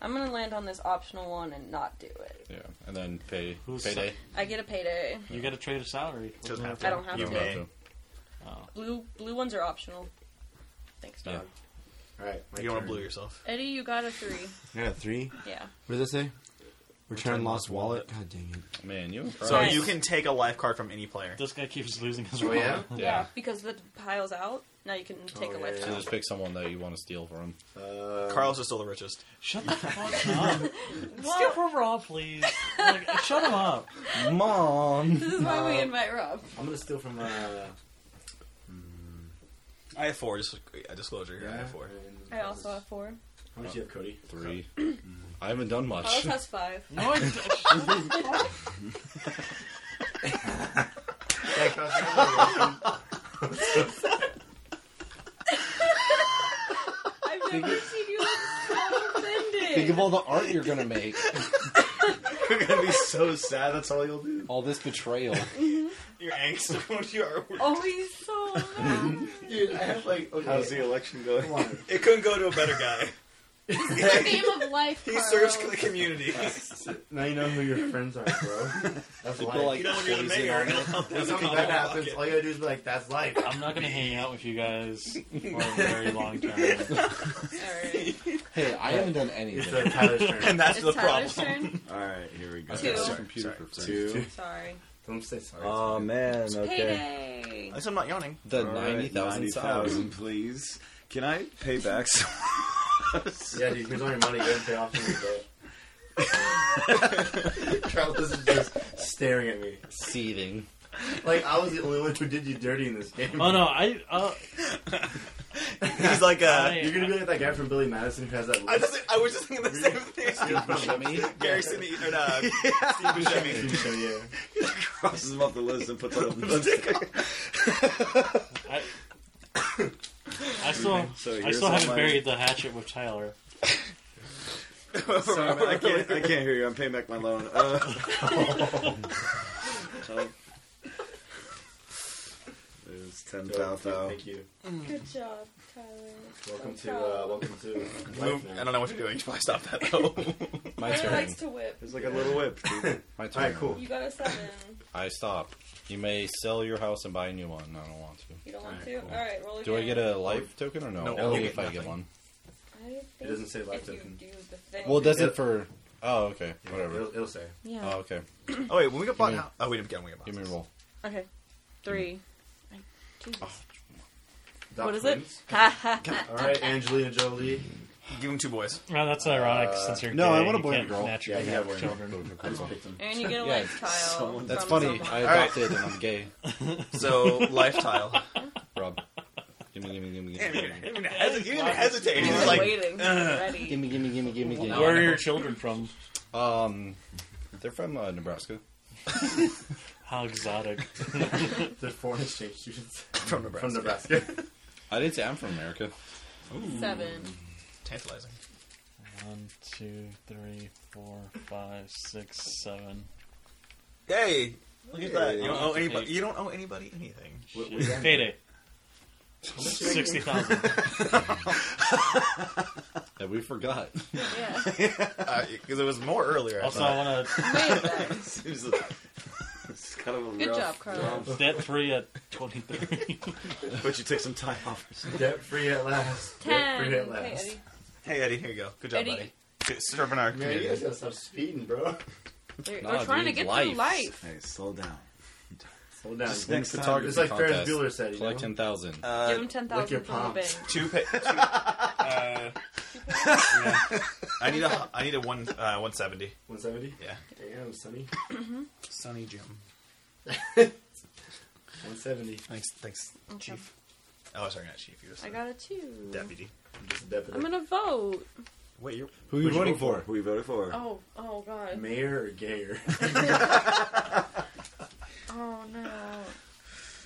Speaker 4: I'm gonna land on this optional one and not do it.
Speaker 2: Yeah. And then pay
Speaker 6: Who's
Speaker 2: payday.
Speaker 4: I get a payday.
Speaker 6: You got to trade a salary.
Speaker 5: Doesn't have
Speaker 4: I don't have
Speaker 5: You
Speaker 4: to.
Speaker 5: may.
Speaker 6: Oh.
Speaker 4: Blue blue ones are optional. Thanks, dog.
Speaker 2: Yeah.
Speaker 1: All right.
Speaker 5: You don't want to blue yourself.
Speaker 4: Eddie, you got a three.
Speaker 1: I got three.
Speaker 4: Yeah.
Speaker 1: What does it say? Return,
Speaker 5: Return
Speaker 1: lost
Speaker 5: lost
Speaker 1: wallet. God dang it.
Speaker 2: Man, you
Speaker 5: So
Speaker 4: Nice.
Speaker 5: you can take a life card from any player.
Speaker 6: This guy keeps losing his
Speaker 1: Oh,
Speaker 6: wallet.
Speaker 1: yeah?
Speaker 4: Yeah, because the pile's out. Now you can take
Speaker 1: Oh,
Speaker 4: a
Speaker 1: yeah,
Speaker 4: life
Speaker 1: yeah.
Speaker 2: So
Speaker 4: out.
Speaker 2: just pick someone that you want to steal from.
Speaker 1: Uh,
Speaker 5: Carlos is still the richest.
Speaker 6: Shut the fuck up. Steal from Rob, please. Like, shut him up.
Speaker 2: Mom!
Speaker 4: This is why we invite Rob.
Speaker 1: I'm gonna steal from. Uh,
Speaker 5: I have four. Just a disclosure. I have four.
Speaker 4: I also have four.
Speaker 1: How much do you have, Cody?
Speaker 2: Three. I haven't done
Speaker 4: Carlos
Speaker 1: Oh,
Speaker 2: much.
Speaker 4: has five.
Speaker 6: No, I didn't.
Speaker 4: I've never seen you look so offended.
Speaker 2: Think of all the art you're going to make.
Speaker 5: You're gonna be so sad. That's all you'll do.
Speaker 2: All this betrayal.
Speaker 5: Your angst when you are.
Speaker 4: Oh, he's so mad.
Speaker 5: Dude, I have like.
Speaker 3: How's the election going?
Speaker 5: It couldn't go to a better guy.
Speaker 4: Game of life.
Speaker 5: He
Speaker 4: Carl.
Speaker 5: serves the community.
Speaker 1: Now you know who your friends are, bro. That's life.
Speaker 2: Put, like,
Speaker 5: You know when you're the
Speaker 2: poison
Speaker 5: mayor.
Speaker 2: on it.
Speaker 1: when something bad happens, all you gotta do is be like, "That's life."
Speaker 6: I'm not going to hang out with you guys for a very long time.
Speaker 4: Alright.
Speaker 2: Hey, I haven't done
Speaker 1: It's
Speaker 2: anything.
Speaker 1: uh, Tyler's turn.
Speaker 5: And that's
Speaker 4: It's
Speaker 5: the
Speaker 4: Tyler's
Speaker 5: problem.
Speaker 4: turn.
Speaker 3: All right, here we go.
Speaker 4: Two.
Speaker 2: It's
Speaker 4: Sorry,
Speaker 2: computer
Speaker 5: sorry,
Speaker 2: for friends.
Speaker 3: Two.
Speaker 4: Sorry.
Speaker 1: Don't say sorry.
Speaker 3: Oh man, okay.
Speaker 4: Payday.
Speaker 5: At least I'm not yawning.
Speaker 2: The
Speaker 3: All right,
Speaker 2: 90,000 subs.
Speaker 3: 90,000, please. Can I pay back? some-
Speaker 1: yeah, dude, here's all your money. Go and pay off your debt. Travis is just staring at me.
Speaker 2: Seething.
Speaker 1: Like I was the only one who did you dirty in this game.
Speaker 6: Oh, no. I. Uh,
Speaker 5: He's like, uh,
Speaker 6: I-
Speaker 1: You're gonna be like that guy from Billy Madison who has that.
Speaker 5: I just, I was just thinking the same thing.
Speaker 1: Buscemi.
Speaker 5: Gary Sinise or uh, Steve Buscemi.
Speaker 1: yeah.
Speaker 3: crosses them off the list and puts on a lipstick.
Speaker 6: I, I still,
Speaker 3: So
Speaker 6: I
Speaker 3: here's
Speaker 6: still
Speaker 3: all
Speaker 6: haven't
Speaker 3: my-
Speaker 6: buried the hatchet with Tyler.
Speaker 3: Sorry, man, I can't. I can't hear you. I'm paying back my loan. Uh, um, There's ten thou thou.
Speaker 1: Thank you.
Speaker 4: Good job, Tyler.
Speaker 1: Welcome to uh, welcome to life
Speaker 5: Move.
Speaker 1: now.
Speaker 5: I don't know what you're doing. You should probably stop that though.
Speaker 2: My
Speaker 4: Tyler
Speaker 2: turn.
Speaker 4: likes to whip.
Speaker 3: There's like a little whip. Dude.
Speaker 2: My turn.
Speaker 1: All right, cool.
Speaker 4: You got a seven.
Speaker 2: I stop. You may sell your house and buy a new one. I don't want to.
Speaker 4: You don't want
Speaker 1: Alright,
Speaker 4: to?
Speaker 1: cool.
Speaker 4: Alright, roll again.
Speaker 2: Do I get a life token or no?
Speaker 5: No,
Speaker 2: Only
Speaker 5: you
Speaker 2: if
Speaker 5: get
Speaker 2: I get
Speaker 5: nothing.
Speaker 2: one.
Speaker 4: I think
Speaker 1: It doesn't say life
Speaker 4: if you
Speaker 1: token.
Speaker 4: do the thing.
Speaker 2: Well, does
Speaker 1: Yep.
Speaker 2: it for? Oh, okay, whatever.
Speaker 1: It'll, it'll say.
Speaker 4: Yeah.
Speaker 2: Oh, okay.
Speaker 5: oh wait, when we got bought,
Speaker 2: Give me-
Speaker 5: how- oh we didn't get one. We got
Speaker 2: Give me a
Speaker 5: boxes.
Speaker 2: roll.
Speaker 4: Okay.
Speaker 2: Mm-hmm.
Speaker 4: Three. I- Jesus.
Speaker 1: Oh, Adopt
Speaker 4: What is it?
Speaker 1: twins.
Speaker 4: Ha ha ha.
Speaker 1: All right, Angelina Jolie.
Speaker 5: Give him two boys.
Speaker 6: Oh, that's ironic
Speaker 1: Uh,
Speaker 6: since you're
Speaker 2: no,
Speaker 6: gay,
Speaker 2: I want a
Speaker 6: you
Speaker 2: boy and
Speaker 6: can't
Speaker 2: a girl.
Speaker 1: Yeah,
Speaker 6: Naturally
Speaker 1: you
Speaker 6: have
Speaker 1: have one.
Speaker 6: children.
Speaker 1: I just picked him.
Speaker 4: And you get a
Speaker 2: Yeah,
Speaker 4: lifestyle.
Speaker 3: someone-
Speaker 2: That's
Speaker 4: from
Speaker 2: funny.
Speaker 4: someone.
Speaker 2: I adopted and I'm gay.
Speaker 5: So lifestyle.
Speaker 2: Rob, give me, give me, give me,
Speaker 5: Damn,
Speaker 2: give
Speaker 5: you
Speaker 2: me,
Speaker 5: didn't hesi- you didn't hesitate. He's
Speaker 4: He's
Speaker 5: like,
Speaker 4: waiting.
Speaker 2: give
Speaker 1: uh,
Speaker 4: ready.
Speaker 2: me, give me, give me, give me. give me.
Speaker 6: Where are your children from?
Speaker 2: Um, they're from uh, Nebraska.
Speaker 6: How exotic.
Speaker 1: They're foreign exchange students
Speaker 5: from Nebraska.
Speaker 1: from Nebraska.
Speaker 2: I didn't say I'm from America.
Speaker 4: Seven.
Speaker 5: Tantalizing.
Speaker 6: One, two, three, four, five, six, seven.
Speaker 5: Hey, look at that. You don't owe
Speaker 6: Hey.
Speaker 5: anybody. You don't owe anybody anything.
Speaker 6: Shit. Payday. Sixty thousand.
Speaker 2: That we forgot.
Speaker 4: Yeah.
Speaker 5: Because Uh, it was more earlier. I
Speaker 6: Also,
Speaker 5: thought.
Speaker 6: I want
Speaker 4: Way better.
Speaker 3: Seems a- it's kind of a
Speaker 4: Good
Speaker 3: rough-
Speaker 4: job, Carlos.
Speaker 6: to debt free at twenty three.
Speaker 3: But you take some time off.
Speaker 1: Debt free at last. Debt
Speaker 4: Ten.
Speaker 1: free at
Speaker 4: Okay,
Speaker 1: last.
Speaker 4: Eddie.
Speaker 5: Hey Eddie, here you go. Good job,
Speaker 4: Eddie.
Speaker 5: buddy. Good, serving our
Speaker 1: Man, you
Speaker 5: community.
Speaker 1: guys gotta stop speeding, bro.
Speaker 4: We're,
Speaker 2: Nah,
Speaker 4: we're trying
Speaker 2: dude,
Speaker 4: to get
Speaker 2: life.
Speaker 4: through life.
Speaker 3: Hey, slow down.
Speaker 1: Hold down.
Speaker 2: Just
Speaker 1: You-
Speaker 2: next
Speaker 1: it's
Speaker 2: photography
Speaker 1: like Ferris
Speaker 2: contest.
Speaker 1: Bueller said, you
Speaker 2: Collect
Speaker 1: know?
Speaker 2: ten thousand.
Speaker 4: Give him ten
Speaker 1: lick your
Speaker 4: thousand from the
Speaker 1: palms.
Speaker 4: bank.
Speaker 5: Two. Pa- two uh, yeah. I need a. I need a one. Uh, one seventy.
Speaker 1: 170?
Speaker 5: Yeah.
Speaker 1: Damn, Sonny.
Speaker 5: Sunny Jim.
Speaker 1: 170.
Speaker 5: Thanks. Thanks,
Speaker 4: Okay.
Speaker 5: Chief. Oh, sorry, not Chief. You're just
Speaker 4: I
Speaker 5: a
Speaker 4: got a two.
Speaker 5: deputy.
Speaker 1: I'm just a deputy.
Speaker 4: I'm gonna vote.
Speaker 5: Wait, you're.
Speaker 2: Who are you
Speaker 3: Who'd
Speaker 2: voting
Speaker 3: vote
Speaker 2: for?
Speaker 3: Who you voted for?
Speaker 4: Oh, oh god.
Speaker 1: Mayor or gayer?
Speaker 4: Oh no.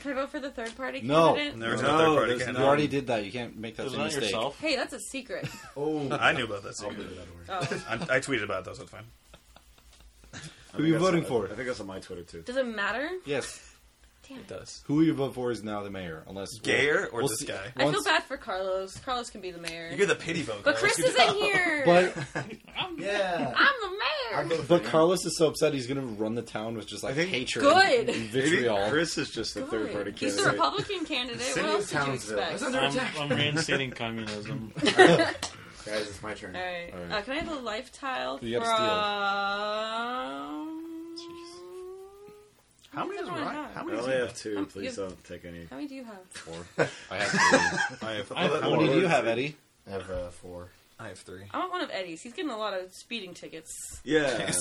Speaker 4: Can I vote for the third party
Speaker 2: No.
Speaker 4: candidate?
Speaker 5: There's
Speaker 3: No,
Speaker 5: no, third party
Speaker 3: there's
Speaker 2: You
Speaker 5: candidate.
Speaker 3: no-
Speaker 2: already did that. You can't make that
Speaker 7: It's
Speaker 2: same
Speaker 7: not
Speaker 2: mistake.
Speaker 7: yourself.
Speaker 4: Hey, that's a secret.
Speaker 1: oh.
Speaker 5: I knew about that. So
Speaker 1: I'll
Speaker 5: you
Speaker 1: do
Speaker 5: did.
Speaker 1: that word.
Speaker 4: Oh.
Speaker 5: I, I tweeted about that, so it's fine.
Speaker 2: Who are you voting for?
Speaker 3: I think that's on my Twitter too.
Speaker 4: Does it matter?
Speaker 2: Yes.
Speaker 4: Damn. It.
Speaker 7: does.
Speaker 2: Who you vote for is now the mayor, unless
Speaker 5: Gayer or this
Speaker 2: see-
Speaker 5: guy?
Speaker 4: I feel
Speaker 2: once-
Speaker 4: bad for Carlos. Carlos can be the mayor.
Speaker 5: You're the pity vote.
Speaker 4: but
Speaker 5: Carlos.
Speaker 4: Chris
Speaker 5: You did-
Speaker 4: isn't here.
Speaker 2: But
Speaker 1: Yeah.
Speaker 4: I'm the mayor.
Speaker 2: but Carlos is so upset he's gonna run the town with just like
Speaker 3: I think-
Speaker 2: hatred,
Speaker 4: Good.
Speaker 2: and
Speaker 3: Maybe
Speaker 2: vitriol.
Speaker 3: Chris is just the third party
Speaker 4: He's
Speaker 3: candidate.
Speaker 4: the Republican candidate. What
Speaker 1: City
Speaker 4: else
Speaker 1: of
Speaker 4: did you
Speaker 1: Townsville.
Speaker 4: expect?
Speaker 1: That's under
Speaker 6: I'm,
Speaker 1: attack.
Speaker 6: I'm reinstating communism.
Speaker 1: Guys, it's my turn.
Speaker 4: All right.
Speaker 2: All right.
Speaker 4: Uh, can I have a life tile
Speaker 2: You gotta
Speaker 4: from?
Speaker 5: How many does
Speaker 4: Everyone
Speaker 5: Ryan?
Speaker 4: has.
Speaker 3: I
Speaker 5: How many? Does
Speaker 3: only
Speaker 5: he
Speaker 3: have
Speaker 5: have?
Speaker 3: two.
Speaker 4: Um,
Speaker 3: Please
Speaker 4: you-
Speaker 3: don't take any.
Speaker 4: How many do you have?
Speaker 2: Four. I have three.
Speaker 5: I have.
Speaker 1: I have
Speaker 2: How many do you have, Eddie?
Speaker 1: I have uh, four.
Speaker 7: I have three.
Speaker 4: I want one of Eddie's. He's getting a lot of speeding tickets.
Speaker 3: Yeah.
Speaker 5: yeah.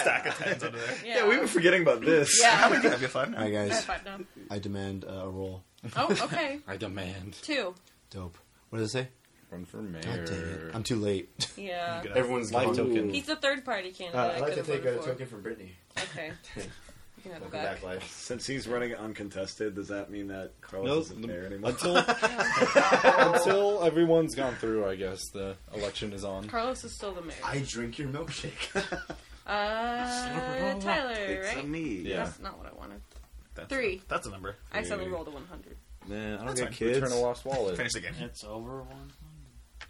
Speaker 5: stack of tens under there.
Speaker 4: Yeah,
Speaker 3: yeah, we've been forgetting about this.
Speaker 5: How
Speaker 4: Yeah.
Speaker 5: many do you have? You have five now.
Speaker 8: All right,
Speaker 4: I have
Speaker 8: guys.
Speaker 4: five now.
Speaker 8: I demand uh, a roll.
Speaker 4: Oh, okay.
Speaker 2: I demand.
Speaker 4: Two.
Speaker 8: Dope. What does it say?
Speaker 2: Run for
Speaker 8: God dang it.
Speaker 2: mayor.
Speaker 8: I'm too late.
Speaker 4: Yeah.
Speaker 5: Good.
Speaker 1: Everyone's
Speaker 2: Light
Speaker 1: gone.
Speaker 2: token.
Speaker 4: He's the third party candidate.
Speaker 1: Uh, I'd
Speaker 4: I
Speaker 1: like to
Speaker 4: could
Speaker 1: take
Speaker 4: have
Speaker 1: a
Speaker 4: voted
Speaker 1: token from Brittany.
Speaker 4: for. Okay. You can have it
Speaker 1: Welcome
Speaker 4: back.
Speaker 1: back, life.
Speaker 3: Since he's running uncontested, does that mean that Carlos
Speaker 2: No,
Speaker 3: isn't there anymore?
Speaker 2: until until everyone's gone through, I guess the election is on.
Speaker 4: Carlos is still the mayor.
Speaker 1: I drink your milkshake.
Speaker 4: Uh, Tyler,
Speaker 3: it's a
Speaker 4: right?
Speaker 3: me.
Speaker 2: Yeah.
Speaker 4: That's not what I wanted.
Speaker 5: That's
Speaker 4: Three.
Speaker 5: A, that's a number.
Speaker 4: I accidentally rolled a 100.
Speaker 2: Man, I don't
Speaker 3: That's
Speaker 2: get
Speaker 3: fine.
Speaker 2: kids. Return a lost
Speaker 5: Finish
Speaker 2: wallet.
Speaker 5: the game.
Speaker 6: it's over one.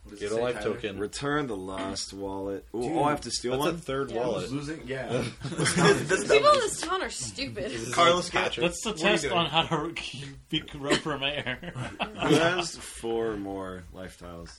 Speaker 1: What does it
Speaker 2: Get a
Speaker 1: say,
Speaker 2: life
Speaker 1: Tyler?
Speaker 2: token.
Speaker 3: Return the lost wallet. Ooh,
Speaker 1: Dude,
Speaker 3: oh, I have to steal
Speaker 2: That's a
Speaker 3: one.
Speaker 2: third
Speaker 4: Yeah.
Speaker 1: Who's
Speaker 2: wallet.
Speaker 1: losing? Yeah.
Speaker 4: People in this town are stupid.
Speaker 5: Carlos, get
Speaker 6: That's the
Speaker 5: are you
Speaker 6: test
Speaker 5: doing?
Speaker 6: on how to be run for mayor.
Speaker 3: Who has four more life tiles?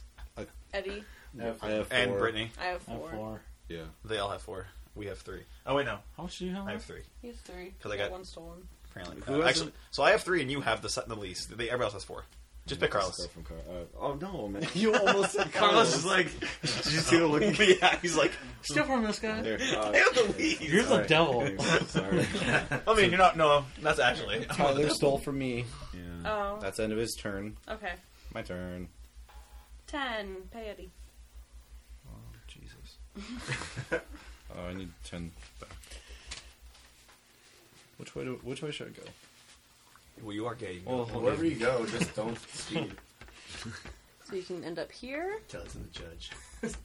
Speaker 4: Eddie,
Speaker 2: I have four.
Speaker 5: and Brittany.
Speaker 4: I have
Speaker 6: I have
Speaker 4: four.
Speaker 6: four.
Speaker 2: Yeah.
Speaker 5: They all have four. We have three. Oh wait, no,
Speaker 6: How much do you have?
Speaker 5: I have three.
Speaker 4: He has three.
Speaker 5: 'Cause I got-
Speaker 4: one stolen.
Speaker 5: Apparently,
Speaker 3: Who
Speaker 5: Uh,
Speaker 3: has
Speaker 5: actually, so I have three, and you have the se- the least. They, everybody else has four. Just pick Carlos.
Speaker 3: Stuff from Car- uh, oh no, man!
Speaker 2: You almost said
Speaker 5: Carlos is like,
Speaker 3: Did you see the look?
Speaker 5: yeah, he's like,
Speaker 6: Steal from this guy.
Speaker 2: There.
Speaker 3: Uh,
Speaker 5: I have the lead.
Speaker 6: You're the devil.
Speaker 3: Sorry.
Speaker 5: I mean, you're not. No, that's actually.
Speaker 2: Tyler stole from me.
Speaker 3: Yeah.
Speaker 4: Oh,
Speaker 2: That's the end of his turn.
Speaker 4: okay.
Speaker 2: My turn.
Speaker 4: Ten. Pay Eddie.
Speaker 2: Jesus. oh, I need ten back. Which way do? Which way should I go?
Speaker 5: Well, you are gay.
Speaker 1: Well, wherever you go, just don't speed.
Speaker 4: So you can end up here
Speaker 1: Tell it to the judge.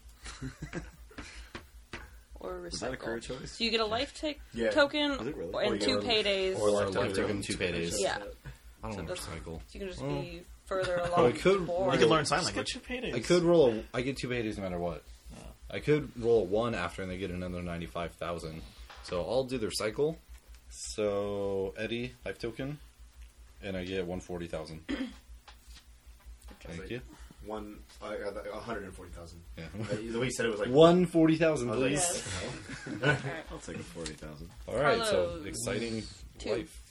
Speaker 4: or recycle.
Speaker 3: Was that a career choice?
Speaker 4: So you get a life tick
Speaker 1: Yeah.
Speaker 4: token
Speaker 3: Is it really? Or
Speaker 4: and two
Speaker 1: your-
Speaker 4: paydays.
Speaker 2: Or
Speaker 1: Or
Speaker 2: like
Speaker 1: like
Speaker 2: taking two paydays.
Speaker 4: Yeah.
Speaker 2: I don't
Speaker 4: So
Speaker 2: want to
Speaker 4: that's-
Speaker 2: recycle.
Speaker 4: So you can just
Speaker 2: Well.
Speaker 4: be further along.
Speaker 2: I could-
Speaker 4: the board.
Speaker 5: You can learn sign
Speaker 6: Just get
Speaker 5: language.
Speaker 6: your paydays.
Speaker 2: I could roll.
Speaker 1: eh.
Speaker 2: A, I get two paydays no matter what. I could roll a one after, and they get another ninety-five thousand. So I'll do their cycle. So Eddie life token, and I get one forty thousand. Thank you.
Speaker 1: One, uh, one hundred and forty thousand. Uh,
Speaker 2: Yeah.
Speaker 1: The way you said it was like
Speaker 2: One forty thousand,
Speaker 1: I was like,
Speaker 2: please.
Speaker 4: Yes. Alright.
Speaker 3: I'll take a forty thousand.
Speaker 2: All right. So
Speaker 4: Carlos.
Speaker 2: exciting
Speaker 4: Two.
Speaker 2: life.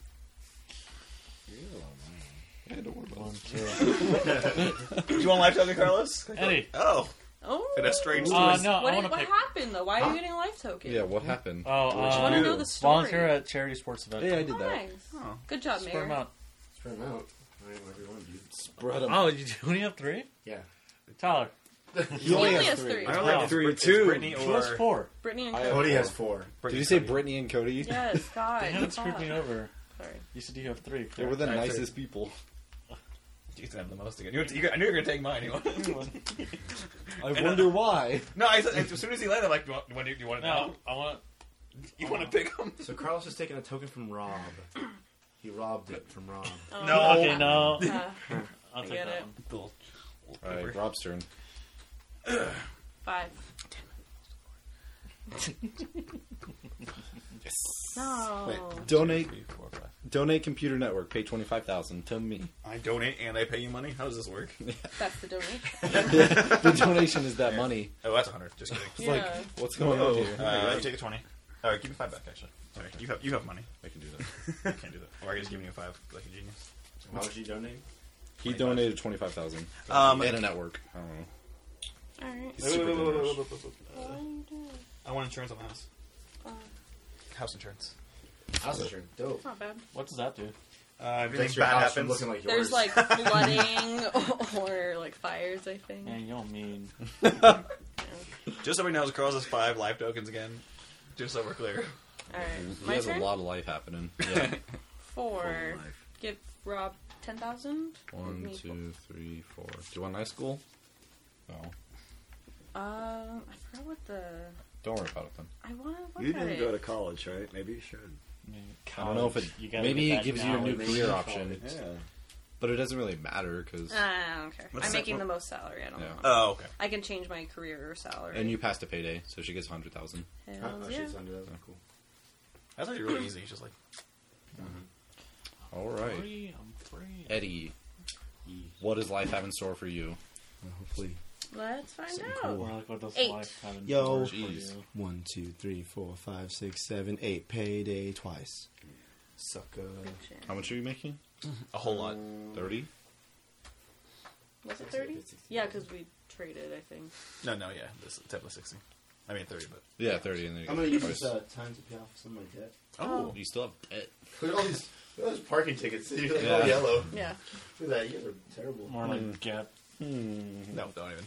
Speaker 2: Yeah, don't worry about
Speaker 6: One,
Speaker 2: it.
Speaker 6: two.
Speaker 5: Do you want life token, Carlos?
Speaker 6: Eddie.
Speaker 5: Oh,
Speaker 4: Oh.
Speaker 5: in a strange
Speaker 6: Uh,
Speaker 5: twist.
Speaker 6: no,
Speaker 4: what did-
Speaker 6: I want to
Speaker 4: what
Speaker 6: pick.
Speaker 4: happened though? Why are you getting a life token?
Speaker 2: Yeah, what happened?
Speaker 6: Oh,
Speaker 4: I want to
Speaker 6: uh,
Speaker 4: know the story.
Speaker 6: volunteer at charity sports event.
Speaker 2: Hey, I did
Speaker 4: Oh,
Speaker 2: that.
Speaker 4: nice.
Speaker 5: Oh.
Speaker 4: Good job,
Speaker 6: Spread 'em
Speaker 4: Mayor.
Speaker 6: out.
Speaker 1: Spread 'em out. I mean, whatever you want, dude.
Speaker 2: Spread 'em.
Speaker 6: Oh, you do only have three?
Speaker 1: Yeah.
Speaker 6: Tyler,
Speaker 4: He only has three.
Speaker 5: I don't
Speaker 6: Wow.
Speaker 5: like it's
Speaker 3: Three,
Speaker 5: Brit- it's
Speaker 3: two.
Speaker 5: Brittany
Speaker 6: two plus
Speaker 5: or
Speaker 6: four.
Speaker 4: Brittany and
Speaker 2: I-
Speaker 4: Cody.
Speaker 1: Cody has four.
Speaker 2: Did
Speaker 5: Brittany
Speaker 2: you say
Speaker 5: Cody.
Speaker 2: Brittany and Cody?
Speaker 4: Yes, God.
Speaker 6: They haven't screwed
Speaker 4: fuck.
Speaker 6: me over.
Speaker 4: Sorry.
Speaker 6: You said you have three.
Speaker 2: They were the
Speaker 5: I have
Speaker 2: nicest people.
Speaker 5: You can have the most again. You, you, I knew you were gonna take mine. You want-
Speaker 2: I wonder why.
Speaker 5: no, I said as soon as he landed, I'm like, do you want, do you want it now?
Speaker 6: No, I want.
Speaker 5: You want to pick him?
Speaker 1: So Carlos is taking a token from Rob. He robbed it from Rob.
Speaker 5: No.
Speaker 6: Okay, no.
Speaker 4: Um, Uh,
Speaker 6: I'll take
Speaker 4: get
Speaker 6: that
Speaker 4: it.
Speaker 6: one.
Speaker 5: All
Speaker 2: All right, Rob's turn.
Speaker 4: five. No.
Speaker 2: Donate, donate computer network. Pay twenty five thousand to me.
Speaker 5: I donate and I pay you money. How does this work?
Speaker 4: That's the donation.
Speaker 2: the donation is that money.
Speaker 5: Oh, that's a hundred. Just kidding.
Speaker 2: It's like,
Speaker 4: Yeah.
Speaker 2: what's going on here?
Speaker 5: Uh, you Oh, take a twenty. All right, give me five back. Actually, sorry, you have you have money.
Speaker 2: I can do that.
Speaker 5: I can't do that. Or I just giving you five like a genius.
Speaker 1: How much did you donate?
Speaker 2: He donated twenty five thousand.
Speaker 5: Um,
Speaker 2: and a network. I don't know.
Speaker 4: All right.
Speaker 2: He's super generous.
Speaker 4: What are you doing?
Speaker 5: I want insurance on the house.
Speaker 4: Uh,
Speaker 5: House insurance.
Speaker 1: House insurance. Dope.
Speaker 4: it's not bad.
Speaker 7: What does that do?
Speaker 5: Uh, everything
Speaker 1: Thanks for your
Speaker 5: bad
Speaker 1: house from
Speaker 5: happens.
Speaker 1: looking like yours.
Speaker 4: There's like flooding or like fires, I think.
Speaker 7: Man, y'all mean.
Speaker 5: Just so we know, Carlos has five life tokens again. Just so we're clear.
Speaker 4: All right,
Speaker 2: He
Speaker 4: my
Speaker 2: has
Speaker 4: turn.
Speaker 2: a lot of life happening. Yeah.
Speaker 4: Four.
Speaker 3: Life.
Speaker 4: Give Rob ten thousand.
Speaker 2: One, two, three, four. Do you want nice school? No.
Speaker 4: Um, I forgot what the
Speaker 2: Don't worry about it then.
Speaker 4: I want to look
Speaker 3: You
Speaker 4: at
Speaker 3: didn't
Speaker 4: it.
Speaker 3: go to college, right? Maybe you should.
Speaker 7: I mean,
Speaker 2: I don't know if it.
Speaker 7: college, you gotta
Speaker 2: maybe
Speaker 7: get
Speaker 2: it
Speaker 7: that
Speaker 2: gives Oh, you a new
Speaker 7: knowledge.
Speaker 2: career option,
Speaker 3: Yeah.
Speaker 2: but it doesn't really matter because
Speaker 4: Ah, I don't care.
Speaker 5: What's
Speaker 4: I'm
Speaker 5: that-
Speaker 4: making
Speaker 5: what-
Speaker 4: the most salary. I don't
Speaker 2: Yeah.
Speaker 4: know.
Speaker 5: Oh, okay.
Speaker 4: I can change my career or salary.
Speaker 2: and you passed a payday, so she gets a hundred thousand.
Speaker 1: Huh?
Speaker 4: Hells
Speaker 1: Oh,
Speaker 4: yeah.
Speaker 1: she's under that. Cool.
Speaker 5: That's actually really easy. It's just like
Speaker 2: All right,
Speaker 7: Free, I'm free.
Speaker 2: Eddie. What does life have in store for you?
Speaker 8: Well, hopefully,
Speaker 4: Let's find
Speaker 8: Something
Speaker 4: out.
Speaker 8: cool.
Speaker 7: Well, look what does
Speaker 4: Eight.
Speaker 7: life have in store
Speaker 8: Yo.
Speaker 7: for
Speaker 2: Jeez.
Speaker 7: you.
Speaker 8: one, two, three, four, five, six, seven, eight. Payday twice.
Speaker 1: Sucker.
Speaker 2: How much are you making?
Speaker 5: a whole lot.
Speaker 1: Mm.
Speaker 2: Thirty.
Speaker 4: Was it thirty? Yeah, because we traded. I think.
Speaker 5: No, no, yeah. This definitely sixty. I mean thirty, but
Speaker 2: Yeah, thirty. And then you
Speaker 1: I'm
Speaker 2: get
Speaker 1: gonna use
Speaker 2: twice.
Speaker 1: this uh, time to pay off some of my debt.
Speaker 5: oh,
Speaker 2: You still have debt.
Speaker 1: Look at all these, look at all these parking tickets. You're like
Speaker 2: Yeah.
Speaker 1: all yellow.
Speaker 4: Yeah.
Speaker 1: Look at that. You guys are terrible.
Speaker 7: More like get.
Speaker 5: no, don't even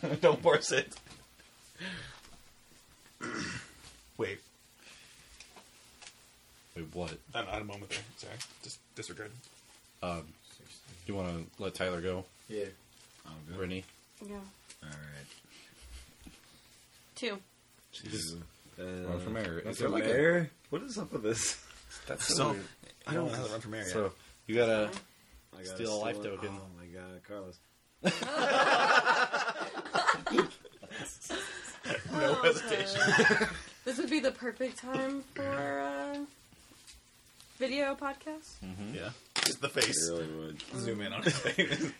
Speaker 5: don't don't force it. Wait,
Speaker 2: Wait, what?
Speaker 5: I had a moment there. Sorry, just disregard.
Speaker 2: Um, you want to let Tyler go,
Speaker 1: Yeah.
Speaker 3: I'm Oh, good.
Speaker 2: Brittany?
Speaker 4: Yeah.
Speaker 3: All right.
Speaker 4: Two.
Speaker 2: Just
Speaker 3: Uh,
Speaker 2: run for mayor. Is there
Speaker 3: run for
Speaker 2: like a-
Speaker 3: mayor? What is up with this?
Speaker 2: That's
Speaker 5: So I don't know how to run for mayor yet.
Speaker 2: So you gotta.
Speaker 3: I gotta
Speaker 2: Steal a life
Speaker 3: it.
Speaker 2: token.
Speaker 3: Oh my god, Carlos.
Speaker 5: no hesitation.
Speaker 4: Oh, This would be the perfect time for uh, video podcast.
Speaker 5: yeah, just the face.
Speaker 3: really would.
Speaker 5: Zoom in on his face.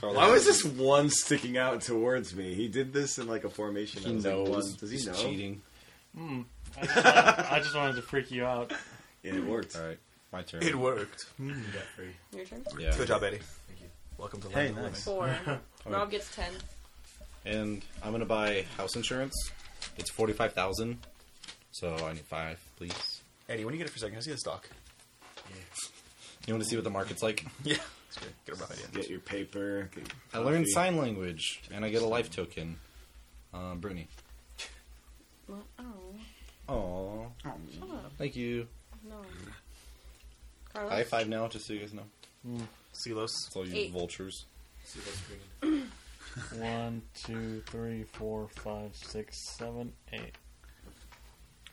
Speaker 3: Why was this one sticking out towards me? He did this in like a formation. that
Speaker 2: He
Speaker 3: was, like, one-
Speaker 2: knows.
Speaker 3: Does he
Speaker 2: He's
Speaker 3: know?
Speaker 2: cheating.
Speaker 7: I just, wanted, I just wanted to freak you out.
Speaker 3: Yeah, it worked.
Speaker 2: All right, my turn.
Speaker 5: it worked.
Speaker 4: Your turn.
Speaker 2: yeah.
Speaker 5: Good job, Eddie. Thank you. Welcome to
Speaker 3: Hey,
Speaker 5: London
Speaker 3: nice.
Speaker 5: Living.
Speaker 4: Four. Rob gets ten.
Speaker 2: and I'm gonna buy house insurance. It's forty five thousand, so I need five, please.
Speaker 5: Eddie, when you get it for a second, I see the stock.
Speaker 2: You want to see what the market's like?
Speaker 5: Yeah, it's good. Get a rough idea.
Speaker 3: Get your paper. Get
Speaker 2: I learned
Speaker 3: coffee.
Speaker 2: sign language, and I get a life token. Um, Brittany.
Speaker 4: What? Oh
Speaker 2: Oh,
Speaker 4: shut up.
Speaker 2: thank you.
Speaker 4: No. Carlos.
Speaker 2: High five now, just so you guys know.
Speaker 5: Silos.
Speaker 2: It's all you
Speaker 4: Eight.
Speaker 2: vultures.
Speaker 1: See what's green.
Speaker 7: One, two, three, four, five, six, seven, eight.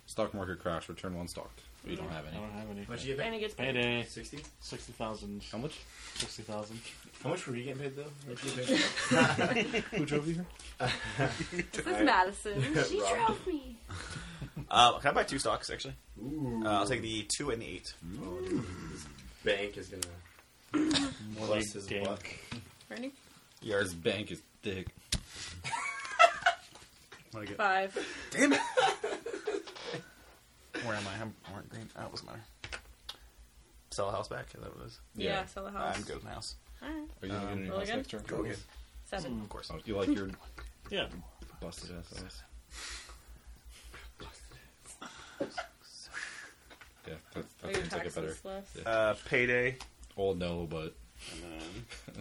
Speaker 2: Stock market crash. Return one stock. We don't have
Speaker 7: I
Speaker 2: any.
Speaker 7: don't have any.
Speaker 1: Much you get
Speaker 4: And
Speaker 1: paid?
Speaker 4: he gets paid.
Speaker 7: Payday.
Speaker 1: Sixty.
Speaker 7: Sixty thousand.
Speaker 2: How much?
Speaker 7: Sixty thousand.
Speaker 1: How much were you getting paid though? What'd you get paid?
Speaker 2: Who drove you here?
Speaker 4: This is Madison. she
Speaker 1: Rob.
Speaker 4: drove me.
Speaker 5: Uh, can I buy two stocks actually?
Speaker 1: Ooh.
Speaker 5: Uh, I'll take the two and the eight.
Speaker 1: Oh, dude, this bank is gonna. Bless his
Speaker 7: Gank.
Speaker 1: buck.
Speaker 4: Ready?
Speaker 2: His bank is thick.
Speaker 5: What do I
Speaker 4: Five.
Speaker 5: get? Where am I? I'm Warren Green. Oh, it doesn't matter. Sell a house back. Is that what it is?
Speaker 4: Yeah.
Speaker 2: Yeah.
Speaker 4: sell the house.
Speaker 5: I'm good with my house.
Speaker 4: All right.
Speaker 2: Are you gonna get any
Speaker 4: roll
Speaker 2: house
Speaker 4: again?
Speaker 2: next turn?
Speaker 5: Go again.
Speaker 4: Seven.
Speaker 5: Of course.
Speaker 2: Oh, you like your
Speaker 7: Yeah.
Speaker 2: busted ass eyes? Yeah, that,
Speaker 4: Are
Speaker 2: that
Speaker 4: your
Speaker 2: seems like a
Speaker 4: taxes
Speaker 2: better.
Speaker 4: less?
Speaker 2: Yeah.
Speaker 5: Uh, payday.
Speaker 2: Well, no, but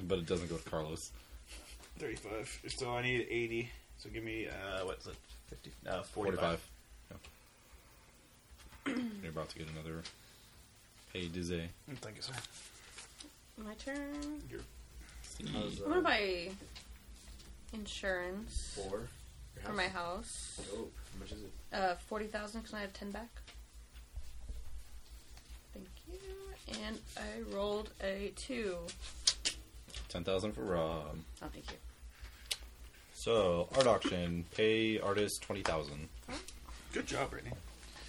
Speaker 2: but it doesn't go with Carlos.
Speaker 5: Thirty-five. So I need eighty. So give me uh, what is it? Fifty. Uh, forty-five.
Speaker 2: Forty-five. Yeah. You're about to get another pay dizzy.
Speaker 5: Mm, Thank you, sir.
Speaker 4: My turn.
Speaker 1: I was, uh,
Speaker 4: I'm gonna buy insurance
Speaker 1: four. Your
Speaker 4: for my house.
Speaker 1: Dope. How much is it?
Speaker 4: Uh, forty thousand. Can I have ten back? Thank you. And I rolled a two.
Speaker 2: Ten thousand for Rob.
Speaker 4: Oh, thank you.
Speaker 2: So art auction, pay artist twenty thousand.
Speaker 5: Good job, Brittany.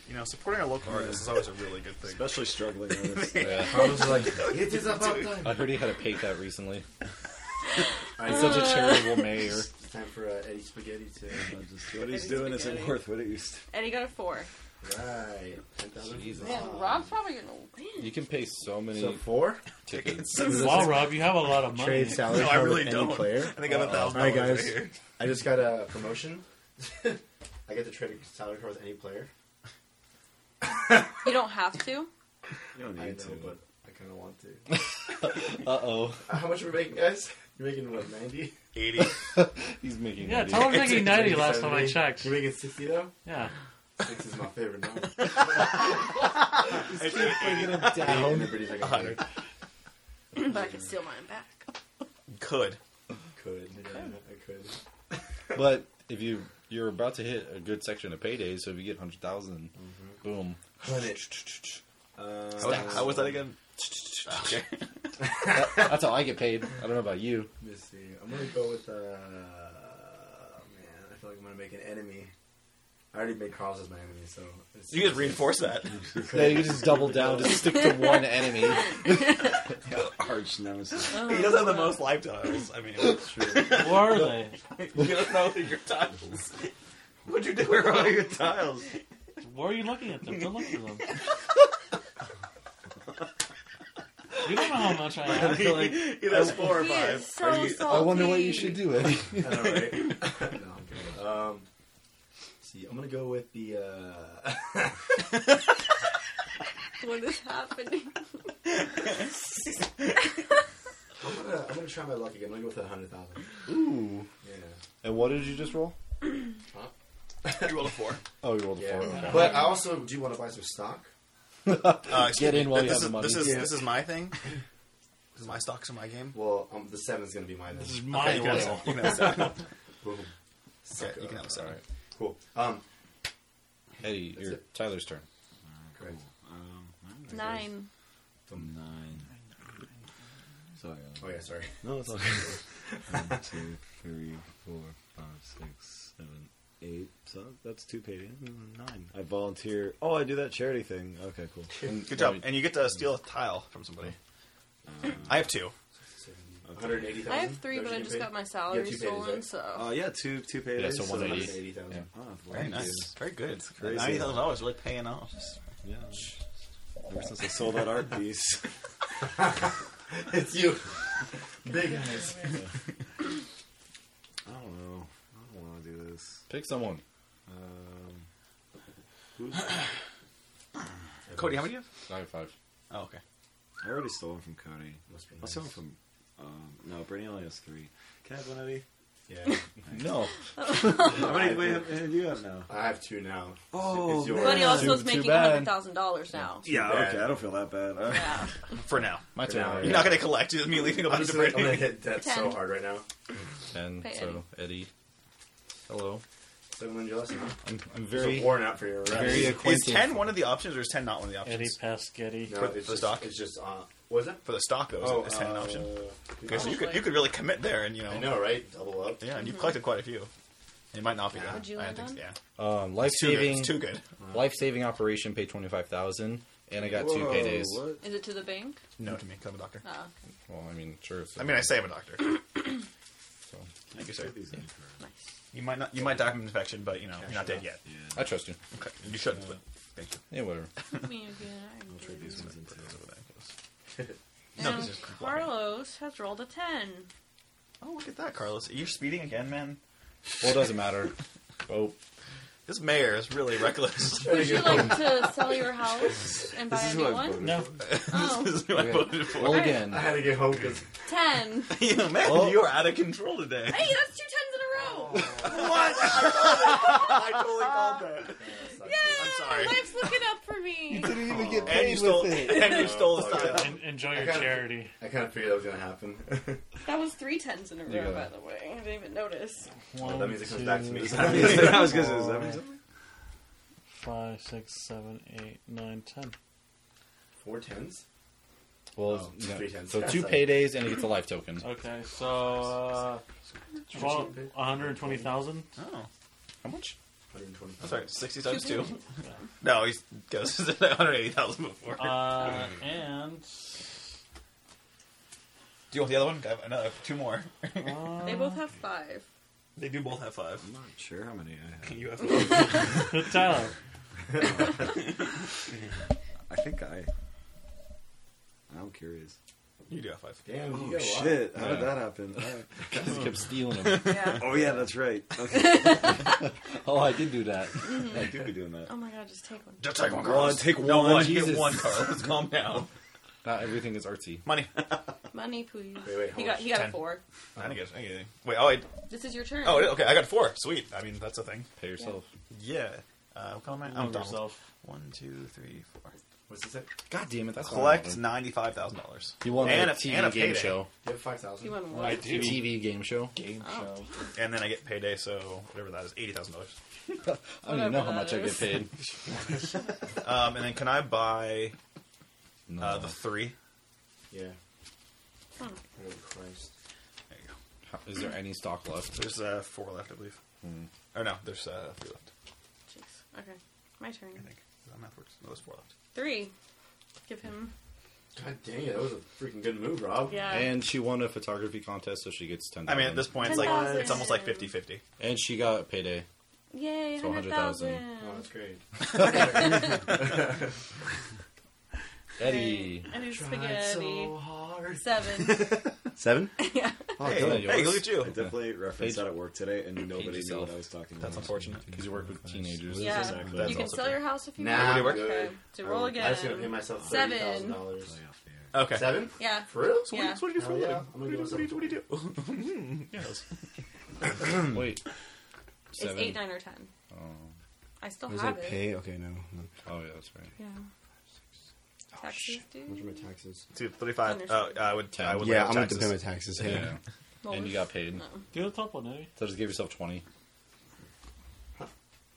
Speaker 5: You know, supporting a local artist is always a really good thing.
Speaker 3: Especially struggling with this.
Speaker 2: Yeah,
Speaker 1: Carlos is like, it is about time.
Speaker 2: I heard he had to pay that recently. He's such
Speaker 6: Uh.
Speaker 2: a charitable mayor.
Speaker 1: It's time for uh, Eddie Spaghetti to.
Speaker 3: what he's
Speaker 4: Eddie's
Speaker 3: doing isn't
Speaker 4: spaghetti.
Speaker 3: worth what it used. to
Speaker 4: Eddie got a four.
Speaker 1: Right. 10,000.
Speaker 2: Jesus.
Speaker 9: Man, Rob's probably gonna win.
Speaker 2: You can pay so many
Speaker 1: So four?
Speaker 2: tickets.
Speaker 6: Wow, Rob, you have a lot of money.
Speaker 1: Trade salary
Speaker 5: No, I
Speaker 1: card
Speaker 5: really
Speaker 1: with
Speaker 5: don't.
Speaker 1: any player.
Speaker 5: I think I'm a thousand
Speaker 1: All right,
Speaker 5: dollars
Speaker 1: guys.
Speaker 5: right here.
Speaker 1: Oh, I just got a promotion. I get to trade a salary card with any player.
Speaker 4: You don't have to.
Speaker 3: You don't
Speaker 1: I know,
Speaker 3: need to.
Speaker 1: but I kind of want to.
Speaker 2: Uh oh.
Speaker 1: Uh, How much are we making, guys? You're making what, 90?
Speaker 5: 80.
Speaker 2: He's making.
Speaker 6: Yeah,
Speaker 2: money.
Speaker 6: tell him making 90
Speaker 1: Maybe
Speaker 6: last time I
Speaker 1: 70.
Speaker 6: checked.
Speaker 1: You're making 60 though?
Speaker 6: Yeah.
Speaker 1: Six is my favorite number.
Speaker 5: It's 80.
Speaker 1: Everybody's like 100.
Speaker 4: but I can steal mine back.
Speaker 5: Could.
Speaker 1: Could. Yeah, I could.
Speaker 2: But if you you're about to hit a good section of paydays, so if you get hundred boom.
Speaker 3: Uh,
Speaker 5: How was, how was that again? okay.
Speaker 2: That's how I get paid. I don't know about you.
Speaker 1: Let me see. I'm gonna go with uh oh, man, I feel like I'm gonna make an enemy. I already made Carlos as my enemy, so it's,
Speaker 5: You guys reinforce that.
Speaker 2: Yeah, you just double down, just stick to one enemy.
Speaker 3: Arch nemesis.
Speaker 5: he does have the most lifetimes. I mean, you
Speaker 6: Where are they?
Speaker 5: don't know your tiles. What'd you do? Where are all your tiles?
Speaker 6: Why are you looking at them? Don't look at them. You don't know how much I have.
Speaker 5: He, he does four or
Speaker 4: He
Speaker 5: five.
Speaker 4: is so salty.
Speaker 2: I wonder what you should do. Eddie.
Speaker 1: All right. no, I'm kidding. Um, let's see, I'm gonna go with the. uh
Speaker 4: What is happening?
Speaker 1: I'm gonna I'm gonna try my luck again. I'm gonna go with a hundred thousand.
Speaker 2: Ooh.
Speaker 1: Yeah.
Speaker 2: And what did you just roll?
Speaker 5: You roll a four.
Speaker 2: Oh, you rolled a four.
Speaker 1: yeah. But I also do want to buy some stock.
Speaker 5: Uh, excuse
Speaker 2: Get in
Speaker 5: me,
Speaker 2: while you
Speaker 5: this
Speaker 2: have
Speaker 5: is,
Speaker 2: the money.
Speaker 5: This is,
Speaker 1: Yeah.
Speaker 5: this is my thing. This is my stocks in my game.
Speaker 1: Well, um, the seven's gonna be mine. Then.
Speaker 6: This is my
Speaker 5: you, can have,
Speaker 6: oil.
Speaker 5: a- you can have a seven. Okay,
Speaker 1: Boom.
Speaker 5: you can have a
Speaker 2: All
Speaker 5: seven.
Speaker 2: right,
Speaker 1: Cool. Um,
Speaker 2: Eddie, your Tyler's turn.
Speaker 1: correct.
Speaker 3: Um,
Speaker 4: Nine.
Speaker 3: nine. Sorry.
Speaker 1: Oh yeah, sorry.
Speaker 3: No, it's okay. One, two, three, four, five, six, seven, eight. So that's two paid in. Nine. I volunteer. Oh, I do that charity thing. Okay, cool.
Speaker 5: Good job. And you get to steal a tile from somebody. I have two.
Speaker 1: One hundred eighty thousand.
Speaker 4: I have three, but I just got my salary
Speaker 1: two pages,
Speaker 4: stolen,
Speaker 1: right?
Speaker 4: so.
Speaker 3: Oh yeah, two two paid
Speaker 2: Yeah,
Speaker 3: in,
Speaker 2: so
Speaker 1: One
Speaker 2: 180.
Speaker 1: hundred eighty thousand.
Speaker 2: Yeah.
Speaker 3: Oh,
Speaker 5: Very
Speaker 3: thank you.
Speaker 5: nice. Very good.
Speaker 3: crazy.
Speaker 5: Ninety thousand dollars really paying off.
Speaker 3: Yeah. Ever since I sold that art piece.
Speaker 1: It's you. Big eyes.
Speaker 3: I don't know. I don't want to do this.
Speaker 2: Pick someone.
Speaker 3: Um,
Speaker 5: Cody, how many do you
Speaker 2: I have five.
Speaker 5: have? Oh, okay.
Speaker 3: I already stole one from Cody.
Speaker 1: Must be
Speaker 3: I
Speaker 1: nice.
Speaker 3: stole one from. Um, no, Brittany only has three. Can I have one, Eddie?
Speaker 1: Yeah.
Speaker 2: No.
Speaker 3: How many do, we have, do you have now?
Speaker 1: I have two now.
Speaker 3: Oh,
Speaker 1: it's yours.
Speaker 4: But he also
Speaker 2: Too-
Speaker 4: is
Speaker 2: too
Speaker 4: making
Speaker 2: bad.
Speaker 4: hundred thousand dollars now.
Speaker 3: Yeah,
Speaker 1: bad.
Speaker 3: okay. I don't feel that bad. All right.
Speaker 4: Yeah.
Speaker 5: For now,
Speaker 2: My
Speaker 1: For
Speaker 2: turn.
Speaker 1: now,
Speaker 2: right?
Speaker 5: you're not gonna collect. You're immediately gonna go
Speaker 1: I'm
Speaker 5: back
Speaker 1: just
Speaker 5: to
Speaker 1: gonna, I'm gonna
Speaker 5: Brittany.
Speaker 1: hit death so
Speaker 4: Ten.
Speaker 1: hard right now.
Speaker 2: Ten.
Speaker 4: Pay
Speaker 2: so Eddie. Hello.
Speaker 1: So I'm gonna do less now.
Speaker 2: I'm, I'm
Speaker 1: Very
Speaker 2: very
Speaker 1: worn out for your
Speaker 2: very
Speaker 1: rest.
Speaker 5: Is
Speaker 2: acquainted.
Speaker 5: ten one of the options, or is ten not one of the
Speaker 6: Eddie
Speaker 5: options
Speaker 6: Paschetti.
Speaker 1: No,
Speaker 5: For
Speaker 1: it's
Speaker 5: the
Speaker 1: just,
Speaker 5: stock?
Speaker 1: it's just uh, what is it?
Speaker 5: for the stock? Though, is, it- is ten an option? Okay, so you could you could really commit there, and you know,
Speaker 1: Oh, uh, I know, right? Double up.
Speaker 5: yeah, and you've collected quite a few. It might not be that.
Speaker 4: Would you
Speaker 5: I
Speaker 4: land
Speaker 5: don't think,
Speaker 4: on?
Speaker 2: um,
Speaker 5: yeah, it's too good.
Speaker 2: life-saving
Speaker 5: It's too good.
Speaker 2: life-saving operation. Pay twenty five thousand, and I got two
Speaker 3: Whoa,
Speaker 2: paydays.
Speaker 3: What?
Speaker 4: Is it to the bank?
Speaker 5: No to me, 'cause I'm a doctor.
Speaker 4: Uh,
Speaker 2: Well, I mean, sure. it's-
Speaker 5: I mean, I say I'm a doctor.
Speaker 2: so.
Speaker 5: Thank you, sir.
Speaker 3: These incorrect.
Speaker 5: You might not you might die from an infection, but you know you're not dead yet.
Speaker 3: Yeah.
Speaker 2: I trust you.
Speaker 5: Okay, you shouldn't. But thank you.
Speaker 2: Yeah, whatever.
Speaker 4: me again. I'm
Speaker 3: Trade
Speaker 4: good.
Speaker 3: these ones into.
Speaker 5: No,
Speaker 4: And
Speaker 5: this is-
Speaker 4: Um, Carlos has rolled a ten.
Speaker 5: Oh, look at that, Carlos. You're speeding again, man.
Speaker 2: Well, it doesn't matter. Oh,
Speaker 5: This mayor is really reckless.
Speaker 4: Would you like to sell your house and buy
Speaker 3: This
Speaker 4: a
Speaker 3: is
Speaker 4: new
Speaker 3: what I
Speaker 4: one?
Speaker 3: voted.
Speaker 6: No.
Speaker 4: Oh,
Speaker 5: this is who I
Speaker 2: Yeah.
Speaker 5: voted for.
Speaker 2: well again.
Speaker 1: I had to get home because
Speaker 4: ten.
Speaker 5: you, man,
Speaker 2: Oh.
Speaker 5: you are out of control today.
Speaker 4: Hey, that's two tens in a row.
Speaker 5: I totally called that. I'm sorry.
Speaker 4: Life's looking up for me.
Speaker 2: didn't even get
Speaker 5: And you stole. And you stole the style.
Speaker 6: En- enjoy your
Speaker 1: kinda-
Speaker 6: charity.
Speaker 1: I kind of figured that was gonna happen.
Speaker 4: That was three tens in a row,
Speaker 2: got
Speaker 4: by
Speaker 2: it.
Speaker 4: the way. I didn't even notice.
Speaker 6: One,
Speaker 1: that means it comes back to me. I
Speaker 3: I was gonna say, does that mean something?
Speaker 6: Five, six, seven, eight, nine, ten.
Speaker 1: Four tens.
Speaker 2: Well,
Speaker 1: Oh,
Speaker 2: no.
Speaker 1: three tens.
Speaker 2: so two
Speaker 1: Sorry.
Speaker 2: paydays, and he gets a life token.
Speaker 6: Okay, so uh, twelve- 120,000.
Speaker 5: Oh,
Speaker 2: How much?
Speaker 1: 120.
Speaker 5: I'm sorry. Sixty times two. No, he goes to 180,000 before.
Speaker 6: Uh, and
Speaker 5: Do you want the other one? I have another two more.
Speaker 6: uh,
Speaker 4: They both have five.
Speaker 5: they do both have five.
Speaker 3: I'm not sure how many I have.
Speaker 5: You have five.
Speaker 6: Tyler.
Speaker 3: I think I. I'm curious.
Speaker 5: you do have five.
Speaker 1: Damn, you
Speaker 3: Oh,
Speaker 1: got a lot.
Speaker 3: shit! How did
Speaker 2: Yeah.
Speaker 3: that happen? Alright.
Speaker 2: Because kept stealing them.
Speaker 4: Yeah.
Speaker 3: oh yeah, that's right. Okay.
Speaker 2: oh, I did do that.
Speaker 3: I do be doing that.
Speaker 4: Oh my god, just take one.
Speaker 5: Just take one,
Speaker 3: One,
Speaker 5: Carlos.
Speaker 3: take one.
Speaker 5: No, one.
Speaker 2: Jesus.
Speaker 5: Get one, Carlos. Calm down.
Speaker 2: Not everything is artsy.
Speaker 5: Money.
Speaker 4: Money, please.
Speaker 1: Wait, wait, how
Speaker 4: he got,
Speaker 1: much?
Speaker 4: he got a
Speaker 5: Ten.
Speaker 4: four.
Speaker 5: I didn't get I didn't get anything. Wait, oh, I,
Speaker 4: This is your turn.
Speaker 5: oh, okay, I got four. Sweet. I mean, that's a thing.
Speaker 2: Pay yourself.
Speaker 5: Yeah. Uh, what color am I? I'm
Speaker 10: Number
Speaker 5: Donald.
Speaker 10: yourself.
Speaker 5: One, two, three, four.
Speaker 1: What's this? Say?
Speaker 2: God damn it! That's
Speaker 5: Um,
Speaker 2: what I
Speaker 10: Collect
Speaker 2: wanted.
Speaker 10: ninety-five thousand dollars.
Speaker 2: You want
Speaker 5: and
Speaker 2: a
Speaker 5: a-
Speaker 2: TV
Speaker 5: and a
Speaker 2: game
Speaker 5: payday.
Speaker 2: show?
Speaker 1: You have five thousand.
Speaker 4: He won one.
Speaker 5: I do.
Speaker 2: TV game show.
Speaker 1: Game show.
Speaker 5: And then I get payday, so whatever that is, eighty thousand dollars.
Speaker 2: I don't even know how
Speaker 4: Whatever
Speaker 2: much
Speaker 4: that
Speaker 2: I get
Speaker 4: is.
Speaker 2: paid.
Speaker 5: Um, and then can I buy
Speaker 2: No.
Speaker 5: uh, the three?
Speaker 1: Yeah.
Speaker 4: Huh.
Speaker 1: Oh Christ.
Speaker 5: There you go.
Speaker 2: is there any stock left?
Speaker 5: There's uh, four left, I believe. Or no, there's uh, three left.
Speaker 4: Jeez. Okay. My turn.
Speaker 5: I think Is that math works. No, there's four left.
Speaker 4: Three. Give him.
Speaker 1: God dang it! That was a freaking good move, Rob.
Speaker 4: Yeah.
Speaker 2: And she won a photography contest, so she gets ten.
Speaker 5: I mean, at this point, it's like
Speaker 4: 10,000.
Speaker 5: it's almost like 50-50.
Speaker 2: and she got a payday.
Speaker 4: Yay,
Speaker 2: So
Speaker 4: 100,000.
Speaker 1: Oh, that's great.
Speaker 2: Eddie,
Speaker 4: I need spaghetti.
Speaker 1: hard.
Speaker 4: Seven.
Speaker 11: Seven?
Speaker 4: yeah.
Speaker 3: Oh,
Speaker 5: Hey,
Speaker 2: good.
Speaker 5: hey, look at you.
Speaker 3: I definitely referenced that at work today, and nobody knew
Speaker 2: yourself.
Speaker 3: what I was talking
Speaker 5: That's
Speaker 3: about.
Speaker 5: unfortunate.
Speaker 2: because you work with teenagers.
Speaker 4: Yeah.
Speaker 3: Exactly.
Speaker 5: That's
Speaker 4: you can
Speaker 5: also
Speaker 4: sell
Speaker 5: fair.
Speaker 4: your house if you
Speaker 1: Nah,
Speaker 4: want.
Speaker 5: I'm Everybody
Speaker 1: good.
Speaker 4: Okay. To roll again.
Speaker 1: I'm just gonna pay myself
Speaker 4: Seven.
Speaker 1: thirty thousand dollars.
Speaker 3: Way off the air.
Speaker 5: Okay.
Speaker 1: Seven?
Speaker 4: Yeah.
Speaker 1: For real?
Speaker 5: So what, do you-
Speaker 4: Yeah.
Speaker 5: so Oh, what do you do for
Speaker 1: Hell
Speaker 5: a
Speaker 1: yeah.
Speaker 5: living?
Speaker 1: I'm gonna
Speaker 5: What do you do? What do you do? What do you do? yes.
Speaker 2: Wait,
Speaker 4: It's
Speaker 2: seven.
Speaker 4: eight, nine, or ten. I still
Speaker 11: Was
Speaker 4: have
Speaker 11: it
Speaker 4: it.
Speaker 11: pay? Okay, no. no.
Speaker 2: Oh yeah, that's right.
Speaker 4: Yeah. Taxes,
Speaker 1: What are
Speaker 4: dude.
Speaker 1: my taxes?
Speaker 5: Dude, thirty-five. Uh, I would. I would.
Speaker 11: yeah,
Speaker 5: lay off
Speaker 11: I'm going to
Speaker 5: taxes.
Speaker 11: pay my taxes. Yeah.
Speaker 2: Yeah. And you got paid.
Speaker 6: Do the top one, Eddie.
Speaker 2: So just give yourself twenty.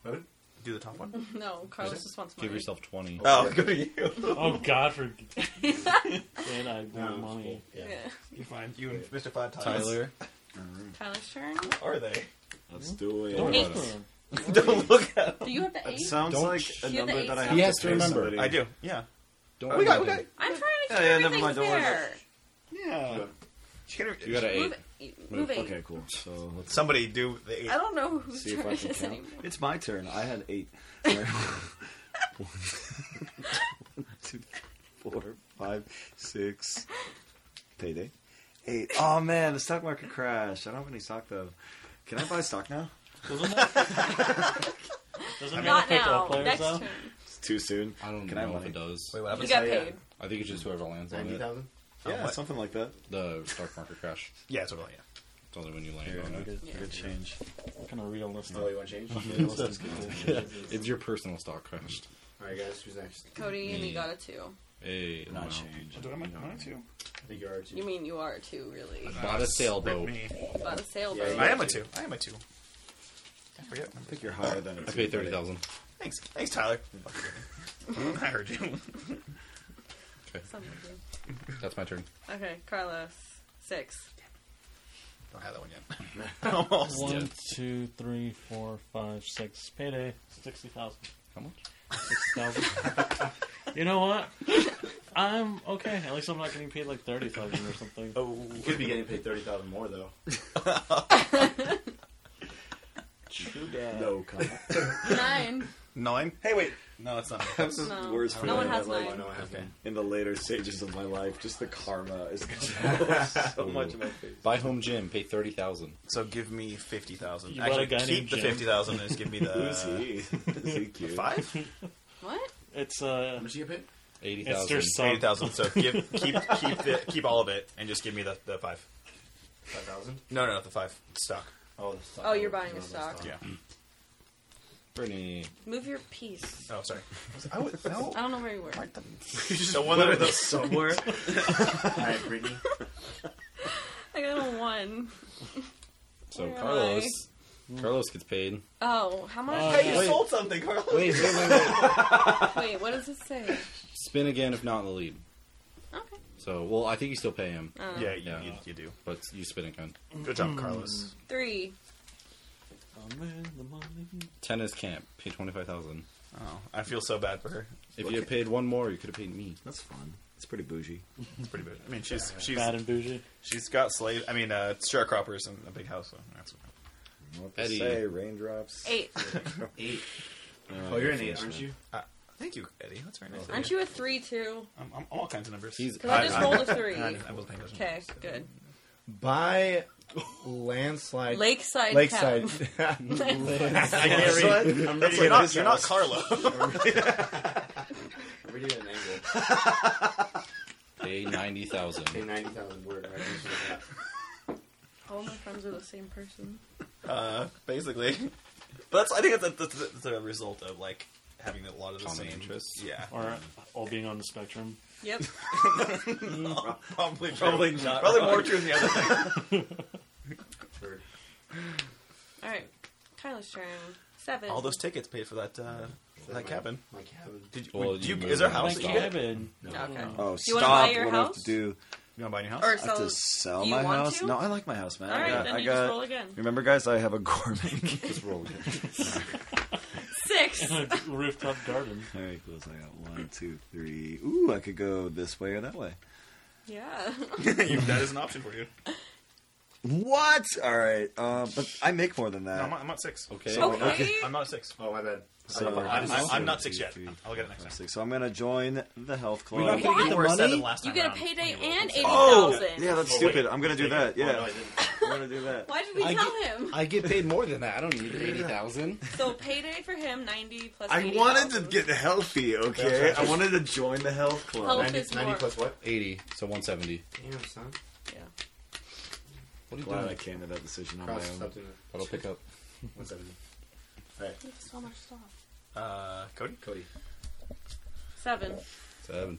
Speaker 1: Seven?
Speaker 5: Do the top one.
Speaker 4: No, Carlos just wants money.
Speaker 2: Give yourself twenty.
Speaker 5: Oh, go to you.
Speaker 6: Oh God, for and I want money.
Speaker 4: Yeah.
Speaker 5: you find you and Mr. Five Times.
Speaker 2: Tyler,
Speaker 4: Tyler's turn.
Speaker 5: Are they?
Speaker 3: Let's do it.
Speaker 2: Don't worry
Speaker 4: Eight.
Speaker 2: about it.
Speaker 5: Don't look at.
Speaker 4: Do you have the eight?
Speaker 3: Sounds
Speaker 2: Don't
Speaker 3: like
Speaker 2: sh-
Speaker 3: a
Speaker 4: You're the
Speaker 3: number
Speaker 4: eight
Speaker 3: that I
Speaker 4: song.
Speaker 3: have
Speaker 2: He has to
Speaker 3: pay
Speaker 2: remember.
Speaker 3: somebody.
Speaker 5: I do. Yeah.
Speaker 2: Don't
Speaker 5: we got.
Speaker 2: worry
Speaker 5: We got.
Speaker 2: about it.
Speaker 4: I'm trying to keep
Speaker 3: Yeah, yeah, never
Speaker 4: everything
Speaker 3: mind, don't worry about
Speaker 4: fair.
Speaker 5: Yeah. She can,
Speaker 2: You got an eight.
Speaker 4: Move, eight. move eight.
Speaker 3: Okay, cool. So let's
Speaker 5: Somebody do the eight.
Speaker 4: I don't know whose
Speaker 3: see if
Speaker 4: turn
Speaker 3: I
Speaker 4: it
Speaker 3: can
Speaker 4: is
Speaker 3: count.
Speaker 4: anymore.
Speaker 3: It's my turn. I had eight. One, two, four, five, six. Payday. Eight. Oh man, the stock market crashed. I don't have any stock though. Can I buy stock now?
Speaker 6: Doesn't it? Doesn't it
Speaker 4: Not
Speaker 6: affect
Speaker 4: now.
Speaker 6: all players
Speaker 4: Next
Speaker 6: though?
Speaker 4: turn.
Speaker 3: It's too soon.
Speaker 2: I don't
Speaker 3: Can I
Speaker 2: know if
Speaker 3: like-
Speaker 2: it does.
Speaker 5: Wait, what
Speaker 4: You
Speaker 5: happened?
Speaker 4: got
Speaker 1: Oh, yeah.
Speaker 4: paid.
Speaker 2: I think it's just whoever lands on
Speaker 1: Ninety
Speaker 2: it.
Speaker 1: thousand?
Speaker 3: Yeah, something like that.
Speaker 2: The stock market crash.
Speaker 5: Yeah, it's really. Yeah.
Speaker 2: It's only when you land
Speaker 3: Here,
Speaker 2: on it.
Speaker 3: good, good change.
Speaker 6: Kind of realistic.
Speaker 1: Oh, you want change?
Speaker 2: It's your personal stock crashed.
Speaker 1: Alright, guys, who's next?
Speaker 4: Cody, and
Speaker 2: Me.
Speaker 4: you got a two.
Speaker 2: Hey,
Speaker 3: Not
Speaker 2: wow.
Speaker 3: change.
Speaker 10: Do I make mine too?
Speaker 1: I think you are too.
Speaker 4: You mean you are a two, really?
Speaker 2: Bought a sailboat.
Speaker 10: Me.
Speaker 4: About a
Speaker 1: Yeah,
Speaker 4: sailboat.
Speaker 1: you
Speaker 5: I am a two. I am a two. I forget.
Speaker 3: I think you're higher than
Speaker 2: I paid thirty thousand.
Speaker 5: Thanks. Thanks, Tyler. I heard you.
Speaker 4: Something like that.
Speaker 2: That's my turn.
Speaker 4: Okay, Carlos. Six.
Speaker 5: Don't have that one yet. Almost.
Speaker 6: One, two, three, four, five, six. Payday. Sixty thousand.
Speaker 2: How much?
Speaker 6: thousand. you know what? I'm okay. At least I'm not getting paid like thirty thousand or something.
Speaker 5: Oh.
Speaker 1: You could be getting paid thirty thousand more though. Oh,
Speaker 3: No comment.
Speaker 4: Nine.
Speaker 5: Nine. Hey, wait. No, it's not.
Speaker 3: That's the
Speaker 4: No.
Speaker 3: worst
Speaker 4: No one
Speaker 3: feeling
Speaker 4: has
Speaker 3: that, like,
Speaker 4: nine.
Speaker 1: No, I have
Speaker 5: Okay.
Speaker 3: in the later stages of my life, just the karma is gonna so much in my face.
Speaker 2: Buy home gym. Pay thirty thousand.
Speaker 5: So give me fifty thousand.
Speaker 6: You bought
Speaker 5: Actually,
Speaker 6: a guy
Speaker 5: keep
Speaker 6: named
Speaker 5: the
Speaker 6: Jim.
Speaker 5: fifty thousand and just give me the
Speaker 2: Uh,
Speaker 3: Who's he? Is he cute?
Speaker 5: five
Speaker 4: What?
Speaker 6: It's uh,
Speaker 1: How much you get paid?
Speaker 2: Eighty
Speaker 6: it's your
Speaker 2: thousand.
Speaker 6: son.
Speaker 5: eighty thousand. So give, keep keep the, keep all of it and just give me the, the five.
Speaker 1: Five thousand?
Speaker 5: No, no, the five stock.
Speaker 1: Oh, the stock.
Speaker 4: Oh, you're buying a
Speaker 1: the
Speaker 4: stock.
Speaker 5: Yeah.
Speaker 2: Brittany.
Speaker 4: Move your piece.
Speaker 5: Oh, sorry. I would no.
Speaker 4: I don't know where you were.
Speaker 5: the one that was
Speaker 3: Somewhere.
Speaker 1: Alright, Brittany.
Speaker 4: I got a one.
Speaker 2: So
Speaker 4: Where am
Speaker 2: Carlos. Carlos gets paid.
Speaker 4: Oh, how much?
Speaker 6: Oh, yeah.
Speaker 5: you sold something, Carlos.
Speaker 2: Wait, wait, wait, wait.
Speaker 4: Wait, what does it say?
Speaker 2: Spin again if not in the lead.
Speaker 4: Okay. Um,
Speaker 2: So well, I think you still pay him,
Speaker 5: Yeah, you,
Speaker 2: Yeah.
Speaker 5: You, you do.
Speaker 2: but you spin again.
Speaker 5: Good job, Carlos.
Speaker 4: Three.
Speaker 6: I'm in the money.
Speaker 2: Tennis camp. Pay twenty five thousand.
Speaker 5: Oh, I feel so bad for her.
Speaker 2: If you had paid one more, you could have paid me.
Speaker 3: That's fun. It's pretty bougie.
Speaker 5: It's pretty bad. I mean, she's she's
Speaker 6: Bad and bougie.
Speaker 5: she's got slave. I mean, uh, sharecroppers in a big house. So that's
Speaker 3: What to
Speaker 2: Eddie.
Speaker 3: say? Raindrops.
Speaker 4: Eight.
Speaker 1: Eight.
Speaker 3: Uh,
Speaker 1: Oh, you're an
Speaker 3: that's
Speaker 1: eight, aren't
Speaker 3: nice.
Speaker 1: you?
Speaker 5: Thank you, Eddie. That's very nice.
Speaker 4: Aren't you a three two?
Speaker 5: I'm, I'm all kinds of numbers.
Speaker 2: He's-
Speaker 4: Because I just rolled a three.
Speaker 5: I, I wasn't paying attention.
Speaker 4: Okay, good.
Speaker 1: By landslide.
Speaker 4: Lakeside.
Speaker 1: Lakeside.
Speaker 4: Town.
Speaker 1: I can't read. I'm reading
Speaker 5: You're
Speaker 1: it
Speaker 5: not, you're not Carlo.
Speaker 1: I'm reading it at an angle.
Speaker 2: Day ninety thousand.
Speaker 1: Okay, 90,000 word. Right?
Speaker 4: All my friends are the same person.
Speaker 5: uh, basically, but that's, I think that's, that's, that's a result of like having a lot of the
Speaker 2: Common
Speaker 5: same
Speaker 2: interests.
Speaker 5: Yeah,
Speaker 6: Or all being on the spectrum.
Speaker 4: Yep.
Speaker 5: probably probably not. Probably more true than the other thing.
Speaker 4: All right. Kyla's turn. Seven.
Speaker 5: All those tickets paid for that uh, for that cabin.
Speaker 1: My cabin.
Speaker 5: Did you,
Speaker 2: Well,
Speaker 5: would- do you,
Speaker 2: you
Speaker 5: is there a
Speaker 2: moved
Speaker 5: house
Speaker 2: on the
Speaker 5: that you
Speaker 2: side.
Speaker 5: get?
Speaker 6: Kevin.
Speaker 4: Okay.
Speaker 3: Oh,
Speaker 4: You
Speaker 3: stop!
Speaker 4: wanna buy your
Speaker 3: what do I have
Speaker 4: house?
Speaker 3: to do?
Speaker 5: You want to buy a new house?
Speaker 4: Or
Speaker 3: I have
Speaker 4: so.
Speaker 3: to sell
Speaker 4: you
Speaker 3: my
Speaker 4: want
Speaker 3: house?
Speaker 4: to?
Speaker 3: No, I like my house, man.
Speaker 4: All
Speaker 3: I
Speaker 4: right,
Speaker 3: got,
Speaker 4: then
Speaker 3: I
Speaker 4: you
Speaker 3: got-
Speaker 4: just roll again.
Speaker 3: Remember, guys, I have a gourmet.
Speaker 2: Just roll again.
Speaker 4: Six.
Speaker 6: Rooftop garden.
Speaker 3: All right, cool. So I got one, two, three. Ooh, I could go this way or that way.
Speaker 4: yeah.
Speaker 5: You- that is an option for you.
Speaker 3: What? All right, uh, but I make more than
Speaker 5: No,
Speaker 3: that.
Speaker 5: I'm, not- I'm not six.
Speaker 2: Okay.
Speaker 4: Okay.
Speaker 5: I'm not six.
Speaker 1: Oh, my bad.
Speaker 3: so
Speaker 5: I'm, I'm, I'm not
Speaker 3: Two,
Speaker 5: six yet.
Speaker 3: three,
Speaker 5: I'll get it next time.
Speaker 3: six. So I'm gonna join the health club.
Speaker 2: We're not gonna
Speaker 4: What?
Speaker 2: get the
Speaker 5: You were
Speaker 2: money.
Speaker 5: seven last
Speaker 4: You
Speaker 5: time
Speaker 4: get a
Speaker 5: around.
Speaker 4: payday
Speaker 5: When you rolled
Speaker 4: and
Speaker 5: six.
Speaker 4: eighty
Speaker 3: Oh,
Speaker 4: thousand.
Speaker 3: yeah, that's
Speaker 1: Oh, wait.
Speaker 3: stupid. I'm gonna do
Speaker 1: Oh,
Speaker 3: that. Yeah,
Speaker 1: no, I didn't.
Speaker 3: I'm gonna do that.
Speaker 4: Why did we
Speaker 2: I
Speaker 4: tell
Speaker 2: get-
Speaker 4: him?
Speaker 2: I get paid more than that. I don't need eighty thousand.
Speaker 4: So payday for him ninety plus.
Speaker 3: I
Speaker 4: 80,000.
Speaker 3: wanted to get healthy, okay?
Speaker 1: That's
Speaker 3: I wanted to join the health club.
Speaker 4: Health.
Speaker 1: 90,
Speaker 4: is
Speaker 1: 90
Speaker 4: more.
Speaker 1: plus what?
Speaker 2: Eighty, so one seventy.
Speaker 1: Damn, son.
Speaker 2: What are you
Speaker 3: Glad I
Speaker 2: doing?
Speaker 3: came to that decision on my
Speaker 1: Cross
Speaker 3: own.
Speaker 1: something.
Speaker 2: That'll pick up.
Speaker 1: 170.
Speaker 4: You have so much stuff.
Speaker 5: Uh, Cody?
Speaker 1: Cody.
Speaker 4: Seven.
Speaker 2: Seven.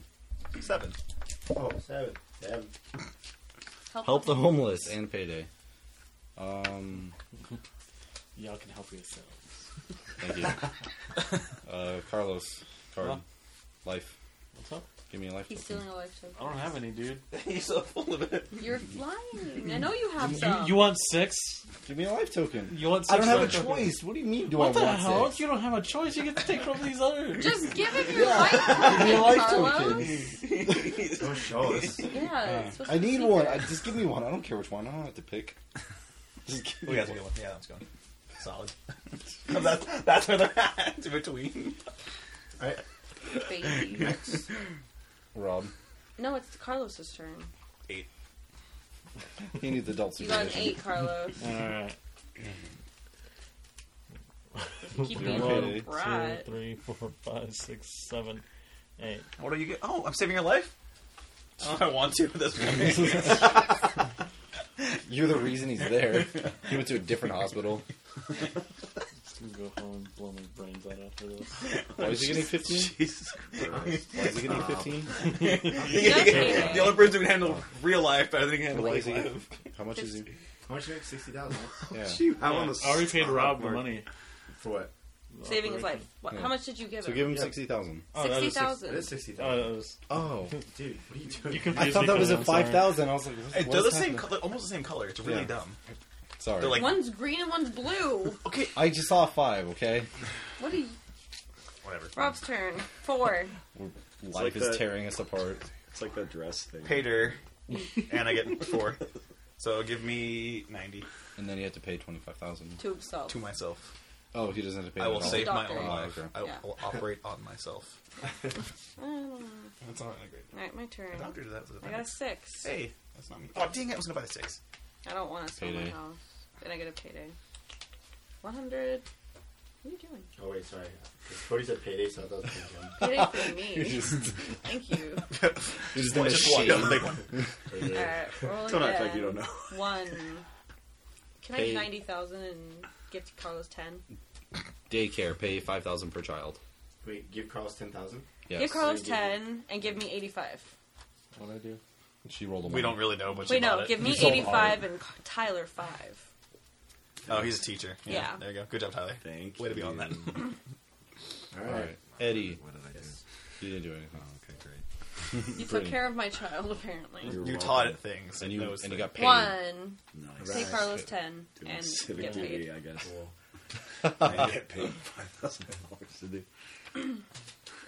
Speaker 5: Seven.
Speaker 1: Oh, seven. Seven.
Speaker 2: Help the homeless and payday. Um,
Speaker 6: Y'all can help yourselves.
Speaker 2: thank you. uh, Carlos, card,
Speaker 6: Huh?
Speaker 2: life.
Speaker 6: What's up?
Speaker 2: Give me a life.
Speaker 4: He's
Speaker 2: token.
Speaker 4: stealing a life token.
Speaker 6: I don't have any, dude.
Speaker 4: You're lying. I know you have
Speaker 6: You,
Speaker 4: some.
Speaker 6: you want six?
Speaker 2: Give me a life token.
Speaker 6: You want six?
Speaker 2: I don't have a
Speaker 6: life tokens?
Speaker 2: choice. What do you mean? Do
Speaker 6: What
Speaker 2: I
Speaker 6: the
Speaker 2: want
Speaker 6: hell?
Speaker 2: six?
Speaker 6: You don't have a choice. You get to take from these others.
Speaker 4: Just give him your life
Speaker 2: life
Speaker 4: token, Carlos.
Speaker 2: token.
Speaker 1: Don't show us.
Speaker 4: Yeah. it's supposed
Speaker 2: I
Speaker 4: to be
Speaker 2: need
Speaker 4: secret.
Speaker 2: one. I, just give me one. I don't care which one. I don't have to pick. Just give
Speaker 5: Oh,
Speaker 2: me
Speaker 5: yeah, that's a good one. Yeah, that's good. Solid. that's, that's where they're at. Between.
Speaker 1: Alright.
Speaker 4: Baby.
Speaker 2: Rob.
Speaker 4: No, it's Carlos's turn.
Speaker 5: Eight.
Speaker 2: He needs adult
Speaker 4: You got an
Speaker 2: supervision.
Speaker 4: eight, Carlos.
Speaker 6: All right.
Speaker 4: You keep being a
Speaker 2: One,
Speaker 4: little
Speaker 2: two,
Speaker 4: brat.
Speaker 6: Two, three, four, five, six, seven, eight.
Speaker 5: What do you get? Oh, I'm saving your life? I don't know if I want to at this point.
Speaker 2: You're the reason he's there. He went to a different hospital.
Speaker 6: Just gonna go home and blow my brains out after this.
Speaker 2: Why is he getting 15?
Speaker 3: Jesus Christ.
Speaker 2: Why is he getting 15?
Speaker 4: You got payday.
Speaker 5: the only person who can handle real life better than he can handle
Speaker 2: Why
Speaker 5: fake
Speaker 2: is he?
Speaker 5: life.
Speaker 2: How much is he?
Speaker 1: How much you make? 60,000. huh?
Speaker 2: Yeah.
Speaker 3: Gee, I
Speaker 6: Yeah,
Speaker 3: wanna
Speaker 6: I already paid
Speaker 3: stop
Speaker 6: Rob the
Speaker 3: work.
Speaker 6: money.
Speaker 1: For what?
Speaker 4: Saving his life. What,
Speaker 2: Yeah.
Speaker 4: How much did you give
Speaker 2: So
Speaker 4: him?
Speaker 2: give him
Speaker 1: Yeah.
Speaker 2: sixty thousand.
Speaker 6: Oh, that
Speaker 4: Sixty
Speaker 6: is six-
Speaker 1: It is
Speaker 4: thousand.
Speaker 1: 60,000.
Speaker 6: Oh, that was.
Speaker 2: Oh,
Speaker 1: Dude, what are you doing?
Speaker 6: You
Speaker 2: I
Speaker 6: confused
Speaker 2: thought
Speaker 6: me,
Speaker 2: that was
Speaker 6: Kevin,
Speaker 2: at
Speaker 6: I'm sorry.
Speaker 2: five thousand. I was like,
Speaker 5: Hey,
Speaker 2: what
Speaker 5: they're the
Speaker 2: is
Speaker 5: same
Speaker 2: happening?
Speaker 5: color, almost the same color. It's really
Speaker 2: Yeah.
Speaker 5: dumb.
Speaker 2: Sorry,
Speaker 5: they're like-
Speaker 4: One's green and one's blue.
Speaker 5: Okay,
Speaker 2: I just saw five. Okay,
Speaker 4: What are you?
Speaker 5: whatever.
Speaker 4: Rob's turn. Four.
Speaker 2: life
Speaker 3: like
Speaker 2: is
Speaker 3: that-
Speaker 2: tearing us apart.
Speaker 3: It's like that dress thing.
Speaker 5: Paid her, and I get four. So give me 90
Speaker 2: And then you have to pay twenty five thousand.
Speaker 4: To himself.
Speaker 5: to myself.
Speaker 2: Oh, he doesn't have to pay.
Speaker 5: I
Speaker 2: that
Speaker 5: will
Speaker 2: at all.
Speaker 5: save my
Speaker 4: Doctor.
Speaker 5: own life.
Speaker 2: Okay.
Speaker 5: I will,
Speaker 4: Yeah.
Speaker 5: I will operate on myself.
Speaker 4: Oh. All
Speaker 5: That's not a great.
Speaker 4: right, my turn.
Speaker 5: Doctor did that. to the
Speaker 4: I got a six.
Speaker 5: Hey, that's not me. Oh, dang it! I was gonna buy the six.
Speaker 4: I don't want to sell my
Speaker 2: Payday.
Speaker 4: house. And I get a payday. One hundred. What are you doing?
Speaker 1: Oh, wait, sorry. 'Cause Cody said payday, so I thought it was payday.
Speaker 4: Payday for
Speaker 2: You
Speaker 4: me.
Speaker 2: just,
Speaker 4: Thank you.
Speaker 2: you just
Speaker 5: Well,
Speaker 2: in a
Speaker 5: just one.
Speaker 2: shade.
Speaker 5: No, the big one.
Speaker 4: All
Speaker 1: Payday.
Speaker 4: right, roll
Speaker 3: Don't
Speaker 4: again.
Speaker 3: act like you don't know.
Speaker 4: One. Can I do
Speaker 2: Pay-
Speaker 4: ninety thousand and give to Carlos ten?
Speaker 2: Daycare pay five thousand per child.
Speaker 1: Wait, give Carlos 10,000?
Speaker 2: Yes.
Speaker 4: Give Carlos
Speaker 1: So you give
Speaker 4: ten and give me eighty-five.
Speaker 6: What I do?
Speaker 2: She rolled a one.
Speaker 5: We don't really know, but she
Speaker 4: Wait, no,
Speaker 5: bought it.
Speaker 4: give me
Speaker 2: You sold
Speaker 4: eighty-five and Ca- Tyler five.
Speaker 5: Oh, he's a teacher. Yeah,
Speaker 4: Yeah.
Speaker 5: There you go. Good job, Tyler.
Speaker 3: Thank
Speaker 5: Way to be on
Speaker 3: you.
Speaker 5: that.
Speaker 2: All right, Eddie,
Speaker 3: What did I do?
Speaker 2: you didn't do anything,
Speaker 3: Oh, okay, great.
Speaker 4: You took
Speaker 2: Brilliant.
Speaker 4: care of my child apparently.
Speaker 3: You're
Speaker 5: You
Speaker 3: welcome.
Speaker 5: taught it things,
Speaker 2: and you
Speaker 5: those
Speaker 2: and you
Speaker 5: things.
Speaker 2: got paid.
Speaker 4: One.
Speaker 3: Nice.
Speaker 4: Pay Carlos ten
Speaker 3: Doing
Speaker 4: and
Speaker 3: civic
Speaker 4: get
Speaker 3: duty,
Speaker 4: paid.
Speaker 3: I guess.
Speaker 1: Cool.
Speaker 3: I get paid $5,000 to do.
Speaker 4: All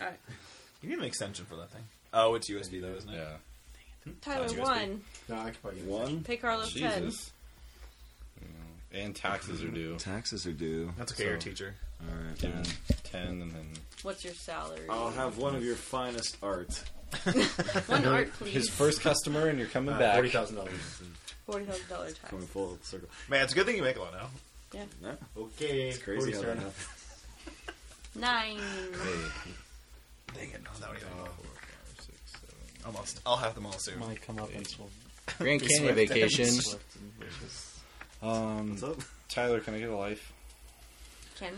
Speaker 4: right.
Speaker 5: You need an extension for that thing. Oh, it's USB though, isn't it?
Speaker 2: Yeah.
Speaker 4: Tyler
Speaker 2: USB.
Speaker 4: won.
Speaker 1: No, I could probably get
Speaker 3: One.
Speaker 4: Pay Carlos ten.
Speaker 2: Jesus. Yeah. And taxes are due.
Speaker 3: Taxes are due.
Speaker 5: That's okay.
Speaker 2: So-
Speaker 5: You're a teacher.
Speaker 3: All right.
Speaker 2: Give
Speaker 3: man.
Speaker 2: him ten, and then
Speaker 4: What's your salary?
Speaker 2: Oh.
Speaker 3: I'll have one of your finest art.
Speaker 4: One art, please.
Speaker 2: his first customer, and you're coming
Speaker 1: Uh,
Speaker 2: back.
Speaker 1: Forty thousand dollars.
Speaker 4: forty thousand dollar tax.
Speaker 3: Going full circle.
Speaker 5: Man, it's a good thing you make a lot now.
Speaker 4: Yeah,
Speaker 3: Yeah,
Speaker 1: Okay,
Speaker 3: it's crazy how that happened.
Speaker 4: nine.
Speaker 5: Dang it! No, that would Almost. I'll have them all soon.
Speaker 6: Might come up and she'll
Speaker 2: Grand Canyon vacation.
Speaker 6: swift and vicious.
Speaker 2: Um,
Speaker 3: What's up?
Speaker 2: Tyler, can I get a life?
Speaker 4: Ken,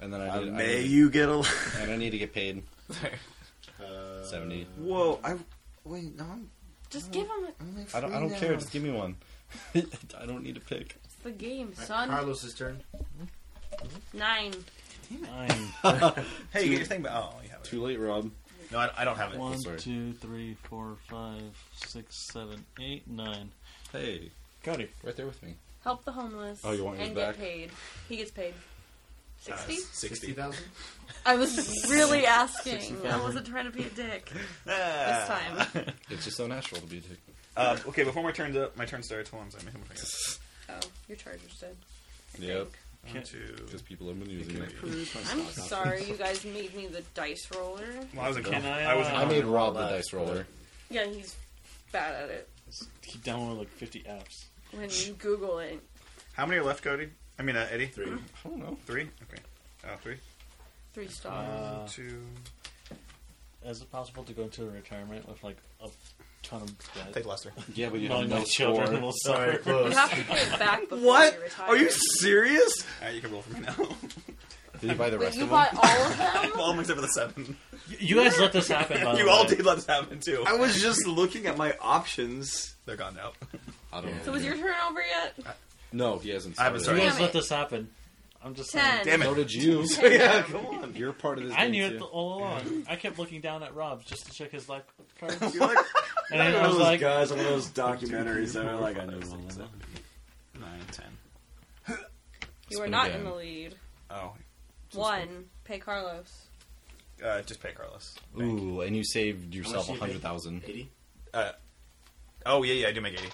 Speaker 2: And then I need, I
Speaker 3: may
Speaker 2: need-
Speaker 3: you get a.
Speaker 2: and I need to get paid
Speaker 1: Uh,
Speaker 2: seventy.
Speaker 3: Whoa! I wait. No, I'm.
Speaker 4: just give him a-
Speaker 3: I'm like
Speaker 2: I don't. I
Speaker 3: free
Speaker 2: don't care.
Speaker 3: now.
Speaker 2: Just give me one. I don't need to pick.
Speaker 4: it's the game,
Speaker 1: Alright,
Speaker 4: son.
Speaker 1: Carlos's turn.
Speaker 4: Nine.
Speaker 6: Nine,
Speaker 5: Hey, you get your thing back. Oh, you have it.
Speaker 2: Too late, Rob.
Speaker 5: No, I, I don't have it.
Speaker 6: one,
Speaker 2: Sorry.
Speaker 6: two, three, four, five, six, seven, eight, nine.
Speaker 2: Hey,
Speaker 6: Cody.
Speaker 2: right there with me.
Speaker 4: Help the homeless.
Speaker 2: Oh, you want yours
Speaker 4: and
Speaker 2: back?
Speaker 4: get paid. He gets paid.
Speaker 5: Uh,
Speaker 4: Sixty.
Speaker 1: Sixty
Speaker 5: Sixty.
Speaker 1: thousand.
Speaker 4: I was really asking. I wasn't trying to be a dick this time.
Speaker 2: It's just so natural to be. a dick.
Speaker 5: Uh, okay, before my turn's up, my turn starts. Hold on, a second. One
Speaker 4: Oh, your charger's dead.
Speaker 2: Yep,
Speaker 5: two.
Speaker 2: because people have been using it.
Speaker 4: I'm sorry, you guys made me the dice roller.
Speaker 5: Well, I was in
Speaker 6: Can
Speaker 5: comp.
Speaker 6: I,
Speaker 5: I was in
Speaker 6: uh,
Speaker 2: I made Rob the
Speaker 1: Rob, uh,
Speaker 2: dice roller.
Speaker 4: Yeah, he's bad at it.
Speaker 6: He downloaded like 50 apps.
Speaker 4: When you Google it,
Speaker 5: How many are left, Cody? I mean, uh, Eddie? Three.
Speaker 2: I don't know.
Speaker 5: Three? Okay. Oh, three?
Speaker 4: three stars.
Speaker 6: Uh,
Speaker 5: Two.
Speaker 6: is it possible to go into retirement with like a ton of
Speaker 5: Take
Speaker 6: debt?
Speaker 5: Lester.
Speaker 2: Yeah, but you have
Speaker 6: Knowing
Speaker 2: no
Speaker 6: my children
Speaker 2: score.
Speaker 6: will suffer.
Speaker 2: Uh,
Speaker 4: you have to pay it back before
Speaker 5: What?
Speaker 4: you retire.
Speaker 5: Are you serious? Alright, you can roll for me now.
Speaker 2: Did you buy the
Speaker 9: Wait,
Speaker 2: rest
Speaker 9: you
Speaker 2: of them?
Speaker 9: bought all of them?
Speaker 5: all except for the seven.
Speaker 6: You guys let this happen. By the
Speaker 5: You
Speaker 6: way.
Speaker 5: all did let this happen, too.
Speaker 3: I was just looking at my options.
Speaker 5: They're gone now.
Speaker 2: I don't know.
Speaker 4: So was your turn over yet?
Speaker 2: Uh, No, he hasn't.
Speaker 5: I haven't
Speaker 6: You
Speaker 2: started.
Speaker 6: guys
Speaker 4: Damn
Speaker 6: let
Speaker 4: it.
Speaker 6: this happen. I'm just
Speaker 4: Ten.
Speaker 6: saying.
Speaker 5: Damn
Speaker 2: So
Speaker 5: it.
Speaker 2: did you?
Speaker 3: yeah, come on.
Speaker 2: You're part of this.
Speaker 6: I
Speaker 2: game,
Speaker 6: knew
Speaker 2: too.
Speaker 6: it all along. I kept looking down at Rob's just to check his life cards.
Speaker 3: You're like
Speaker 6: And
Speaker 3: one
Speaker 6: I
Speaker 3: of
Speaker 6: was
Speaker 3: those
Speaker 6: like,
Speaker 3: guys on one of those documentaries that are like, I know all of that.
Speaker 5: Nine, ten.
Speaker 4: You were
Speaker 2: Spin
Speaker 4: not
Speaker 2: again.
Speaker 4: in the lead.
Speaker 5: Oh.
Speaker 4: One. Pay Carlos.
Speaker 5: Uh, just pay Carlos.
Speaker 2: Ooh, and you saved yourself
Speaker 1: How much
Speaker 2: a
Speaker 1: did you
Speaker 2: hundred
Speaker 1: pay?
Speaker 2: thousand.
Speaker 1: Eighty.
Speaker 5: Uh, oh, yeah, yeah, I do make 80.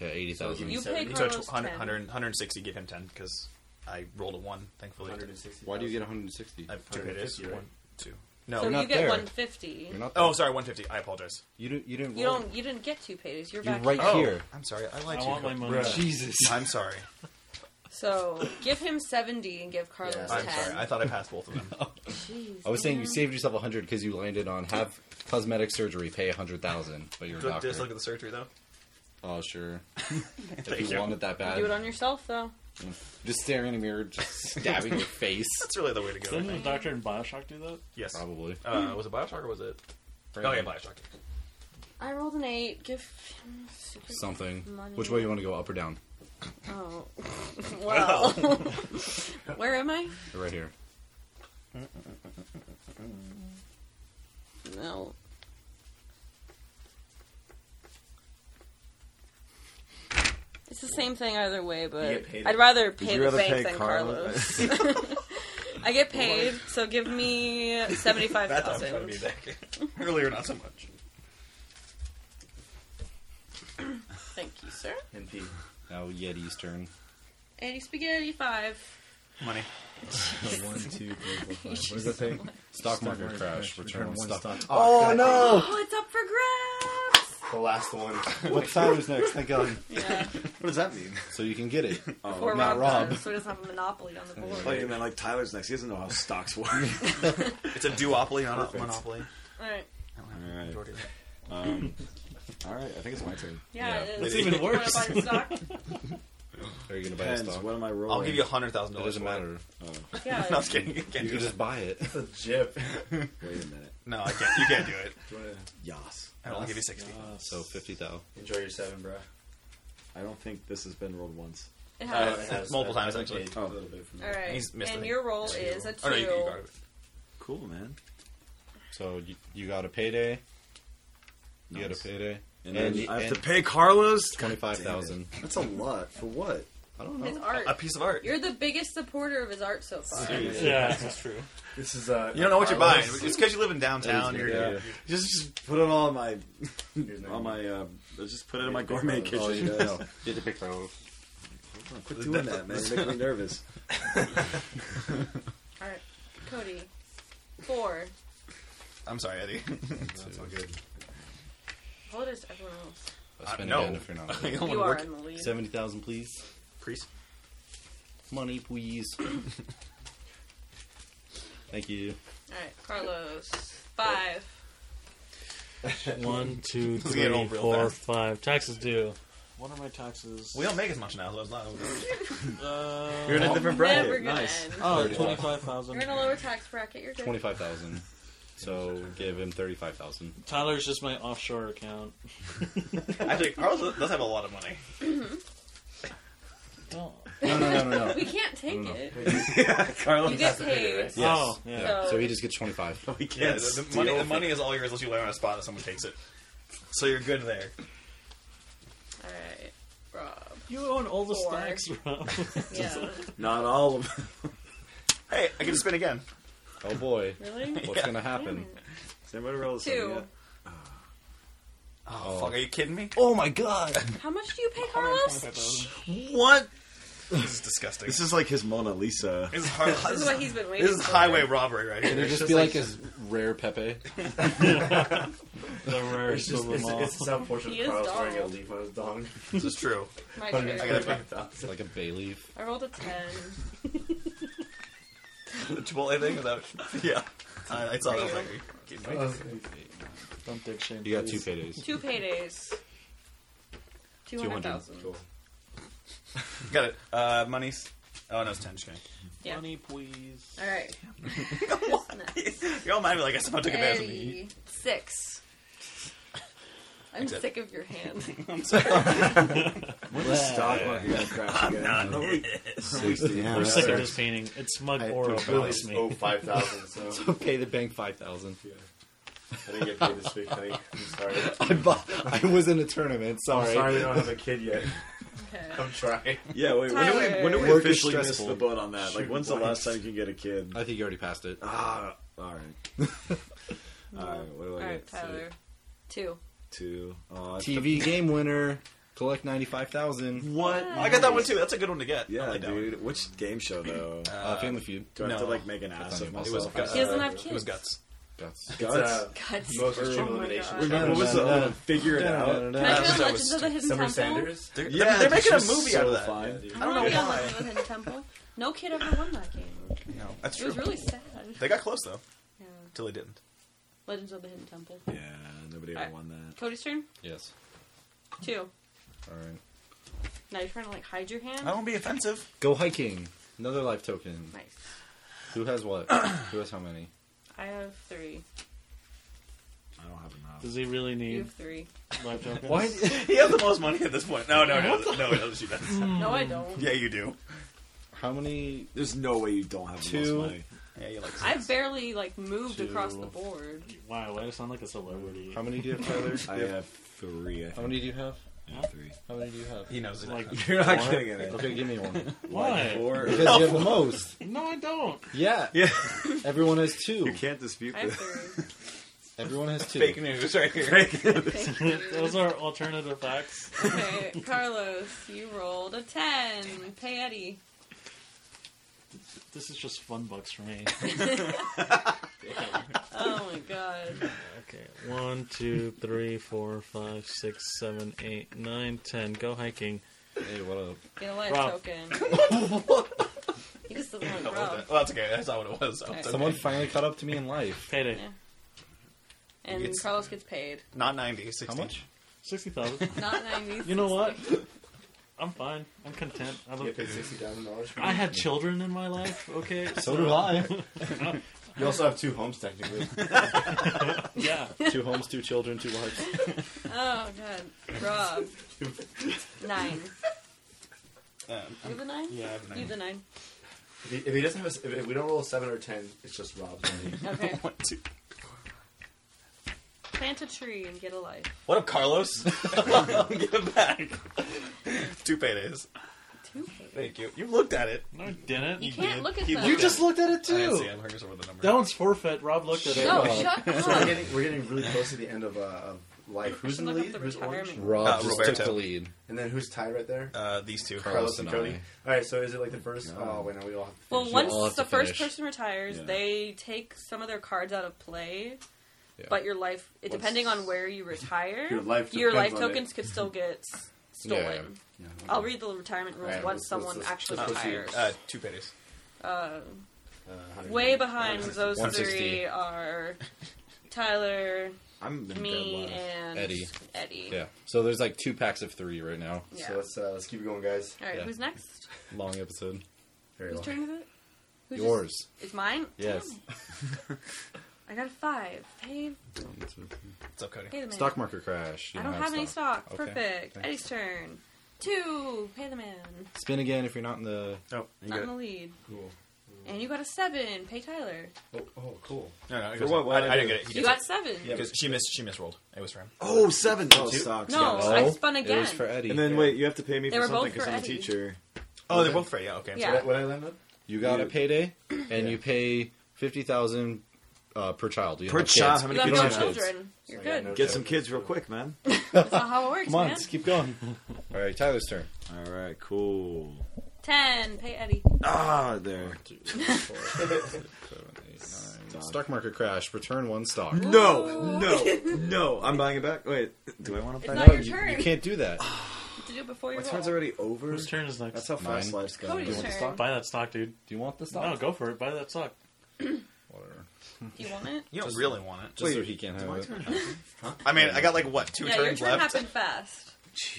Speaker 2: Yeah, eighty thousand.
Speaker 4: You
Speaker 1: Seventy.
Speaker 4: pay
Speaker 5: So
Speaker 4: Carlos
Speaker 5: it's 100,
Speaker 4: 10.
Speaker 5: 100, 160, give him 10, because I rolled a 1, thankfully.
Speaker 1: Hundred and sixty.
Speaker 2: Why do you get one hundred and sixty?
Speaker 5: I took it as
Speaker 1: 150, right?
Speaker 5: 1, 2. No.
Speaker 4: So you
Speaker 2: not
Speaker 4: get
Speaker 2: there.
Speaker 4: 150.
Speaker 2: You're not.
Speaker 5: oh, sorry, 150. I apologize. Oh,
Speaker 2: you didn't. You didn't.
Speaker 4: You
Speaker 2: roll.
Speaker 4: don't. You didn't get two pays. You're
Speaker 2: You're
Speaker 4: back.
Speaker 2: right
Speaker 4: here.
Speaker 2: here.
Speaker 5: I'm sorry. I lied
Speaker 6: I
Speaker 5: to
Speaker 6: want
Speaker 5: you.
Speaker 6: my
Speaker 5: Cody.
Speaker 6: money. back.
Speaker 2: Jesus.
Speaker 5: I'm sorry.
Speaker 4: So give him seventy and give Carlos
Speaker 1: Yeah.
Speaker 5: I'm
Speaker 4: ten.
Speaker 5: sorry. I thought I passed both of them.
Speaker 2: Oh,
Speaker 4: Jeez,
Speaker 2: I was saying you
Speaker 4: man.
Speaker 2: saved yourself a hundred because you landed on have cosmetic surgery, pay a hundred thousand, but you're a
Speaker 5: Look-
Speaker 2: doctor.
Speaker 5: Just look at the surgery, though.
Speaker 2: oh sure. if you,
Speaker 5: Thank you.
Speaker 2: want it that
Speaker 4: Do it
Speaker 2: bad,
Speaker 4: on yourself though.
Speaker 2: just staring in a mirror, just stabbing your face.
Speaker 5: That's really the way to go. I
Speaker 6: Didn't the
Speaker 5: think.
Speaker 6: doctor in Bioshock do that?
Speaker 5: Yes.
Speaker 2: Probably.
Speaker 5: Uh, was it Bioshock or was it? Oh yeah, Bioshock.
Speaker 4: I rolled an eight. Give him super
Speaker 2: Something.
Speaker 4: Money.
Speaker 2: Which way you want to go, up or down?
Speaker 4: Oh. well. Where am I?
Speaker 2: Right here.
Speaker 4: No. It's the same thing either way, but
Speaker 1: get paid.
Speaker 4: I'd rather pay
Speaker 3: you
Speaker 4: the
Speaker 3: rather
Speaker 4: bank
Speaker 3: pay
Speaker 4: than
Speaker 3: Carlos?
Speaker 4: Carlos. I get paid, so give me seventy-five
Speaker 5: That time trying to
Speaker 4: thousand.
Speaker 5: be back. Earlier, not so much.
Speaker 4: Thank you, sir.
Speaker 1: And P.
Speaker 2: Now Yeti's turn.
Speaker 4: Any spaghetti five.
Speaker 5: Money.
Speaker 1: One, two, three, four, five. What does that say?
Speaker 2: Stock market crash. Return on stock.
Speaker 1: Oh,
Speaker 2: no!
Speaker 4: Oh, it's up for grabs.
Speaker 1: The last one.
Speaker 2: What's Tyler's next? Thank God.
Speaker 4: Yeah,
Speaker 3: What does that mean?
Speaker 2: So you can get it.
Speaker 4: poor
Speaker 2: Oh, not
Speaker 4: Rob,
Speaker 2: Rob.
Speaker 4: does, so he doesn't have a monopoly on the board.
Speaker 3: Like, man, like Tyler's next. He doesn't know how stocks work. All
Speaker 5: It's a duopoly, not
Speaker 3: Perfect.
Speaker 5: a monopoly.
Speaker 4: All right.
Speaker 3: right.
Speaker 5: Jordan.
Speaker 3: Um, all right. I think it's my turn.
Speaker 4: Yeah,
Speaker 2: Yeah.
Speaker 4: it
Speaker 6: That's
Speaker 4: is.
Speaker 6: even
Speaker 4: Wanna
Speaker 6: worse.
Speaker 4: buy the stock?
Speaker 2: Are you gonna buy a
Speaker 3: Depends.
Speaker 2: stock?
Speaker 3: What am I rolling?
Speaker 5: I'll give you a hundred thousand
Speaker 2: It
Speaker 5: dollars.
Speaker 2: doesn't matter.
Speaker 4: Yeah.
Speaker 5: No, I was kidding. You can't
Speaker 2: You can
Speaker 5: do that.
Speaker 2: just buy it.
Speaker 1: The jip.
Speaker 3: Wait a minute.
Speaker 5: No, I can't. You can't do it.
Speaker 3: Yas.
Speaker 5: I will give you sixty.
Speaker 2: So fifty thousand.
Speaker 1: Enjoy your seven, bro.
Speaker 3: I don't think this has been rolled once.
Speaker 4: It
Speaker 5: Uh,
Speaker 4: has.
Speaker 5: it's multiple times,
Speaker 1: I
Speaker 5: actually.
Speaker 1: paid
Speaker 3: Oh.
Speaker 1: A little bit from
Speaker 4: All right.
Speaker 5: He's missed, I
Speaker 4: and
Speaker 5: think,
Speaker 4: your roll is a two.
Speaker 5: Oh no, you, you got it.
Speaker 3: Cool, man.
Speaker 2: So you, you got a payday. You got
Speaker 3: Nice.
Speaker 2: a payday. And
Speaker 3: And, then
Speaker 2: you-
Speaker 3: I have
Speaker 2: and-
Speaker 3: to pay Carlos.
Speaker 2: Twenty-five thousand.
Speaker 3: That's a lot for what?
Speaker 2: I don't know.
Speaker 4: His art.
Speaker 5: A piece of art.
Speaker 4: You're the biggest supporter of his art so far.
Speaker 5: Seriously.
Speaker 6: Yeah.
Speaker 7: This is true.
Speaker 1: This is uh.
Speaker 5: You don't know what you're buying.
Speaker 1: Carlos.
Speaker 5: It's because you live in downtown.
Speaker 2: That is
Speaker 5: You're,
Speaker 2: good,
Speaker 5: you're-
Speaker 3: Just, just put it all in my,
Speaker 1: Here's
Speaker 3: on
Speaker 1: my-
Speaker 3: my, uh, just put it in my gourmet kitchen.
Speaker 2: Oh, yeah, no. Get the pick
Speaker 3: Quit doing that, man. You're making me nervous.
Speaker 4: All right, Cody. Four.
Speaker 5: I'm sorry, Eddie.
Speaker 1: That's all good.
Speaker 4: How old is everyone else?
Speaker 5: I
Speaker 2: Spend
Speaker 5: know.
Speaker 2: it if you're not.
Speaker 5: You don't
Speaker 4: you
Speaker 5: wanna
Speaker 4: are
Speaker 5: work-
Speaker 4: in the lead.
Speaker 2: Seventy thousand, please.
Speaker 5: Priest.
Speaker 2: Money, please. Thank you.
Speaker 4: All right, Carlos. Five.
Speaker 6: One, two,
Speaker 5: get
Speaker 6: three,
Speaker 5: old real
Speaker 6: four,
Speaker 5: fast.
Speaker 6: five. Taxes due.
Speaker 8: What are my taxes?
Speaker 5: We don't make as much now, so it's not.
Speaker 8: Uh,
Speaker 3: You're in a different bracket.
Speaker 4: Never gonna
Speaker 3: nice.
Speaker 4: end.
Speaker 8: oh,
Speaker 2: Yeah.
Speaker 8: 25,000.
Speaker 4: You're in a lower tax bracket. You're good.
Speaker 2: Twenty-five thousand. So give him thirty-five thousand.
Speaker 6: Tyler's just my offshore account.
Speaker 5: Actually, Carlos does have a lot of money.
Speaker 6: Oh,
Speaker 2: No, no, no, no, no.
Speaker 4: We can't take it.
Speaker 3: Carlos
Speaker 4: You get paid.
Speaker 2: Yes.
Speaker 6: Oh, yeah.
Speaker 2: So Oh, he just gets twenty-five.
Speaker 3: We
Speaker 5: Yeah,
Speaker 3: can't
Speaker 5: the, the
Speaker 3: steal
Speaker 5: money, the
Speaker 3: from-
Speaker 5: money is all yours unless you lay on a spot that someone takes it. So you're good there.
Speaker 4: All right, Rob.
Speaker 6: You own all the
Speaker 4: Four.
Speaker 6: stacks, Rob.
Speaker 4: Yeah.
Speaker 3: Not all of them.
Speaker 5: Hey, I can spin again.
Speaker 2: Oh boy,
Speaker 4: Really?
Speaker 2: what's gonna happen?
Speaker 3: Somebody roll this
Speaker 4: Two.
Speaker 3: one,
Speaker 5: Oh, fuck, are you kidding me?
Speaker 2: Oh my god!
Speaker 4: How much do you pay, Carlos?
Speaker 5: What? This is disgusting.
Speaker 3: This is like his Mona Lisa.
Speaker 5: This is hard.
Speaker 4: This is what he's been waiting
Speaker 5: This is
Speaker 4: for.
Speaker 5: highway robbery right here.
Speaker 2: Can it
Speaker 5: It's
Speaker 2: just be like his rare Pepe?
Speaker 6: the
Speaker 1: It's
Speaker 6: rarest
Speaker 1: just
Speaker 6: of them
Speaker 1: it's,
Speaker 6: all.
Speaker 1: it's just how
Speaker 4: He
Speaker 1: fortunate
Speaker 4: is
Speaker 1: Carlos wearing a
Speaker 4: Donald.
Speaker 1: leaf on his dong.
Speaker 5: This is true.
Speaker 4: My
Speaker 1: Hundred
Speaker 4: turn.
Speaker 1: and
Speaker 5: gotta-
Speaker 1: twenty-five thousand.
Speaker 2: Like a bay leaf.
Speaker 4: I rolled a ten.
Speaker 5: The Chipotle thing is that. Yeah, I, I saw that. I was like, are you kidding me?
Speaker 6: Don't dig shame.
Speaker 2: You got two
Speaker 6: please.
Speaker 2: paydays.
Speaker 4: Two paydays. Two hundred thousand.
Speaker 1: Cool.
Speaker 5: Got it. Uh, money's. Oh no, it's ten. Just kidding.
Speaker 4: Yeah.
Speaker 6: Money, please.
Speaker 4: All right. Next.
Speaker 5: You're all mad at me like I someone took advantage of me.
Speaker 4: Eddie. Six. I'm
Speaker 5: Except-
Speaker 4: sick of your hand.
Speaker 3: What the stock market gonna crash again?
Speaker 8: Yeah,
Speaker 6: We're
Speaker 8: that's
Speaker 6: sick of
Speaker 8: right.
Speaker 6: this painting. It's smug
Speaker 8: I-
Speaker 6: aura bugs
Speaker 1: Really,
Speaker 6: me.
Speaker 1: oh, 5,000, so
Speaker 2: So pay the bank five thousand.
Speaker 1: I didn't get paid this week, honey. I'm sorry.
Speaker 2: I bought, I was in a tournament. Sorry.
Speaker 1: I'm sorry I don't have a kid yet.
Speaker 4: Okay.
Speaker 1: I'm trying.
Speaker 3: Yeah, wait. When do we, when do we
Speaker 2: Work is
Speaker 3: officially miss
Speaker 2: stressful.
Speaker 3: the boat on that? Like,
Speaker 1: Shoot
Speaker 3: when's the
Speaker 1: blanks.
Speaker 3: last time you can get a kid?
Speaker 2: I think you already passed it.
Speaker 3: Ah, all right. all right. What do I
Speaker 4: All right,
Speaker 3: get?
Speaker 4: Tyler. Two.
Speaker 3: Two. Oh, I-
Speaker 2: TV game winner. Collect ninety five thousand.
Speaker 3: What?
Speaker 5: I got that one too. That's a good one to get. I
Speaker 3: Yeah,
Speaker 5: like that one.
Speaker 3: dude. Which game show though?
Speaker 2: Uh, Family Feud.
Speaker 3: Do I have to
Speaker 5: no.
Speaker 3: like make an ass
Speaker 2: on
Speaker 3: of
Speaker 2: your
Speaker 5: It was
Speaker 3: myself?
Speaker 5: guts.
Speaker 4: He doesn't have
Speaker 5: It was
Speaker 4: kids.
Speaker 5: guts.
Speaker 2: Guts.
Speaker 1: It's, uh,
Speaker 4: Guts.
Speaker 1: most extreme
Speaker 4: Oh my
Speaker 1: elimination.
Speaker 4: God.
Speaker 1: show.
Speaker 3: What was the other one? Figure it out.
Speaker 4: Can I do
Speaker 5: That
Speaker 4: a
Speaker 5: was-
Speaker 4: Legends of the Hidden
Speaker 1: Summer
Speaker 4: Temple?
Speaker 1: Sanders?
Speaker 5: They're,
Speaker 3: Yeah,
Speaker 5: they're making a
Speaker 3: just
Speaker 5: movie
Speaker 3: so
Speaker 5: out of that.
Speaker 3: fine.
Speaker 4: I don't know why. Legends of the Hidden Temple. No kid ever won that game.
Speaker 5: No, that's
Speaker 4: It
Speaker 5: true.
Speaker 4: was really sad.
Speaker 5: They got close though,
Speaker 4: Yeah.
Speaker 5: till they didn't.
Speaker 4: Legends of the Hidden Temple.
Speaker 3: Yeah, nobody ever won that.
Speaker 4: Cody's turn.
Speaker 2: Yes.
Speaker 4: Two.
Speaker 2: All right.
Speaker 4: Now you're trying to like hide your hand.
Speaker 5: I won't be offensive.
Speaker 2: Go hiking. Another life token.
Speaker 4: Nice.
Speaker 2: Who has what? Who has how many?
Speaker 4: I have three.
Speaker 3: I don't have enough.
Speaker 6: Does he really
Speaker 4: You
Speaker 6: need
Speaker 4: have three.
Speaker 6: life tokens?
Speaker 2: Why?
Speaker 5: He has the most money at this point. No, no, no, no, no, she doesn't.
Speaker 4: No, I don't.
Speaker 5: Yeah, you do.
Speaker 2: How many?
Speaker 3: There's no way you don't have the most
Speaker 2: Two.
Speaker 3: money.
Speaker 5: Yeah, you like.
Speaker 4: I barely like moved across
Speaker 2: Two.
Speaker 4: the board.
Speaker 6: Wow, why do I sound like a celebrity?
Speaker 2: How many do you have, Tyler?
Speaker 3: I have three. I
Speaker 2: How
Speaker 3: think.
Speaker 2: many do you have?
Speaker 3: I have three.
Speaker 2: How many do you have?
Speaker 5: He knows it.
Speaker 6: Like,
Speaker 3: You're not
Speaker 6: Four.
Speaker 3: getting it.
Speaker 2: Okay, give me one.
Speaker 6: why?
Speaker 3: Four.
Speaker 2: Because you have the most.
Speaker 6: No, I don't.
Speaker 2: Yeah.
Speaker 3: Yeah.
Speaker 2: Everyone has two.
Speaker 3: You can't dispute
Speaker 4: I have
Speaker 3: this.
Speaker 4: three.
Speaker 2: Everyone has two.
Speaker 5: fake news right here.
Speaker 4: Thank you.
Speaker 6: Those are alternative facts.
Speaker 4: Okay, Carlos, you rolled a ten. Pay Eddie.
Speaker 6: This is just fun bucks for me.
Speaker 4: Oh my god.
Speaker 6: Okay, one, two, three, four, five, six, seven, eight, nine, ten. Go hiking.
Speaker 2: Hey, what up?
Speaker 4: Get a life
Speaker 6: Rob.
Speaker 4: token. he just doesn't want Rob.
Speaker 5: Well, that's okay. That's not what it was.
Speaker 4: Alright.
Speaker 5: It's
Speaker 2: Someone finally caught up to me in life.
Speaker 6: Payday.
Speaker 4: Yeah. And
Speaker 5: It's-
Speaker 4: Carlos gets paid.
Speaker 5: Not 90, 60.
Speaker 2: How much?
Speaker 6: Sixty thousand.
Speaker 4: Not ninety.
Speaker 6: You know what? I'm fine. I'm content. I,
Speaker 1: You
Speaker 6: look,
Speaker 1: get paid $60,000 for
Speaker 6: I had children in my life. Okay.
Speaker 2: So do I.
Speaker 1: You also have two homes, technically.
Speaker 6: Yeah.
Speaker 2: two homes, two children, two wives.
Speaker 4: Oh god. Rob. Nine.
Speaker 5: Um,
Speaker 4: You the nine?
Speaker 5: yeah, I have
Speaker 4: You
Speaker 5: 90.
Speaker 4: the nine.
Speaker 1: If he, if he doesn't have a, s- if, if we don't roll a 7 or 10, it's just Rob's money.
Speaker 4: Okay.
Speaker 5: One, two.
Speaker 4: Plant a tree and get a life.
Speaker 5: What up, Carlos? Give it back. Two paydays.
Speaker 4: Two pages.
Speaker 5: Thank you. You looked at it.
Speaker 6: No, I didn't.
Speaker 9: You can't look at
Speaker 5: He
Speaker 9: them.
Speaker 5: looked
Speaker 6: You just looked at it
Speaker 5: I didn't see
Speaker 6: too.
Speaker 5: it. I'm hungry over the number.
Speaker 6: That one's forfeit. Rob looked at it.
Speaker 9: No,
Speaker 6: Uh,
Speaker 9: shut
Speaker 1: So we're
Speaker 9: up.
Speaker 1: getting we're getting really close to the end of uh, of life. Who's in the
Speaker 4: Look up
Speaker 1: lead?
Speaker 4: the
Speaker 1: Who's orange?
Speaker 4: retirement.
Speaker 2: Rob
Speaker 5: Uh,
Speaker 2: just
Speaker 5: Roberto.
Speaker 2: took the lead.
Speaker 1: And then who's tied right there?
Speaker 5: Uh, these two.
Speaker 2: Carl.
Speaker 1: Carlos
Speaker 2: Carlos
Speaker 1: and
Speaker 2: and
Speaker 1: Cody. All right. So is it like the first?
Speaker 2: No.
Speaker 1: Oh wait, no, we all. Have to
Speaker 4: Well,
Speaker 1: finish.
Speaker 4: once
Speaker 2: all have
Speaker 4: the
Speaker 2: to
Speaker 4: first
Speaker 2: finish.
Speaker 4: person retires,
Speaker 3: Yeah.
Speaker 4: they take some of their cards out of play.
Speaker 2: Yeah.
Speaker 4: But your life, it,
Speaker 3: Once-
Speaker 4: depending on where you retire,
Speaker 3: Your life
Speaker 4: your life
Speaker 3: depends on
Speaker 4: tokens could still get s- stolen.
Speaker 2: Yeah.
Speaker 4: I'll read the retirement rules
Speaker 1: Alright,
Speaker 4: once
Speaker 1: let's-
Speaker 4: someone
Speaker 1: let's- let's
Speaker 4: actually
Speaker 1: proceed.
Speaker 4: retires.
Speaker 5: Uh, two pennies.
Speaker 4: Uh,
Speaker 1: Uh, 100.
Speaker 4: way behind those
Speaker 2: 160.
Speaker 4: three are Tyler,
Speaker 3: I'm gonna
Speaker 4: me,
Speaker 3: grab one.
Speaker 4: and
Speaker 2: Eddie.
Speaker 4: Eddie.
Speaker 2: Yeah. So there's like two packs of three right now.
Speaker 4: Yeah.
Speaker 1: So let's uh, let's keep it going, guys.
Speaker 4: All right,
Speaker 2: Yeah.
Speaker 4: who's next?
Speaker 2: Long episode.
Speaker 1: Very
Speaker 4: Whose
Speaker 1: long.
Speaker 4: turn is it? Who's
Speaker 2: Yours.
Speaker 4: Is mine?
Speaker 2: Yes.
Speaker 4: Damn it. I got a five. Hey,
Speaker 5: What's up, Cody?
Speaker 4: pay the man.
Speaker 2: Stock market crash. You
Speaker 4: I don't have, any stock.
Speaker 2: Okay,
Speaker 4: Perfect.
Speaker 2: thanks.
Speaker 4: Eddie's turn. Two. Pay the man.
Speaker 2: Spin again if you're not in the.
Speaker 5: Oh, you
Speaker 4: Not
Speaker 5: got
Speaker 4: in
Speaker 5: it.
Speaker 4: the lead.
Speaker 1: Cool.
Speaker 4: And you got a seven. Pay Tyler.
Speaker 1: Oh, oh, cool.
Speaker 5: No, no. it
Speaker 3: For
Speaker 5: goes-
Speaker 3: what- what
Speaker 5: I,
Speaker 3: I
Speaker 5: I didn't
Speaker 3: do?
Speaker 5: get it. He
Speaker 4: You
Speaker 5: gets
Speaker 4: got seven.
Speaker 5: it. Because she missed. She misrolled. It was for him.
Speaker 3: Oh, seven. Oh,
Speaker 5: Two.
Speaker 3: stocks.
Speaker 4: No,
Speaker 3: got it.
Speaker 4: I spun again.
Speaker 2: It was for Eddie.
Speaker 3: And then wait, you have to pay me
Speaker 4: They
Speaker 3: for
Speaker 4: were
Speaker 3: something
Speaker 4: both for
Speaker 3: because I'm a
Speaker 4: Eddie.
Speaker 3: teacher.
Speaker 5: Oh, they're both for Yeah. Okay. I'm
Speaker 4: Yeah.
Speaker 5: sorry.
Speaker 1: What, what I land up?
Speaker 2: you got a
Speaker 3: you-
Speaker 2: payday, and you pay fifty thousand uh, per child. You
Speaker 3: Per
Speaker 2: have
Speaker 3: child, how
Speaker 2: Kids.
Speaker 3: many
Speaker 4: You have
Speaker 2: kids
Speaker 4: no
Speaker 2: do you have?
Speaker 4: children. You're
Speaker 1: I got
Speaker 4: good.
Speaker 1: no
Speaker 3: Get some kids real quick, man.
Speaker 4: That's not how it works,
Speaker 2: Come on,
Speaker 4: man.
Speaker 2: just keep going. All right, Tyler's turn.
Speaker 3: All right, cool.
Speaker 4: Ten. Pay Eddie.
Speaker 3: Ah, there.
Speaker 2: Seven, eight, nine. Stock market crash. Return one stock.
Speaker 3: No, no, no. I'm buying it back. Wait, do I want to
Speaker 4: It's
Speaker 3: buy
Speaker 4: not
Speaker 3: it?
Speaker 4: your
Speaker 2: you,
Speaker 4: turn.
Speaker 2: you can't do that.
Speaker 4: You have to do it before your
Speaker 3: My
Speaker 4: roll.
Speaker 3: turn's already over.
Speaker 6: Whose turn is next?
Speaker 3: That's how fast
Speaker 2: Mine.
Speaker 3: life's going.
Speaker 4: Cody's
Speaker 3: You want-
Speaker 4: turn.
Speaker 6: Buy that stock, dude.
Speaker 2: Do you want the
Speaker 6: No,
Speaker 2: stock?
Speaker 6: go for it. Buy that stock.
Speaker 2: Whatever.
Speaker 4: Do you want it?
Speaker 5: You don't really want it.
Speaker 2: Just so he can't have it.
Speaker 5: I mean, I got like what two
Speaker 4: yeah, your
Speaker 5: turns
Speaker 4: turn
Speaker 5: left.
Speaker 4: happened fast.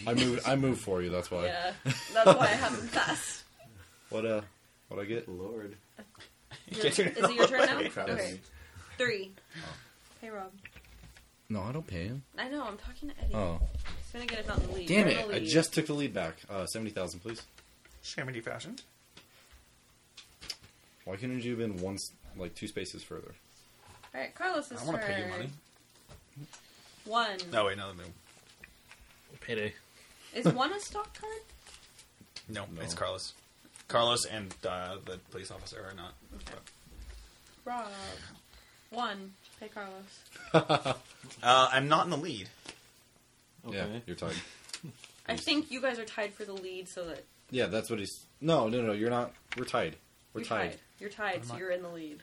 Speaker 2: I move. I move for you. That's why.
Speaker 4: Yeah, that's why it happened fast.
Speaker 2: What uh? What I get?
Speaker 3: Lord.
Speaker 4: Your- is it your turn now?
Speaker 1: Crap.
Speaker 4: Okay, three. Hey Rob,
Speaker 2: No, I don't pay him.
Speaker 4: I know I'm talking to Eddie.
Speaker 2: Oh,
Speaker 4: He's gonna get us out in the lead.
Speaker 2: damn
Speaker 4: You're in
Speaker 2: it!
Speaker 4: the
Speaker 2: I
Speaker 4: lead.
Speaker 2: just took the lead back. Uh, seventy thousand, please.
Speaker 5: Shamity fashion.
Speaker 2: Why couldn't you have been one, s- like two spaces further?
Speaker 4: All right, Carlos is
Speaker 5: I want to pay you money.
Speaker 4: One.
Speaker 5: No, wait, no, no,
Speaker 6: Payday.
Speaker 4: Is one a stock card?
Speaker 5: no, It's Carlos. Carlos and uh, the police officer are not.
Speaker 4: Rob. One. Pay Carlos.
Speaker 5: Uh, I'm not in the lead.
Speaker 2: Yeah,
Speaker 6: Okay.
Speaker 2: you're tied.
Speaker 4: I think you guys are tied for the lead, so that
Speaker 2: Yeah, that's what he's. No, no, no. You're not. We're tied. We're
Speaker 4: you're
Speaker 2: tied.
Speaker 4: You're tied, Oh. so you're in the lead.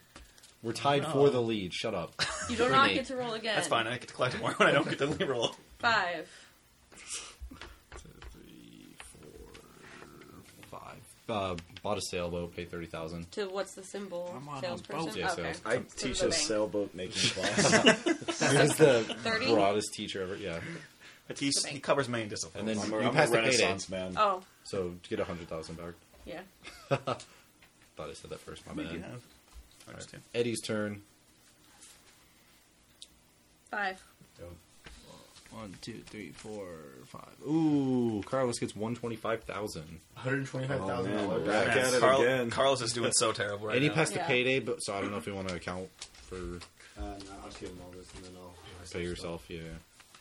Speaker 2: We're tied for the lead. Shut up.
Speaker 4: You do not
Speaker 2: Renee.
Speaker 4: get to roll again.
Speaker 5: That's fine. I get to collect more when I don't get to lead roll.
Speaker 4: Five.
Speaker 2: Five. Uh, bought a sailboat. Paid thirty thousand.
Speaker 4: To what's the symbol?
Speaker 6: I'm on a
Speaker 4: Salesperson.
Speaker 6: boat.
Speaker 2: Yeah,
Speaker 4: okay.
Speaker 2: sales.
Speaker 3: I
Speaker 4: the
Speaker 3: teach a
Speaker 4: bank.
Speaker 3: sailboat making class.
Speaker 2: He was the
Speaker 4: 30?
Speaker 2: broadest teacher ever. Yeah,
Speaker 5: But he,
Speaker 4: bank.
Speaker 5: he covers main
Speaker 2: and
Speaker 5: disciplines.
Speaker 2: then
Speaker 3: I'm a,
Speaker 2: you
Speaker 3: I'm a
Speaker 2: passed the payday,
Speaker 3: renaissance man.
Speaker 4: Oh,
Speaker 2: so get a hundred thousand back.
Speaker 4: yeah.
Speaker 2: Thought I said that first. My
Speaker 5: What do you
Speaker 2: bad.
Speaker 5: have? Oh, just two.
Speaker 2: Eddie's turn.
Speaker 4: Five.
Speaker 8: One, two, three, four, five.
Speaker 2: Ooh, Carlos gets one twenty-five thousand.
Speaker 1: $125,000.
Speaker 3: Oh, man.
Speaker 1: back.
Speaker 3: Back at it
Speaker 5: Carl-
Speaker 3: again.
Speaker 5: Carlos is doing so terrible right
Speaker 2: and he
Speaker 5: now.
Speaker 2: passed the
Speaker 4: Yeah.
Speaker 2: payday, but so I don't know if you want to account for
Speaker 1: Uh, no, I'll give him all this and then I'll
Speaker 2: pay yourself. Yeah.
Speaker 1: Here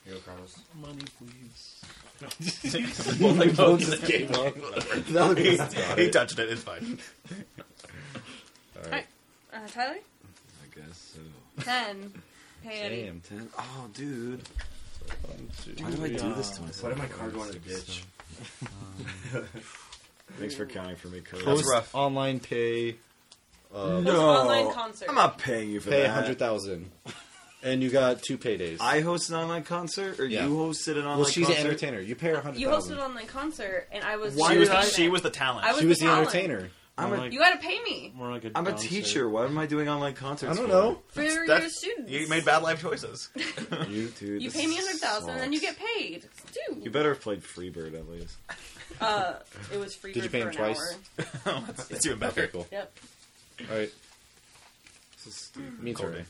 Speaker 1: you go, Carlos.
Speaker 6: Money, please.
Speaker 5: They both just gave up.
Speaker 2: he,
Speaker 5: He touched it. It's fine.
Speaker 4: All right. Uh, Tyler?
Speaker 3: I guess so.
Speaker 4: Ten. Hey, Eddie.
Speaker 2: Damn.
Speaker 3: Ten. Oh, dude. Why do I do this to myself?
Speaker 1: What am I card going to ditch?
Speaker 3: Thanks for counting for me, Cody.
Speaker 2: Post
Speaker 5: rough.
Speaker 2: online pay.
Speaker 4: It was an online concert.
Speaker 3: I'm not paying you for
Speaker 2: Pay a
Speaker 3: that.
Speaker 2: hundred thousand, and you got two paydays.
Speaker 3: I hosted an online concert, or
Speaker 2: Yeah.
Speaker 3: you hosted an online
Speaker 2: well, she's
Speaker 3: concert.
Speaker 2: an entertainer. You pay her a hundred
Speaker 4: You hosted
Speaker 2: thousand.
Speaker 4: an online concert, and I was.
Speaker 3: Why
Speaker 5: She
Speaker 4: you
Speaker 5: was,
Speaker 4: were
Speaker 5: the,
Speaker 3: I-
Speaker 4: doing
Speaker 5: she
Speaker 4: it.
Speaker 5: was the talent.
Speaker 4: I was
Speaker 2: She was
Speaker 4: the
Speaker 2: the
Speaker 4: talent.
Speaker 2: entertainer.
Speaker 3: I'm
Speaker 6: More
Speaker 3: a,
Speaker 6: like-
Speaker 4: You gotta pay me
Speaker 6: More like a
Speaker 3: I'm a
Speaker 6: bouncer.
Speaker 3: teacher. Why am I doing online concerts?
Speaker 2: I don't
Speaker 3: for?
Speaker 2: know.
Speaker 4: for your
Speaker 5: That's-
Speaker 4: students.
Speaker 5: You made bad life choices.
Speaker 3: You, dude,
Speaker 4: You
Speaker 3: this
Speaker 4: pay me a hundred thousand, and then you get
Speaker 3: sucks.
Speaker 4: paid. It's due.
Speaker 3: You better have played Freebird at least.
Speaker 4: Uh, it was free.
Speaker 2: Did you pay
Speaker 4: for
Speaker 2: him
Speaker 4: an
Speaker 2: twice?
Speaker 4: Hour.
Speaker 5: Oh, it's even better.
Speaker 2: Okay, cool.
Speaker 4: Yep.
Speaker 2: All right,
Speaker 4: Hmm.
Speaker 3: This is stupid.
Speaker 2: me
Speaker 5: Cool.
Speaker 2: turn.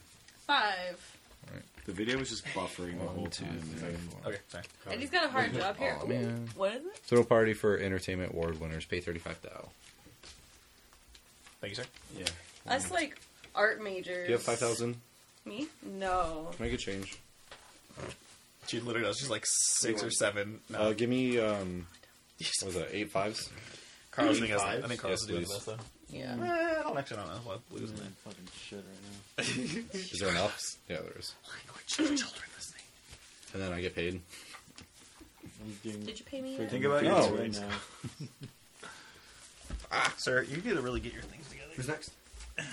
Speaker 4: Five.
Speaker 3: The video was just buffering the whole time.
Speaker 5: Okay, sorry.
Speaker 2: Oh.
Speaker 4: Eddie's got a hard job here.
Speaker 2: Aw, oh, man.
Speaker 4: What is it?
Speaker 2: Throw a party for entertainment award winners. Pay thirty-five thou.
Speaker 5: Thank you, sir.
Speaker 1: Yeah.
Speaker 4: Us like art majors.
Speaker 2: Do Oh, you have five thousand?
Speaker 4: Me? No.
Speaker 2: Make a change.
Speaker 5: She literally does. She's like six or seven. No.
Speaker 2: Uh, give me um, what was that? Eight fives.
Speaker 5: Carlos, I think, has, I
Speaker 1: Fives?
Speaker 5: think Carlos
Speaker 2: Yes,
Speaker 5: is doing the
Speaker 2: please.
Speaker 5: best, though.
Speaker 9: Yeah.
Speaker 5: Eh, I don't actually don't know what blues in there.
Speaker 7: Fucking shit right
Speaker 2: Is there an ups? Yeah, there is.
Speaker 5: Children listening.
Speaker 2: And then I get paid.
Speaker 8: I'm doing
Speaker 4: Did you pay me?
Speaker 8: freaking
Speaker 4: Yet?
Speaker 5: Think about it.
Speaker 8: foods
Speaker 5: Oh,
Speaker 8: right
Speaker 5: it's-
Speaker 8: now.
Speaker 5: Sir, you need to really get your things together.
Speaker 1: Who's next?
Speaker 4: It's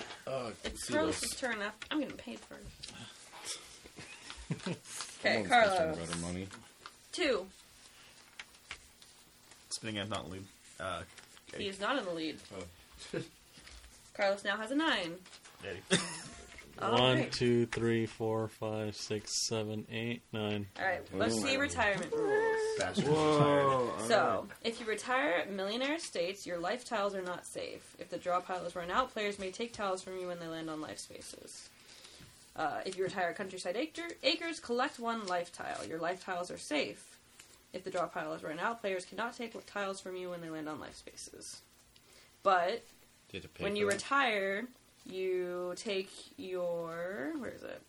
Speaker 2: See those.
Speaker 4: Carlos's turn. After. I'm getting paid first. okay,
Speaker 2: Someone's concerned
Speaker 4: Carlos.
Speaker 2: About our money.
Speaker 4: Two.
Speaker 5: Spinning and not lead. Uh,
Speaker 4: He is not in the lead.
Speaker 1: Oh.
Speaker 4: Carlos now has a nine.
Speaker 5: Eddie.
Speaker 4: All
Speaker 6: One,
Speaker 4: right.
Speaker 6: two, three, four, five, six, seven, eight, nine.
Speaker 4: All right.
Speaker 2: Oh
Speaker 4: Let's see retirement rules.
Speaker 1: Bastard.
Speaker 3: Whoa.
Speaker 4: So, if you retire at Millionaire States, your life tiles are not safe. If the draw pile is run out, players may take tiles from you when they land on life spaces. Uh, if you retire at Countryside Acre- Acres, collect one life tile. Your life tiles are safe. If the draw pile is run out, players cannot take tiles from you when they land on life spaces. But
Speaker 2: Did it pay
Speaker 4: when
Speaker 2: for
Speaker 4: you
Speaker 2: that?
Speaker 4: retire, you take your where is it?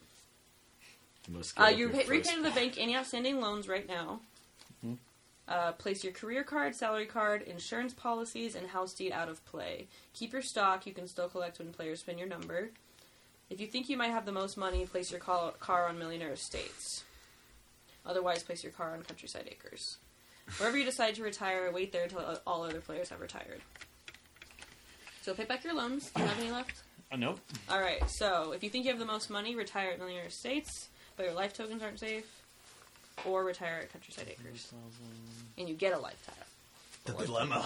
Speaker 8: Must
Speaker 4: Uh,
Speaker 8: go
Speaker 4: you
Speaker 8: up
Speaker 4: pay,
Speaker 8: here
Speaker 4: repay to the bank any outstanding loans right now. Uh, place your career card, salary card, insurance policies, and house deed out of play. Keep your stock. You can still collect when players spin your number. If you think you might have the most money, place your call, car on Millionaire Estates. Otherwise, place your car on Countryside Acres. Wherever you decide to retire, wait there until all other players have retired. So pay back your loans. Do you have any left?
Speaker 6: Uh, nope.
Speaker 4: All right. So if you think you have the most money, retire at Millionaire Estates, but your life tokens aren't safe, or retire at Countryside Acres, and you get a life tile.
Speaker 5: The dilemma.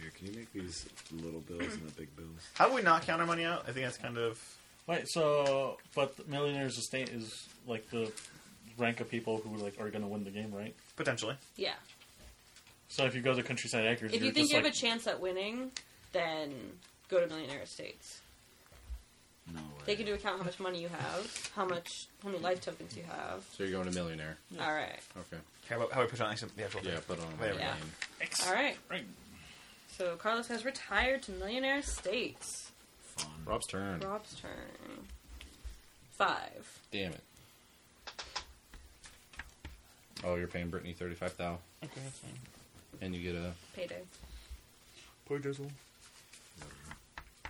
Speaker 3: Here, can you make these little bills and the big bills?
Speaker 5: How do we not count our money out? I think that's kind of.
Speaker 6: Wait, so but the millionaire's estate is like the rank of people who like are going to win the game, right?
Speaker 5: Potentially.
Speaker 4: Yeah.
Speaker 6: So if you go to countryside acres,
Speaker 4: If
Speaker 6: you're
Speaker 4: you think
Speaker 6: just
Speaker 4: you have
Speaker 6: like,
Speaker 4: a chance at winning, then go to Millionaire Estates.
Speaker 3: No way.
Speaker 4: Take into account how much money you have, how much, how many life tokens you have.
Speaker 2: So you're going to millionaire.
Speaker 4: All right.
Speaker 2: Okay.
Speaker 5: How about how we put on actually the actual
Speaker 2: Yeah, put on
Speaker 5: There we
Speaker 4: Yeah.
Speaker 2: name.
Speaker 4: All right.
Speaker 6: Right.
Speaker 4: So Carlos has retired to Millionaire Estates.
Speaker 2: Rob's turn.
Speaker 4: Rob's turn. Five.
Speaker 2: Damn it. Oh, you're paying Brittany thirty-five thou,
Speaker 5: Okay, that's fine.
Speaker 2: and you get a.
Speaker 4: Payday.
Speaker 5: Poor drizzle.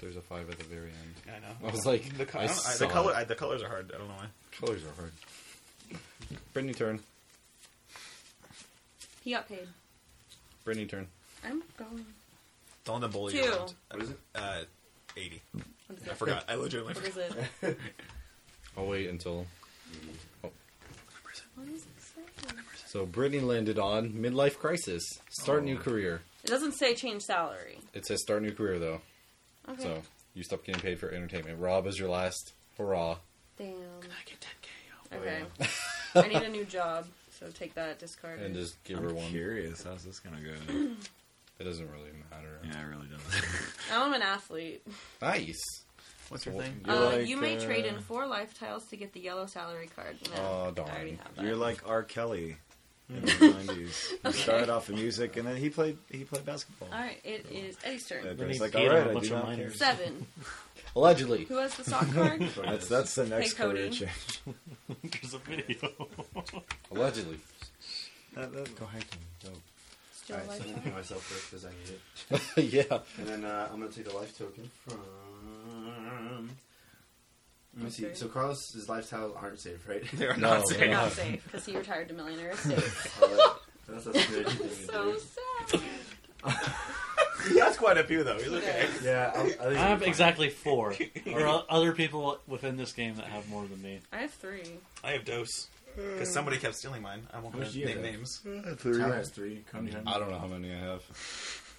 Speaker 2: There's a five at the very end.
Speaker 5: I know.
Speaker 2: I was like,
Speaker 5: The, co-
Speaker 2: I
Speaker 5: Oh, I don't- I-
Speaker 2: saw
Speaker 5: the color,
Speaker 2: it.
Speaker 5: I, the colors are hard. I don't know why.
Speaker 2: Colors are hard. Brittany turn.
Speaker 4: He got paid.
Speaker 2: Brittany turn.
Speaker 4: I'm going.
Speaker 5: Don't let them bully
Speaker 4: Two.
Speaker 5: you. around. What is it? Uh, eighty.
Speaker 4: What is
Speaker 5: I
Speaker 4: it?
Speaker 5: forgot. I legitimately
Speaker 4: What
Speaker 5: forgot.
Speaker 4: is it?
Speaker 2: I'll wait until.
Speaker 4: What does it say?
Speaker 2: So Brittany landed on midlife crisis. Start
Speaker 5: Oh.
Speaker 2: new career.
Speaker 4: It doesn't say change salary.
Speaker 2: It says start new career though,
Speaker 4: Okay.
Speaker 2: so you stop getting paid for entertainment. Rob is your last hurrah.
Speaker 4: Damn.
Speaker 5: I get Oh, 10k.
Speaker 4: Okay. I need a new job, so take that, discard
Speaker 2: And
Speaker 4: it.
Speaker 2: just give her
Speaker 3: I'm
Speaker 2: one.
Speaker 3: curious. How's this gonna go?
Speaker 2: It doesn't really matter.
Speaker 3: yeah, it really does.
Speaker 4: Now I'm an athlete.
Speaker 2: Nice.
Speaker 5: What's your thing?
Speaker 3: You're
Speaker 4: Uh,
Speaker 3: like,
Speaker 4: you may
Speaker 3: uh,
Speaker 4: trade in four life tiles to get the yellow salary card. No,
Speaker 2: Aw, darn.
Speaker 4: I already have that.
Speaker 3: You're like R. Kelly in the nineties. He started off in music, and then he played he played basketball.
Speaker 4: All right, it is Eddie's
Speaker 3: Uh,
Speaker 4: turn.
Speaker 3: but it's
Speaker 6: he's
Speaker 3: like,
Speaker 6: gay
Speaker 3: all
Speaker 6: and a
Speaker 3: right, I
Speaker 6: bunch
Speaker 3: do
Speaker 6: of
Speaker 3: not care.
Speaker 6: minors.
Speaker 4: Seven.
Speaker 2: Allegedly.
Speaker 4: Who has the sock card?
Speaker 3: That's that's the next
Speaker 4: Cody.
Speaker 3: career change.
Speaker 6: There's a video.
Speaker 2: Allegedly.
Speaker 3: That- that-
Speaker 8: Go hiking. Dope.
Speaker 4: Still
Speaker 1: Alright,
Speaker 4: life
Speaker 1: so I'm gonna pay myself first because I need it.
Speaker 2: yeah.
Speaker 1: And then uh, I'm gonna take the life token from. Let me see.
Speaker 4: Okay.
Speaker 1: So Carlos's lifestyles aren't safe, right?
Speaker 5: They're
Speaker 2: No,
Speaker 5: not
Speaker 4: You're
Speaker 5: saying.
Speaker 4: not safe because he retired to millionaire estates.
Speaker 1: Uh, that's a good thing to
Speaker 4: so
Speaker 1: do.
Speaker 4: sad.
Speaker 5: He has quite a few though. He's okay.
Speaker 1: Yeah, I'll, I think
Speaker 6: I
Speaker 1: it'll
Speaker 6: have
Speaker 1: be fine.
Speaker 6: exactly four. Or o- other people within this game that have more than me.
Speaker 4: I have three.
Speaker 5: I have dose
Speaker 4: Hmm.
Speaker 5: because somebody kept stealing mine. I won't
Speaker 1: How much do you
Speaker 5: name
Speaker 1: have?
Speaker 5: names.
Speaker 1: Tyler has three. Come do you have
Speaker 2: Mm-hmm. I
Speaker 1: any?
Speaker 2: don't know how many I have.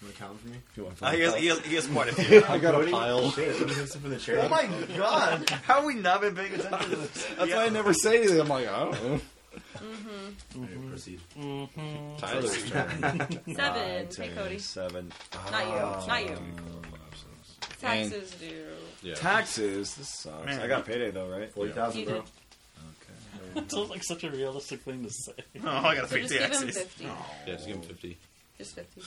Speaker 1: You wanna count them for me?
Speaker 5: Uh, he, has, he, has, he has quite a few.
Speaker 2: I got a pile.
Speaker 1: Shit, let me have some for the charity.
Speaker 5: oh my god! How have we not been paying attention to this?
Speaker 2: That's why I never say anything. I'm like, I don't know.
Speaker 1: Okay, proceed.
Speaker 2: Tyler's turn.
Speaker 4: Seven. Hey,
Speaker 3: ten,
Speaker 4: Cody.
Speaker 3: Seven.
Speaker 4: Not you. Not you. Taxes due.
Speaker 2: Yeah.
Speaker 3: Taxes. This sucks.
Speaker 5: Man.
Speaker 3: I got payday though, right?
Speaker 1: Forty thousand,
Speaker 4: You
Speaker 1: bro.
Speaker 4: did.
Speaker 3: Okay.
Speaker 6: It sounds like such a realistic thing to say.
Speaker 5: Oh, I got to
Speaker 4: So
Speaker 5: fix
Speaker 4: just
Speaker 5: the
Speaker 4: give him
Speaker 5: axes.
Speaker 4: fifty.
Speaker 2: yeah, just give him 50.
Speaker 4: Just fifty.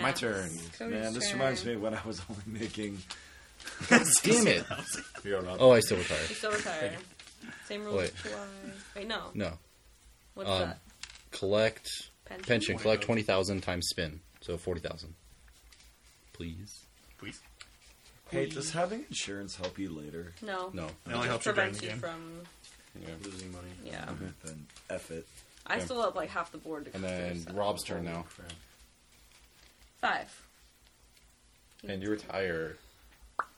Speaker 2: My turn.
Speaker 4: Cody's
Speaker 3: Man, this
Speaker 4: turn.
Speaker 3: reminds me when I was only making.
Speaker 2: Damn it.
Speaker 1: Here, Rob.
Speaker 2: Oh, I still retire.
Speaker 4: You still retire. Same rules
Speaker 2: Wait.
Speaker 4: apply. Wait, no.
Speaker 2: No.
Speaker 4: What's
Speaker 2: Um,
Speaker 4: that?
Speaker 2: Collect
Speaker 4: Pension.
Speaker 2: pension. Collect 20,000 times spin. So 40,000. please.
Speaker 5: Please.
Speaker 7: Hey, does having
Speaker 3: Insurance help you later.
Speaker 4: No.
Speaker 2: No.
Speaker 5: It only
Speaker 4: Just
Speaker 5: helps you during
Speaker 4: prevents
Speaker 5: the
Speaker 4: you
Speaker 5: game.
Speaker 4: from.
Speaker 1: Losing money.
Speaker 4: Yeah.
Speaker 3: Uh-huh. Then F it.
Speaker 4: I
Speaker 2: Okay.
Speaker 4: still have like half the board to
Speaker 2: Mm-hmm. And
Speaker 4: go through,
Speaker 2: then
Speaker 4: so-
Speaker 2: Rob's turn now.
Speaker 4: Five.
Speaker 2: And you retire.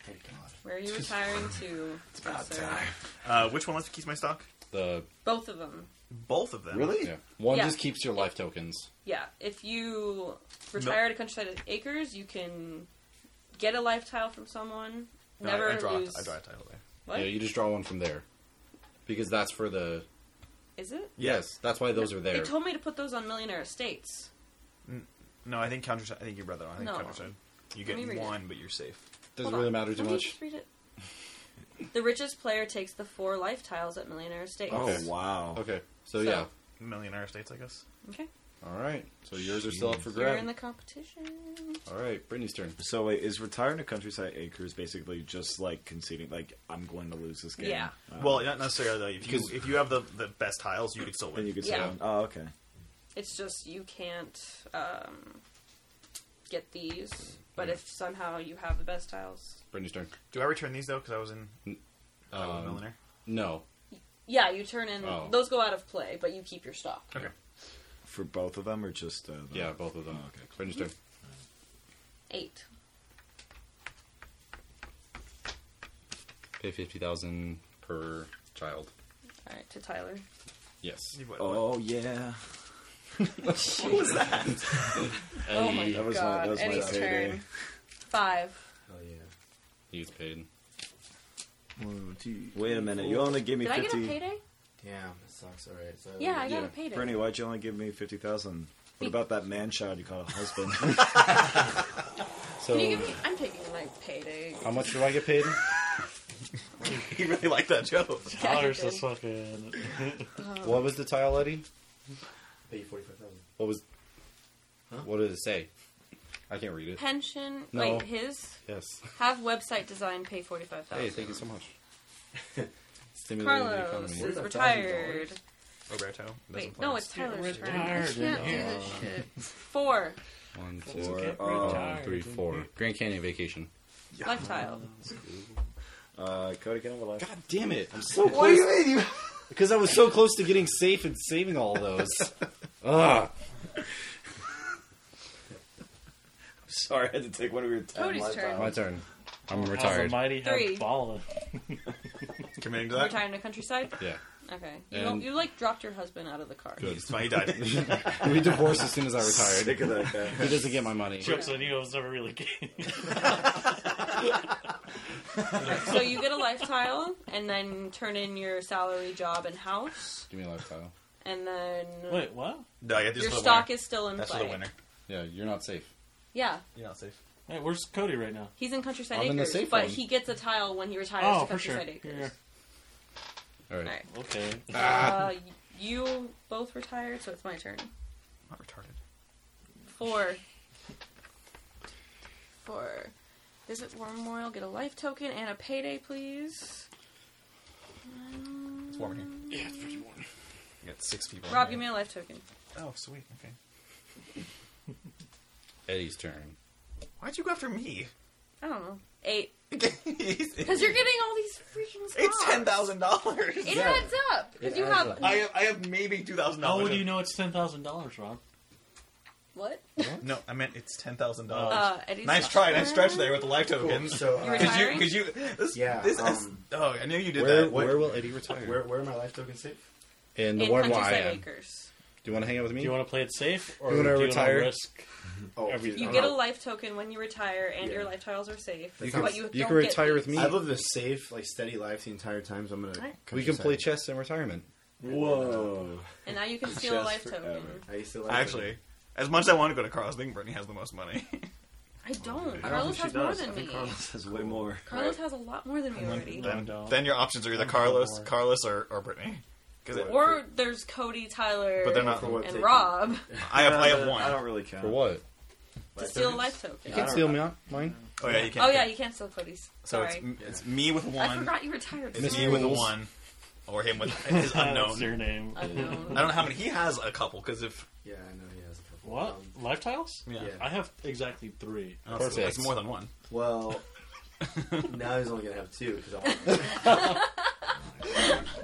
Speaker 1: Thank God.
Speaker 4: Where are you retiring to? It's about time.
Speaker 5: Uh, which one lets me keep my stock?
Speaker 2: The
Speaker 4: Both of them.
Speaker 5: Both of them.
Speaker 3: Really?
Speaker 2: yeah. One
Speaker 4: Yeah.
Speaker 2: just keeps your life tokens.
Speaker 4: Yeah. If you retire to Countryside Acres, you can get a life tile from someone.
Speaker 5: No, I-
Speaker 4: never
Speaker 5: I, draw.
Speaker 4: lose.
Speaker 5: I draw a title there.
Speaker 4: What?
Speaker 2: Yeah, you just draw one from there. Because that's for the
Speaker 4: Is it?
Speaker 2: Yes, that's why those are
Speaker 4: They
Speaker 2: there.
Speaker 4: told me to put those on Millionaire Estates.
Speaker 5: No, I think countryside. I think your brother. I think
Speaker 4: No.
Speaker 5: countryside. You
Speaker 4: Let me read
Speaker 5: get
Speaker 4: it.
Speaker 5: one, but you're safe.
Speaker 2: Doesn't
Speaker 4: Hold
Speaker 2: really
Speaker 4: on.
Speaker 2: matter too
Speaker 4: Let me
Speaker 2: much.
Speaker 4: just read it. The richest player takes the four life tiles at Millionaire Estates.
Speaker 2: Okay.
Speaker 3: Oh wow.
Speaker 2: Okay. So,
Speaker 4: So-
Speaker 2: yeah.
Speaker 5: Millionaire estates, I guess.
Speaker 4: Okay.
Speaker 2: All right. So yours are still up for
Speaker 4: You're in
Speaker 2: grab.
Speaker 4: the competition.
Speaker 2: All right, Brittany's turn.
Speaker 3: So wait, is retiring to Countryside Acres basically just like conceding, like I'm going to lose this game?
Speaker 4: Yeah.
Speaker 3: Uh,
Speaker 5: Well, not necessarily though. If you
Speaker 2: Because-
Speaker 5: if you have the, the best tiles, you could still
Speaker 3: then
Speaker 5: win.
Speaker 3: you could
Speaker 4: Yeah.
Speaker 3: say, "Oh, okay."
Speaker 4: It's just you can't um, get these.
Speaker 3: Mm.
Speaker 4: But if somehow you have the best tiles,
Speaker 2: Brittany's turn.
Speaker 5: Do I return these though? Because I was in I
Speaker 2: Um,
Speaker 5: was a millionaire.
Speaker 2: No.
Speaker 4: yeah, you turn in.
Speaker 2: Oh.
Speaker 4: Those go out of play, but you keep your stock.
Speaker 5: Okay.
Speaker 3: For both of them, or just uh, the-
Speaker 2: Yeah, both of them.
Speaker 3: Oh, okay.
Speaker 2: Brittany's turn.
Speaker 4: Eight.
Speaker 2: Pay 50000 per child.
Speaker 4: All right, to Tyler.
Speaker 2: Yes.
Speaker 5: You- what- what-
Speaker 3: Oh yeah.
Speaker 4: Oh my
Speaker 3: That was my-
Speaker 4: god!
Speaker 3: that was my
Speaker 4: Eddie's
Speaker 3: payday.
Speaker 4: turn. Five.
Speaker 1: Hell yeah.
Speaker 2: He gets paid.
Speaker 8: One, two.
Speaker 3: Wait a minute. You only give me
Speaker 4: Did I get a
Speaker 3: fifty.
Speaker 4: payday?
Speaker 1: Damn, that sucks. All right. So
Speaker 4: Yeah, I got
Speaker 2: Yeah.
Speaker 4: a payday.
Speaker 3: Brittany, why'd you only give me fifty thousand? What
Speaker 4: Be-
Speaker 3: about that man child you call a husband?
Speaker 4: Can
Speaker 2: So,
Speaker 4: you give me? I'm taking my payday.
Speaker 3: Uh,
Speaker 2: how much do I get paid?
Speaker 5: He really liked that joke.
Speaker 6: Tyler's this fucking.
Speaker 2: what was the tile, Eddie?
Speaker 1: pay you forty five thousand.
Speaker 2: What was. What did it say? I can't read it.
Speaker 4: Pension.
Speaker 2: No.
Speaker 4: Wait, his.
Speaker 2: Yes.
Speaker 4: Have website design pay forty five
Speaker 2: Hey,
Speaker 4: thousand.
Speaker 2: thank you so much. Stimulating the
Speaker 4: Carlos
Speaker 2: economy.
Speaker 4: is
Speaker 1: $1,000.
Speaker 4: retired.
Speaker 5: Roberto. doesn't
Speaker 4: Wait,
Speaker 5: play.
Speaker 4: no, it's Tyler's turn. I
Speaker 6: retired,
Speaker 4: can't do
Speaker 6: yeah.
Speaker 4: this shit. Four.
Speaker 2: One, two,
Speaker 3: or
Speaker 2: three,
Speaker 3: uh,
Speaker 6: retired.
Speaker 2: um, three, four. Grand Canyon vacation.
Speaker 4: Left tile.
Speaker 3: uh, Cody, can I have a life?
Speaker 2: God damn it! I'm so close. Because I was so close to getting safe and saving all those. Ugh.
Speaker 3: Sorry, I had to take one of your ten.
Speaker 4: Cody's
Speaker 3: life
Speaker 4: turn.
Speaker 3: tiles.
Speaker 2: My turn. I'm
Speaker 6: How's the
Speaker 2: retired.
Speaker 6: mighty
Speaker 4: Three.
Speaker 6: have fallen?
Speaker 5: committing to that.
Speaker 4: Retired in the countryside?
Speaker 2: Yeah.
Speaker 4: Okay. You,
Speaker 2: And-
Speaker 4: don't- you like dropped your husband out of the car.
Speaker 2: Good.
Speaker 5: It's fine, he died.
Speaker 2: We divorced as soon as I retired.
Speaker 3: Sick of that guy.
Speaker 2: He doesn't get my money.
Speaker 6: Jokes on you. I was never really kidding.
Speaker 4: So you get a life tile and then turn in your salary, job, and house.
Speaker 2: Give me a life tile.
Speaker 4: And then
Speaker 6: Wait, what?
Speaker 5: no, I get this
Speaker 4: your
Speaker 5: for the
Speaker 4: stock
Speaker 5: winner.
Speaker 4: is still in
Speaker 5: That's
Speaker 4: play.
Speaker 5: for the winner.
Speaker 2: Yeah, you're not safe.
Speaker 4: Yeah.
Speaker 7: You're not safe.
Speaker 6: Hey, where's Cody right now?
Speaker 4: He's in Countryside
Speaker 2: I'm in the
Speaker 4: Acres.
Speaker 2: safe
Speaker 4: but
Speaker 2: one.
Speaker 4: he gets a tile when he retires
Speaker 6: Oh,
Speaker 4: to
Speaker 6: for sure.
Speaker 4: Countryside
Speaker 6: Here,
Speaker 4: Acres.
Speaker 6: here.
Speaker 2: All right.
Speaker 4: Alright.
Speaker 6: Okay.
Speaker 4: Uh, y- you both retired, so it's my turn.
Speaker 5: I'm not retarded.
Speaker 4: Four. Four. Visit War Memorial, get a life token and a payday, please. Um,
Speaker 5: It's warm in here. Yeah, it's pretty warm. You got six people. in
Speaker 4: Rob,
Speaker 5: here.
Speaker 4: give me a life token.
Speaker 5: Oh, sweet. Okay.
Speaker 2: Eddie's turn.
Speaker 5: Why'd you go after me?
Speaker 4: I don't know. Eight. Because
Speaker 5: it's
Speaker 4: you're getting all these freaking stocks.
Speaker 5: ten thousand dollars.
Speaker 4: It adds up. Because you have.
Speaker 5: I have, I have maybe two thousand
Speaker 6: How
Speaker 5: dollars.
Speaker 6: would you know it's ten thousand dollars, Rob?
Speaker 4: What?
Speaker 5: No, I meant it's ten thousand dollars.
Speaker 4: Uh, Eddie's
Speaker 5: Nice try, nice stretch there with the life
Speaker 1: Cool.
Speaker 5: tokens.
Speaker 1: So
Speaker 4: You
Speaker 1: uh,
Speaker 5: Because you,
Speaker 4: retiring?
Speaker 5: because you, this,
Speaker 1: Yeah,
Speaker 5: this is.
Speaker 1: um,
Speaker 5: Oh, I knew you did
Speaker 2: Where,
Speaker 5: that.
Speaker 1: What-
Speaker 2: where will Eddie retire?
Speaker 1: where where are my life tokens safe?
Speaker 2: In the
Speaker 4: in
Speaker 2: warm where I
Speaker 4: Countryside
Speaker 2: am. Do
Speaker 4: Acres.
Speaker 2: you want to hang out with
Speaker 6: Do
Speaker 2: me?
Speaker 6: you want to play it safe or
Speaker 2: You wanna
Speaker 6: do
Speaker 2: retire?
Speaker 6: you want to risk?
Speaker 1: Oh,
Speaker 6: Every-
Speaker 1: dude,
Speaker 4: You
Speaker 1: I'm
Speaker 4: get a
Speaker 1: out.
Speaker 4: life token when you retire, and
Speaker 1: Yeah.
Speaker 4: your life tiles are safe.
Speaker 1: You
Speaker 4: but
Speaker 1: can-
Speaker 4: you,
Speaker 2: you
Speaker 4: don't
Speaker 2: can
Speaker 4: get
Speaker 2: retire with
Speaker 4: these.
Speaker 2: me.
Speaker 1: I've lived a safe, like steady life the entire time, so I'm gonna.
Speaker 4: Alright.
Speaker 2: We can play
Speaker 1: countryside.
Speaker 2: chess in retirement.
Speaker 3: Whoa.
Speaker 4: And now you can steal a
Speaker 3: Just
Speaker 4: life token.
Speaker 3: forever.
Speaker 1: I used to like
Speaker 5: Actually, as much as I want to go to Carlos, I think Brittany has the most money.
Speaker 4: I don't.
Speaker 1: I don't
Speaker 4: Carlos
Speaker 1: think she
Speaker 4: has
Speaker 1: does.
Speaker 4: more
Speaker 1: I
Speaker 4: than
Speaker 1: think
Speaker 4: me. Carlos,
Speaker 1: Carlos-
Speaker 3: That's way more.
Speaker 4: has a lot more than me already.
Speaker 5: then,
Speaker 6: don't.
Speaker 5: then your options are either
Speaker 6: I'm
Speaker 5: Carlos,
Speaker 6: for it.
Speaker 5: Carlos, or, or Brittany. Because
Speaker 4: Or there's Cody, Tyler,
Speaker 5: But they're not-
Speaker 1: For what
Speaker 4: and
Speaker 1: taking?
Speaker 4: Rob
Speaker 5: I have, I have
Speaker 3: Uh, I
Speaker 5: one.
Speaker 3: don't really count.
Speaker 2: For what?
Speaker 4: to steal a life token.
Speaker 2: You can steal me on mine.
Speaker 5: Oh yeah, you can't.
Speaker 4: Oh yeah, you can't steal Cody's.
Speaker 5: So
Speaker 4: Sorry,
Speaker 5: it's, m- it's me with
Speaker 4: I
Speaker 5: one,
Speaker 4: forgot you retired.
Speaker 5: it's
Speaker 2: Miss
Speaker 5: me
Speaker 4: Sorry.
Speaker 5: with
Speaker 2: Rules.
Speaker 5: one, or him with his unknown.
Speaker 6: That's your name.
Speaker 4: I
Speaker 5: I
Speaker 4: know.
Speaker 5: don't know how many he has. A couple because if
Speaker 1: Yeah, I know he has a couple.
Speaker 6: What?
Speaker 1: Um,
Speaker 6: Life tiles?
Speaker 5: Yeah. Yeah.
Speaker 6: I have exactly three.
Speaker 5: Oh, that's-
Speaker 2: Perfect.
Speaker 5: That's more than one.
Speaker 1: Well, now he's only gonna have two because I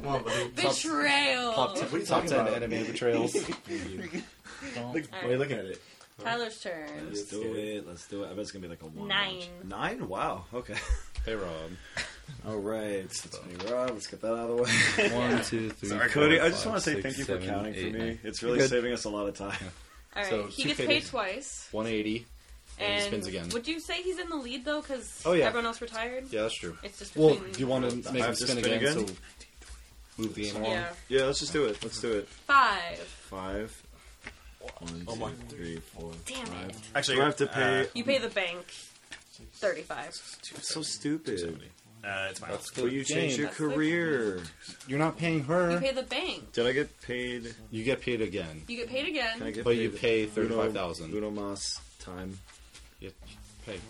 Speaker 1: want.
Speaker 4: Betrayal.
Speaker 1: What are you
Speaker 2: Top
Speaker 1: talking
Speaker 2: ten
Speaker 1: about?
Speaker 2: anime betrayals.
Speaker 1: Look, why are you looking at it?
Speaker 4: Tyler's turn.
Speaker 3: Let's do it. Let's do it. I bet it's gonna be like a one.
Speaker 4: Nine.
Speaker 3: launch. Nine. Wow. Okay.
Speaker 2: hey Rob.
Speaker 3: All right. That's me, Rob. Let's get that out of the way.
Speaker 2: One, two, three.
Speaker 3: Sorry,
Speaker 2: four,
Speaker 3: Cody. I
Speaker 2: five,
Speaker 3: just want to say
Speaker 2: six,
Speaker 3: thank you
Speaker 2: seven,
Speaker 3: for counting
Speaker 2: eight,
Speaker 3: for me.
Speaker 2: nine.
Speaker 3: It's really
Speaker 2: Good.
Speaker 3: saving us a lot of time.
Speaker 4: All right,
Speaker 2: So,
Speaker 4: he
Speaker 2: two
Speaker 4: gets
Speaker 2: faded.
Speaker 4: paid twice.
Speaker 2: 180. And
Speaker 4: And
Speaker 2: he spins again.
Speaker 4: Would you say he's in the lead though? Because
Speaker 2: Oh, yeah.
Speaker 4: everyone else retired.
Speaker 2: Yeah, that's true.
Speaker 4: It's just
Speaker 2: Well,
Speaker 4: between.
Speaker 2: do you want to make him
Speaker 3: I have to
Speaker 2: spin
Speaker 3: spin
Speaker 2: again?
Speaker 3: again?
Speaker 2: So move the game along.
Speaker 4: Yeah.
Speaker 3: Yeah. Let's just do it. Let's do it.
Speaker 4: Five.
Speaker 3: Five. One,
Speaker 5: Oh, my.
Speaker 3: two, three, four.
Speaker 4: Damn it!
Speaker 5: Actually,
Speaker 3: Do I have to pay?
Speaker 5: uh,
Speaker 4: You pay the bank. Thirty-five.
Speaker 3: It's so stupid.
Speaker 5: Uh, it's my
Speaker 2: That's the
Speaker 3: Will you change
Speaker 2: game.
Speaker 3: your
Speaker 4: That's the
Speaker 3: career?
Speaker 2: You're not paying
Speaker 4: You
Speaker 2: her.
Speaker 4: pay the bank.
Speaker 3: Did I get paid?
Speaker 2: You get paid again.
Speaker 4: You get paid
Speaker 3: Can I
Speaker 4: again.
Speaker 3: get
Speaker 2: But
Speaker 3: paid
Speaker 2: you pay
Speaker 3: Uno-
Speaker 2: 35,000.
Speaker 3: Uno Mas time.
Speaker 2: You pay.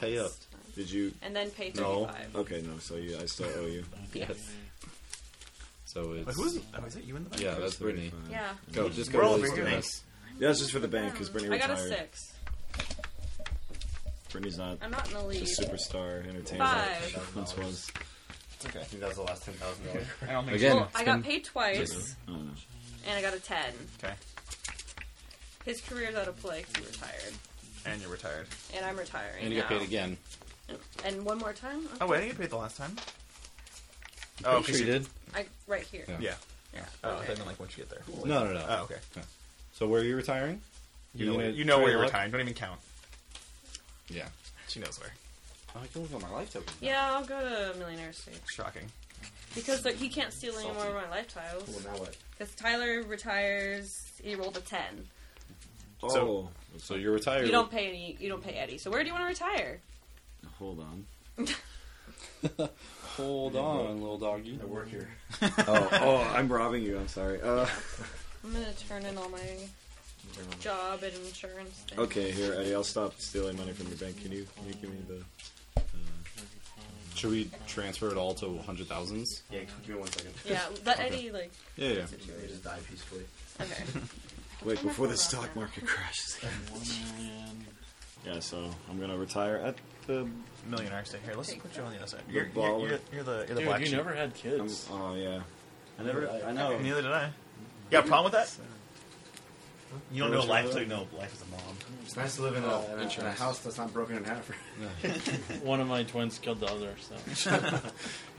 Speaker 2: Pay up.
Speaker 3: Did you?
Speaker 4: And then pay
Speaker 2: No.
Speaker 4: thirty-five.
Speaker 3: Okay, no. So you, I still owe you.
Speaker 2: Yes. So it's.
Speaker 5: Wait, who is it? Oh, is it you in the back?
Speaker 2: Yeah, that's Brittany.
Speaker 4: Yeah.
Speaker 2: Go, just
Speaker 5: We're
Speaker 2: go.
Speaker 5: all
Speaker 2: Liz,
Speaker 5: over
Speaker 2: do
Speaker 5: here.
Speaker 2: this.
Speaker 3: Yeah, it's just for the bank because
Speaker 4: Um,
Speaker 3: Brittany
Speaker 4: I got
Speaker 3: retired.
Speaker 4: a six.
Speaker 3: Brittany's not
Speaker 4: I'm not in the
Speaker 3: a
Speaker 4: lead.
Speaker 3: superstar entertainer.
Speaker 4: Five.
Speaker 3: Once was.
Speaker 1: I think that was the last ten thousand dollars.
Speaker 5: I don't think
Speaker 2: Again.
Speaker 4: Well,
Speaker 2: it's
Speaker 4: I got
Speaker 2: been-
Speaker 4: paid twice,
Speaker 3: I don't know.
Speaker 4: and I got a ten.
Speaker 5: so. Okay.
Speaker 4: His career's out of play 'cause he retired,
Speaker 5: And you're retired.
Speaker 4: and I'm retiring.
Speaker 2: And you get
Speaker 4: now.
Speaker 2: paid again.
Speaker 4: And one more time.
Speaker 5: Oh, wait, I didn't get paid the last time. Oh,
Speaker 2: Pretty sure you did.
Speaker 4: I right here.
Speaker 2: Yeah.
Speaker 5: Yeah.
Speaker 4: Yeah.
Speaker 5: Oh, I
Speaker 4: Okay.
Speaker 5: thought you meant, like once you get there.
Speaker 2: No, no, no.
Speaker 5: Oh, okay.
Speaker 2: So where are you retiring?
Speaker 5: You,
Speaker 2: You
Speaker 5: know, where,
Speaker 2: gonna
Speaker 5: you know
Speaker 2: try
Speaker 5: where
Speaker 2: your
Speaker 5: you're
Speaker 2: luck?
Speaker 5: retired. Don't even count.
Speaker 2: Yeah.
Speaker 5: She knows where.
Speaker 2: I can live on my life token.
Speaker 4: Yeah, I'll go to Millionaire State
Speaker 5: Shocking.
Speaker 4: because like, he can't steal any more of my life tiles.
Speaker 1: Well, now what?
Speaker 4: Because Tyler retires, he rolled a ten.
Speaker 3: Oh,
Speaker 5: So-
Speaker 2: So you're retired.
Speaker 4: You don't pay any. You don't pay Eddie. So where do you want to retire?
Speaker 3: hold on.
Speaker 2: Hold on, little doggy.
Speaker 1: I work here.
Speaker 3: Oh, oh, I'm robbing you. I'm sorry. Uh,
Speaker 4: I'm gonna turn in all my job and insurance. Things.
Speaker 3: okay, here, Eddie. I'll stop stealing money from your bank. Can you, can you give me the?
Speaker 2: Should we transfer it all to hundred thousands?
Speaker 1: Yeah, give me one second.
Speaker 4: Yeah, let Eddie like.
Speaker 2: Yeah, yeah.
Speaker 1: We just die peacefully.
Speaker 4: Okay.
Speaker 3: Wait,
Speaker 4: Turn my
Speaker 3: before the
Speaker 4: phone off
Speaker 3: stock
Speaker 4: now.
Speaker 3: market crashes. yeah, so I'm gonna retire at the.
Speaker 5: Millionaire state. Here, let's put you on the other side.
Speaker 3: The
Speaker 5: You're, you're,
Speaker 3: baller.
Speaker 5: you're, you're the, you're the
Speaker 6: Dude,
Speaker 5: black
Speaker 6: you
Speaker 5: sheep.
Speaker 6: never had
Speaker 3: I'm,
Speaker 6: kids.
Speaker 3: oh yeah. I never. I know.
Speaker 5: Neither did I. You got a problem with that? You don't
Speaker 3: Yeah,
Speaker 5: know
Speaker 3: what's
Speaker 5: life
Speaker 3: wrong
Speaker 5: until you
Speaker 3: with
Speaker 5: know life is a mom.
Speaker 1: It's nice to live in a, in a, Uh, in a house that's not broken in half.
Speaker 6: One of my twins killed the other, so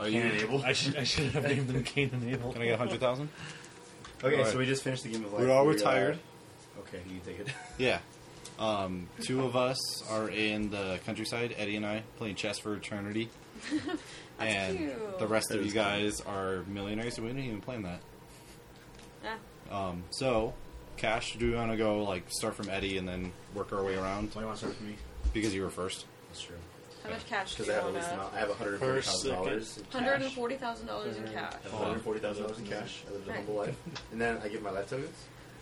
Speaker 2: Are you
Speaker 1: able?
Speaker 6: I should I should have named them Cain and Abel.
Speaker 2: Can I get a hundred thousand?
Speaker 1: Okay,
Speaker 2: Alright.
Speaker 1: so we just finished the game of life.
Speaker 2: We're all
Speaker 1: We, uh,
Speaker 2: retired.
Speaker 1: Okay, you take it.
Speaker 2: Yeah. Um, two of us are in the countryside. Eddie and I playing chess for eternity. and
Speaker 4: cute.
Speaker 2: the rest
Speaker 3: That
Speaker 2: of
Speaker 3: is
Speaker 2: you guys are millionaires. We didn't even plan that.
Speaker 4: Ah,
Speaker 2: Um, so, Cash, do we want to go like start from Eddie and then work our way around
Speaker 1: Why do you want to start for me?
Speaker 2: because you were first?
Speaker 1: That's true.
Speaker 4: how much cash do
Speaker 1: Because
Speaker 4: you
Speaker 1: I have at
Speaker 4: want?
Speaker 1: least amount. I have one hundred forty
Speaker 6: First,
Speaker 1: thousand dollars.
Speaker 6: second.
Speaker 4: One hundred and forty thousand dollars in cash.
Speaker 1: One hundred forty thousand dollars in cash. I live a humble life, and then I give my life tokens.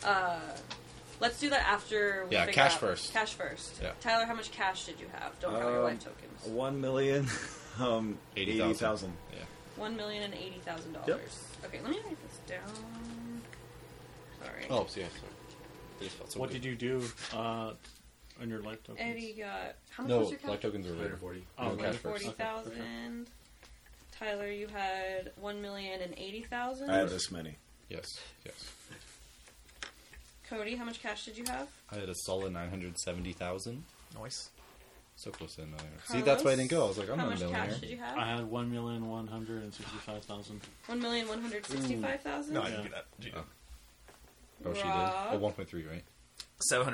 Speaker 4: Uh, let's do that after. We
Speaker 2: Yeah,
Speaker 4: figure
Speaker 2: cash
Speaker 4: out-
Speaker 2: first.
Speaker 4: Cash first.
Speaker 2: Yeah.
Speaker 4: Tyler, how much cash did you have? Don't count your
Speaker 3: Um,
Speaker 4: life tokens.
Speaker 3: One million, um, eighty
Speaker 2: 80,000.
Speaker 3: thousand.
Speaker 2: Yeah.
Speaker 4: One million and eighty thousand dollars. Okay, let me write this down. Sorry.
Speaker 2: Oh, so yeah. So. These felt so
Speaker 6: What
Speaker 2: good.
Speaker 6: did you do uh, on your life tokens?
Speaker 4: Eddie got how much was
Speaker 2: No,
Speaker 4: your cash?
Speaker 2: life tokens are
Speaker 1: One hundred
Speaker 2: later.
Speaker 1: forty.
Speaker 6: Oh,
Speaker 2: No, cash first.
Speaker 4: Forty thousand. Tyler, you had one million and eighty thousand.
Speaker 3: I had this many.
Speaker 2: Yes. Yes.
Speaker 4: Cody, how much cash did you have?
Speaker 2: I had a solid nine hundred seventy thousand.
Speaker 5: Noise.
Speaker 2: So close to a millionaire. See, that's why I didn't go. I was like, I'm not
Speaker 4: how
Speaker 2: a
Speaker 4: much
Speaker 2: millionaire.
Speaker 4: cash did you
Speaker 6: I
Speaker 4: have?
Speaker 6: had one million one hundred and sixty-five thousand.
Speaker 4: One million one hundred sixty-five thousand.
Speaker 5: No, I didn't
Speaker 6: Yeah.
Speaker 5: do that. Did you?
Speaker 2: Oh. Oh, she did. A one point three, right?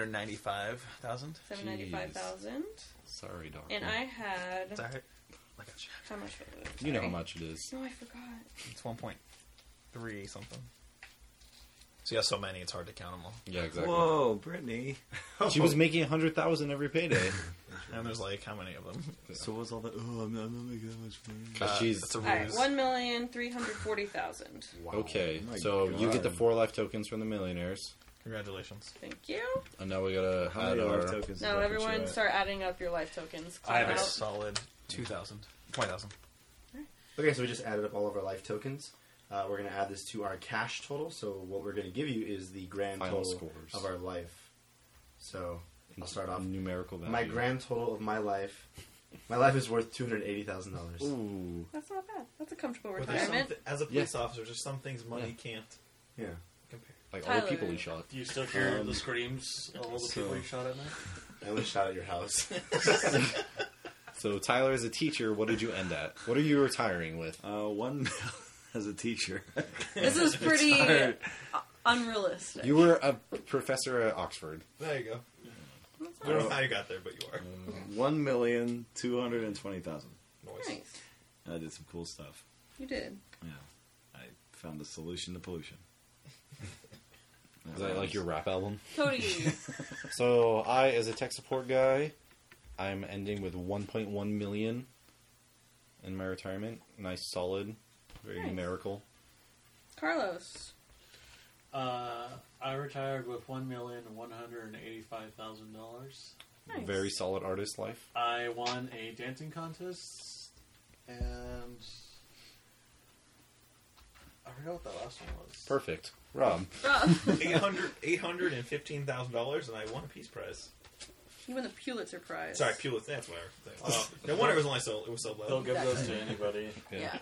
Speaker 5: 795,000?
Speaker 4: Seven ninety-five thousand.
Speaker 2: Sorry, dog.
Speaker 4: And I had
Speaker 5: Is that right? oh, I got you.
Speaker 4: how much was it?
Speaker 2: You know how
Speaker 4: Sorry.
Speaker 2: much it is.
Speaker 4: No, I forgot.
Speaker 5: It's 1.3 something. So you have so many, it's hard to count them all.
Speaker 2: Yeah, exactly.
Speaker 3: Whoa, Brittany.
Speaker 2: She was making a hundred thousand every payday.
Speaker 5: And there's like, how many of them?
Speaker 3: So what's all that? Oh, I'm not, I'm not making that much money.
Speaker 2: 'Cause she's
Speaker 5: That's a
Speaker 4: All right,
Speaker 5: ruse.
Speaker 4: one million three hundred forty thousand.
Speaker 3: Wow.
Speaker 2: okay.
Speaker 3: My
Speaker 2: so you get the
Speaker 3: God.
Speaker 2: four life tokens from the millionaires,
Speaker 5: Congratulations.
Speaker 4: Thank you.
Speaker 2: and now we gotta
Speaker 3: How
Speaker 2: add
Speaker 3: many
Speaker 2: our
Speaker 3: life tokens? is
Speaker 4: Now
Speaker 3: that
Speaker 4: everyone
Speaker 3: that you
Speaker 4: start adding up your life tokens.
Speaker 5: I have
Speaker 4: Cloud.
Speaker 5: a solid 2,000. 20,000.
Speaker 1: Okay, so we just added up all of our life tokens. Uh, we're going to add this to our cash total. So what we're going to give you is the grand
Speaker 2: Final
Speaker 1: total
Speaker 2: scores.
Speaker 1: of our life. So I'll start off.
Speaker 2: numerical value.
Speaker 1: My grand total of my life. My life is worth two hundred eighty thousand dollars.
Speaker 2: Ooh.
Speaker 4: That's not bad. That's a comfortable
Speaker 7: But there's some
Speaker 4: retirement.
Speaker 7: thi- as a police officer, there's some things money can't
Speaker 1: Yeah.
Speaker 7: compare.
Speaker 2: Like all
Speaker 4: Tyler.
Speaker 2: the people he shot.
Speaker 6: Do you still hear the screams of all the people you shot at night?
Speaker 1: I only shot at your house.
Speaker 2: So Tyler, as a teacher, what did you end at? What are you retiring with?
Speaker 3: Uh, one as a teacher.
Speaker 4: This is pretty uh, unrealistic.
Speaker 2: You were a professor at Oxford.
Speaker 7: There you go.
Speaker 4: That's
Speaker 7: I don't know
Speaker 4: nice.
Speaker 7: how you got there, but you are.
Speaker 2: Mm-hmm.
Speaker 3: One million two hundred and twenty thousand.
Speaker 7: Noise.
Speaker 4: nice.
Speaker 3: I did some cool stuff.
Speaker 4: You did.
Speaker 3: Yeah, I found a solution to pollution. Uh,
Speaker 2: Is that like your rap album?
Speaker 4: Cody,
Speaker 2: So I, as a tech support guy, I'm ending with 1.1 million in my retirement. Nice, solid, very
Speaker 4: Nice.
Speaker 2: numerical.
Speaker 4: Carlos,
Speaker 6: Uh, I retired with one million one hundred and eighty-five thousand dollars.
Speaker 4: Nice.
Speaker 2: Very solid artist life.
Speaker 6: I won a dancing contest, and I forgot what that last one was.
Speaker 2: Perfect. Rob,
Speaker 4: Rob,
Speaker 7: $800 $815,000, and I won a Peace Prize.
Speaker 4: you won the Pulitzer Prize.
Speaker 7: Sorry, Pulitzer. That's whatever. Oh, no wonder it was only so it was so
Speaker 6: They'll
Speaker 7: low.
Speaker 6: give those to anybody.
Speaker 4: Yeah.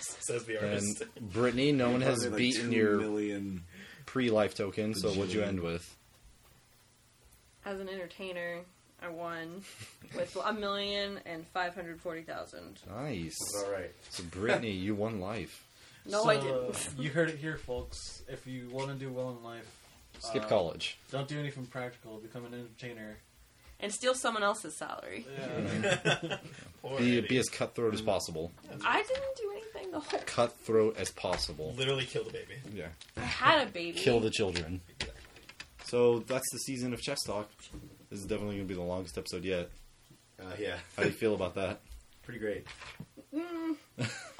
Speaker 7: Says the
Speaker 2: and
Speaker 7: artist.
Speaker 2: Brittany, no one has
Speaker 3: Probably like
Speaker 2: beaten
Speaker 3: two
Speaker 2: your
Speaker 3: million.
Speaker 2: pre-life token. So what'd you
Speaker 3: Bajillion.
Speaker 2: end with?
Speaker 4: As an entertainer, I won with a million and five hundred forty thousand.
Speaker 2: Nice.
Speaker 1: All right.
Speaker 2: So Brittany, you won life.
Speaker 4: No,
Speaker 6: So,
Speaker 4: I didn't.
Speaker 6: You heard it here, folks. If you want to do well in life,
Speaker 2: Skip
Speaker 6: uh,
Speaker 2: college.
Speaker 6: Don't do anything practical. Become an entertainer.
Speaker 4: And steal someone else's salary.
Speaker 7: Poor
Speaker 2: Be,
Speaker 7: Eddie.
Speaker 2: be as cutthroat as possible.
Speaker 4: I didn't do anything the whole.
Speaker 2: Cutthroat as possible.
Speaker 7: Literally killed a baby.
Speaker 2: Yeah.
Speaker 4: I had a baby.
Speaker 2: Kill the children. So that's the season of Chess Talk. This is definitely going to be the longest episode yet.
Speaker 1: Uh, yeah.
Speaker 2: How do you feel about that?
Speaker 1: Pretty great.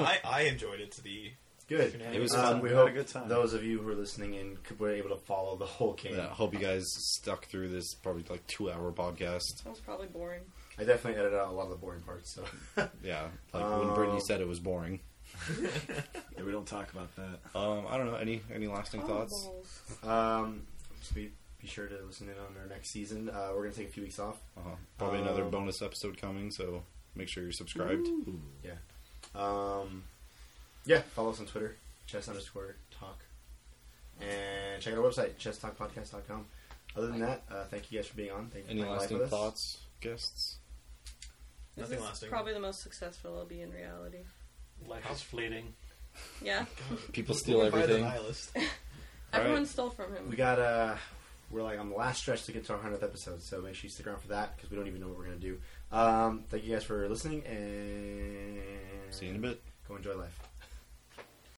Speaker 7: I, I enjoyed it to the
Speaker 1: Good.
Speaker 7: It
Speaker 2: was
Speaker 1: Um,
Speaker 2: fun.
Speaker 1: we
Speaker 3: We had
Speaker 1: hope
Speaker 3: a good time.
Speaker 1: those of you who are listening in could, were able to follow the whole game.
Speaker 2: Yeah, I hope you guys stuck through this probably like two hour podcast.
Speaker 4: That was probably boring.
Speaker 1: I definitely edited out a lot of the boring parts. So
Speaker 2: Yeah, like when Brittany
Speaker 1: Um,
Speaker 2: said it was boring.
Speaker 3: Yeah, we don't talk about that.
Speaker 2: Um, I don't know any any lasting
Speaker 4: Oh,
Speaker 2: thoughts.
Speaker 4: Balls.
Speaker 1: um, so be, be sure to listen in on our next season. Uh, we're gonna take a few weeks off.
Speaker 2: Uh-huh. Probably another
Speaker 1: Um,
Speaker 2: bonus episode coming, so make sure you're subscribed.
Speaker 1: Yeah. Um, yeah. Follow us on Twitter, chess underscore talk, and check out our website, chesstalkpodcast.com. Other than that, uh, thank you guys for being on. Thank you
Speaker 2: Any
Speaker 1: for playing live with
Speaker 2: lasting
Speaker 1: us.
Speaker 2: thoughts, guests?
Speaker 4: This
Speaker 7: Nothing
Speaker 4: is
Speaker 7: lasting.
Speaker 4: probably the most successful I'll be in reality.
Speaker 6: Life is fleeting.
Speaker 4: Yeah,
Speaker 2: People steal
Speaker 7: Invited
Speaker 2: everything.
Speaker 7: nihilist.
Speaker 4: everyone
Speaker 2: right.
Speaker 4: stole from him.
Speaker 1: We got uh we're like on the last stretch to get to our hundredth episode, so make sure you stick around for that because we don't even know what we're gonna do. Um, thank you guys for listening, and
Speaker 2: See you in a bit.
Speaker 1: Go enjoy life.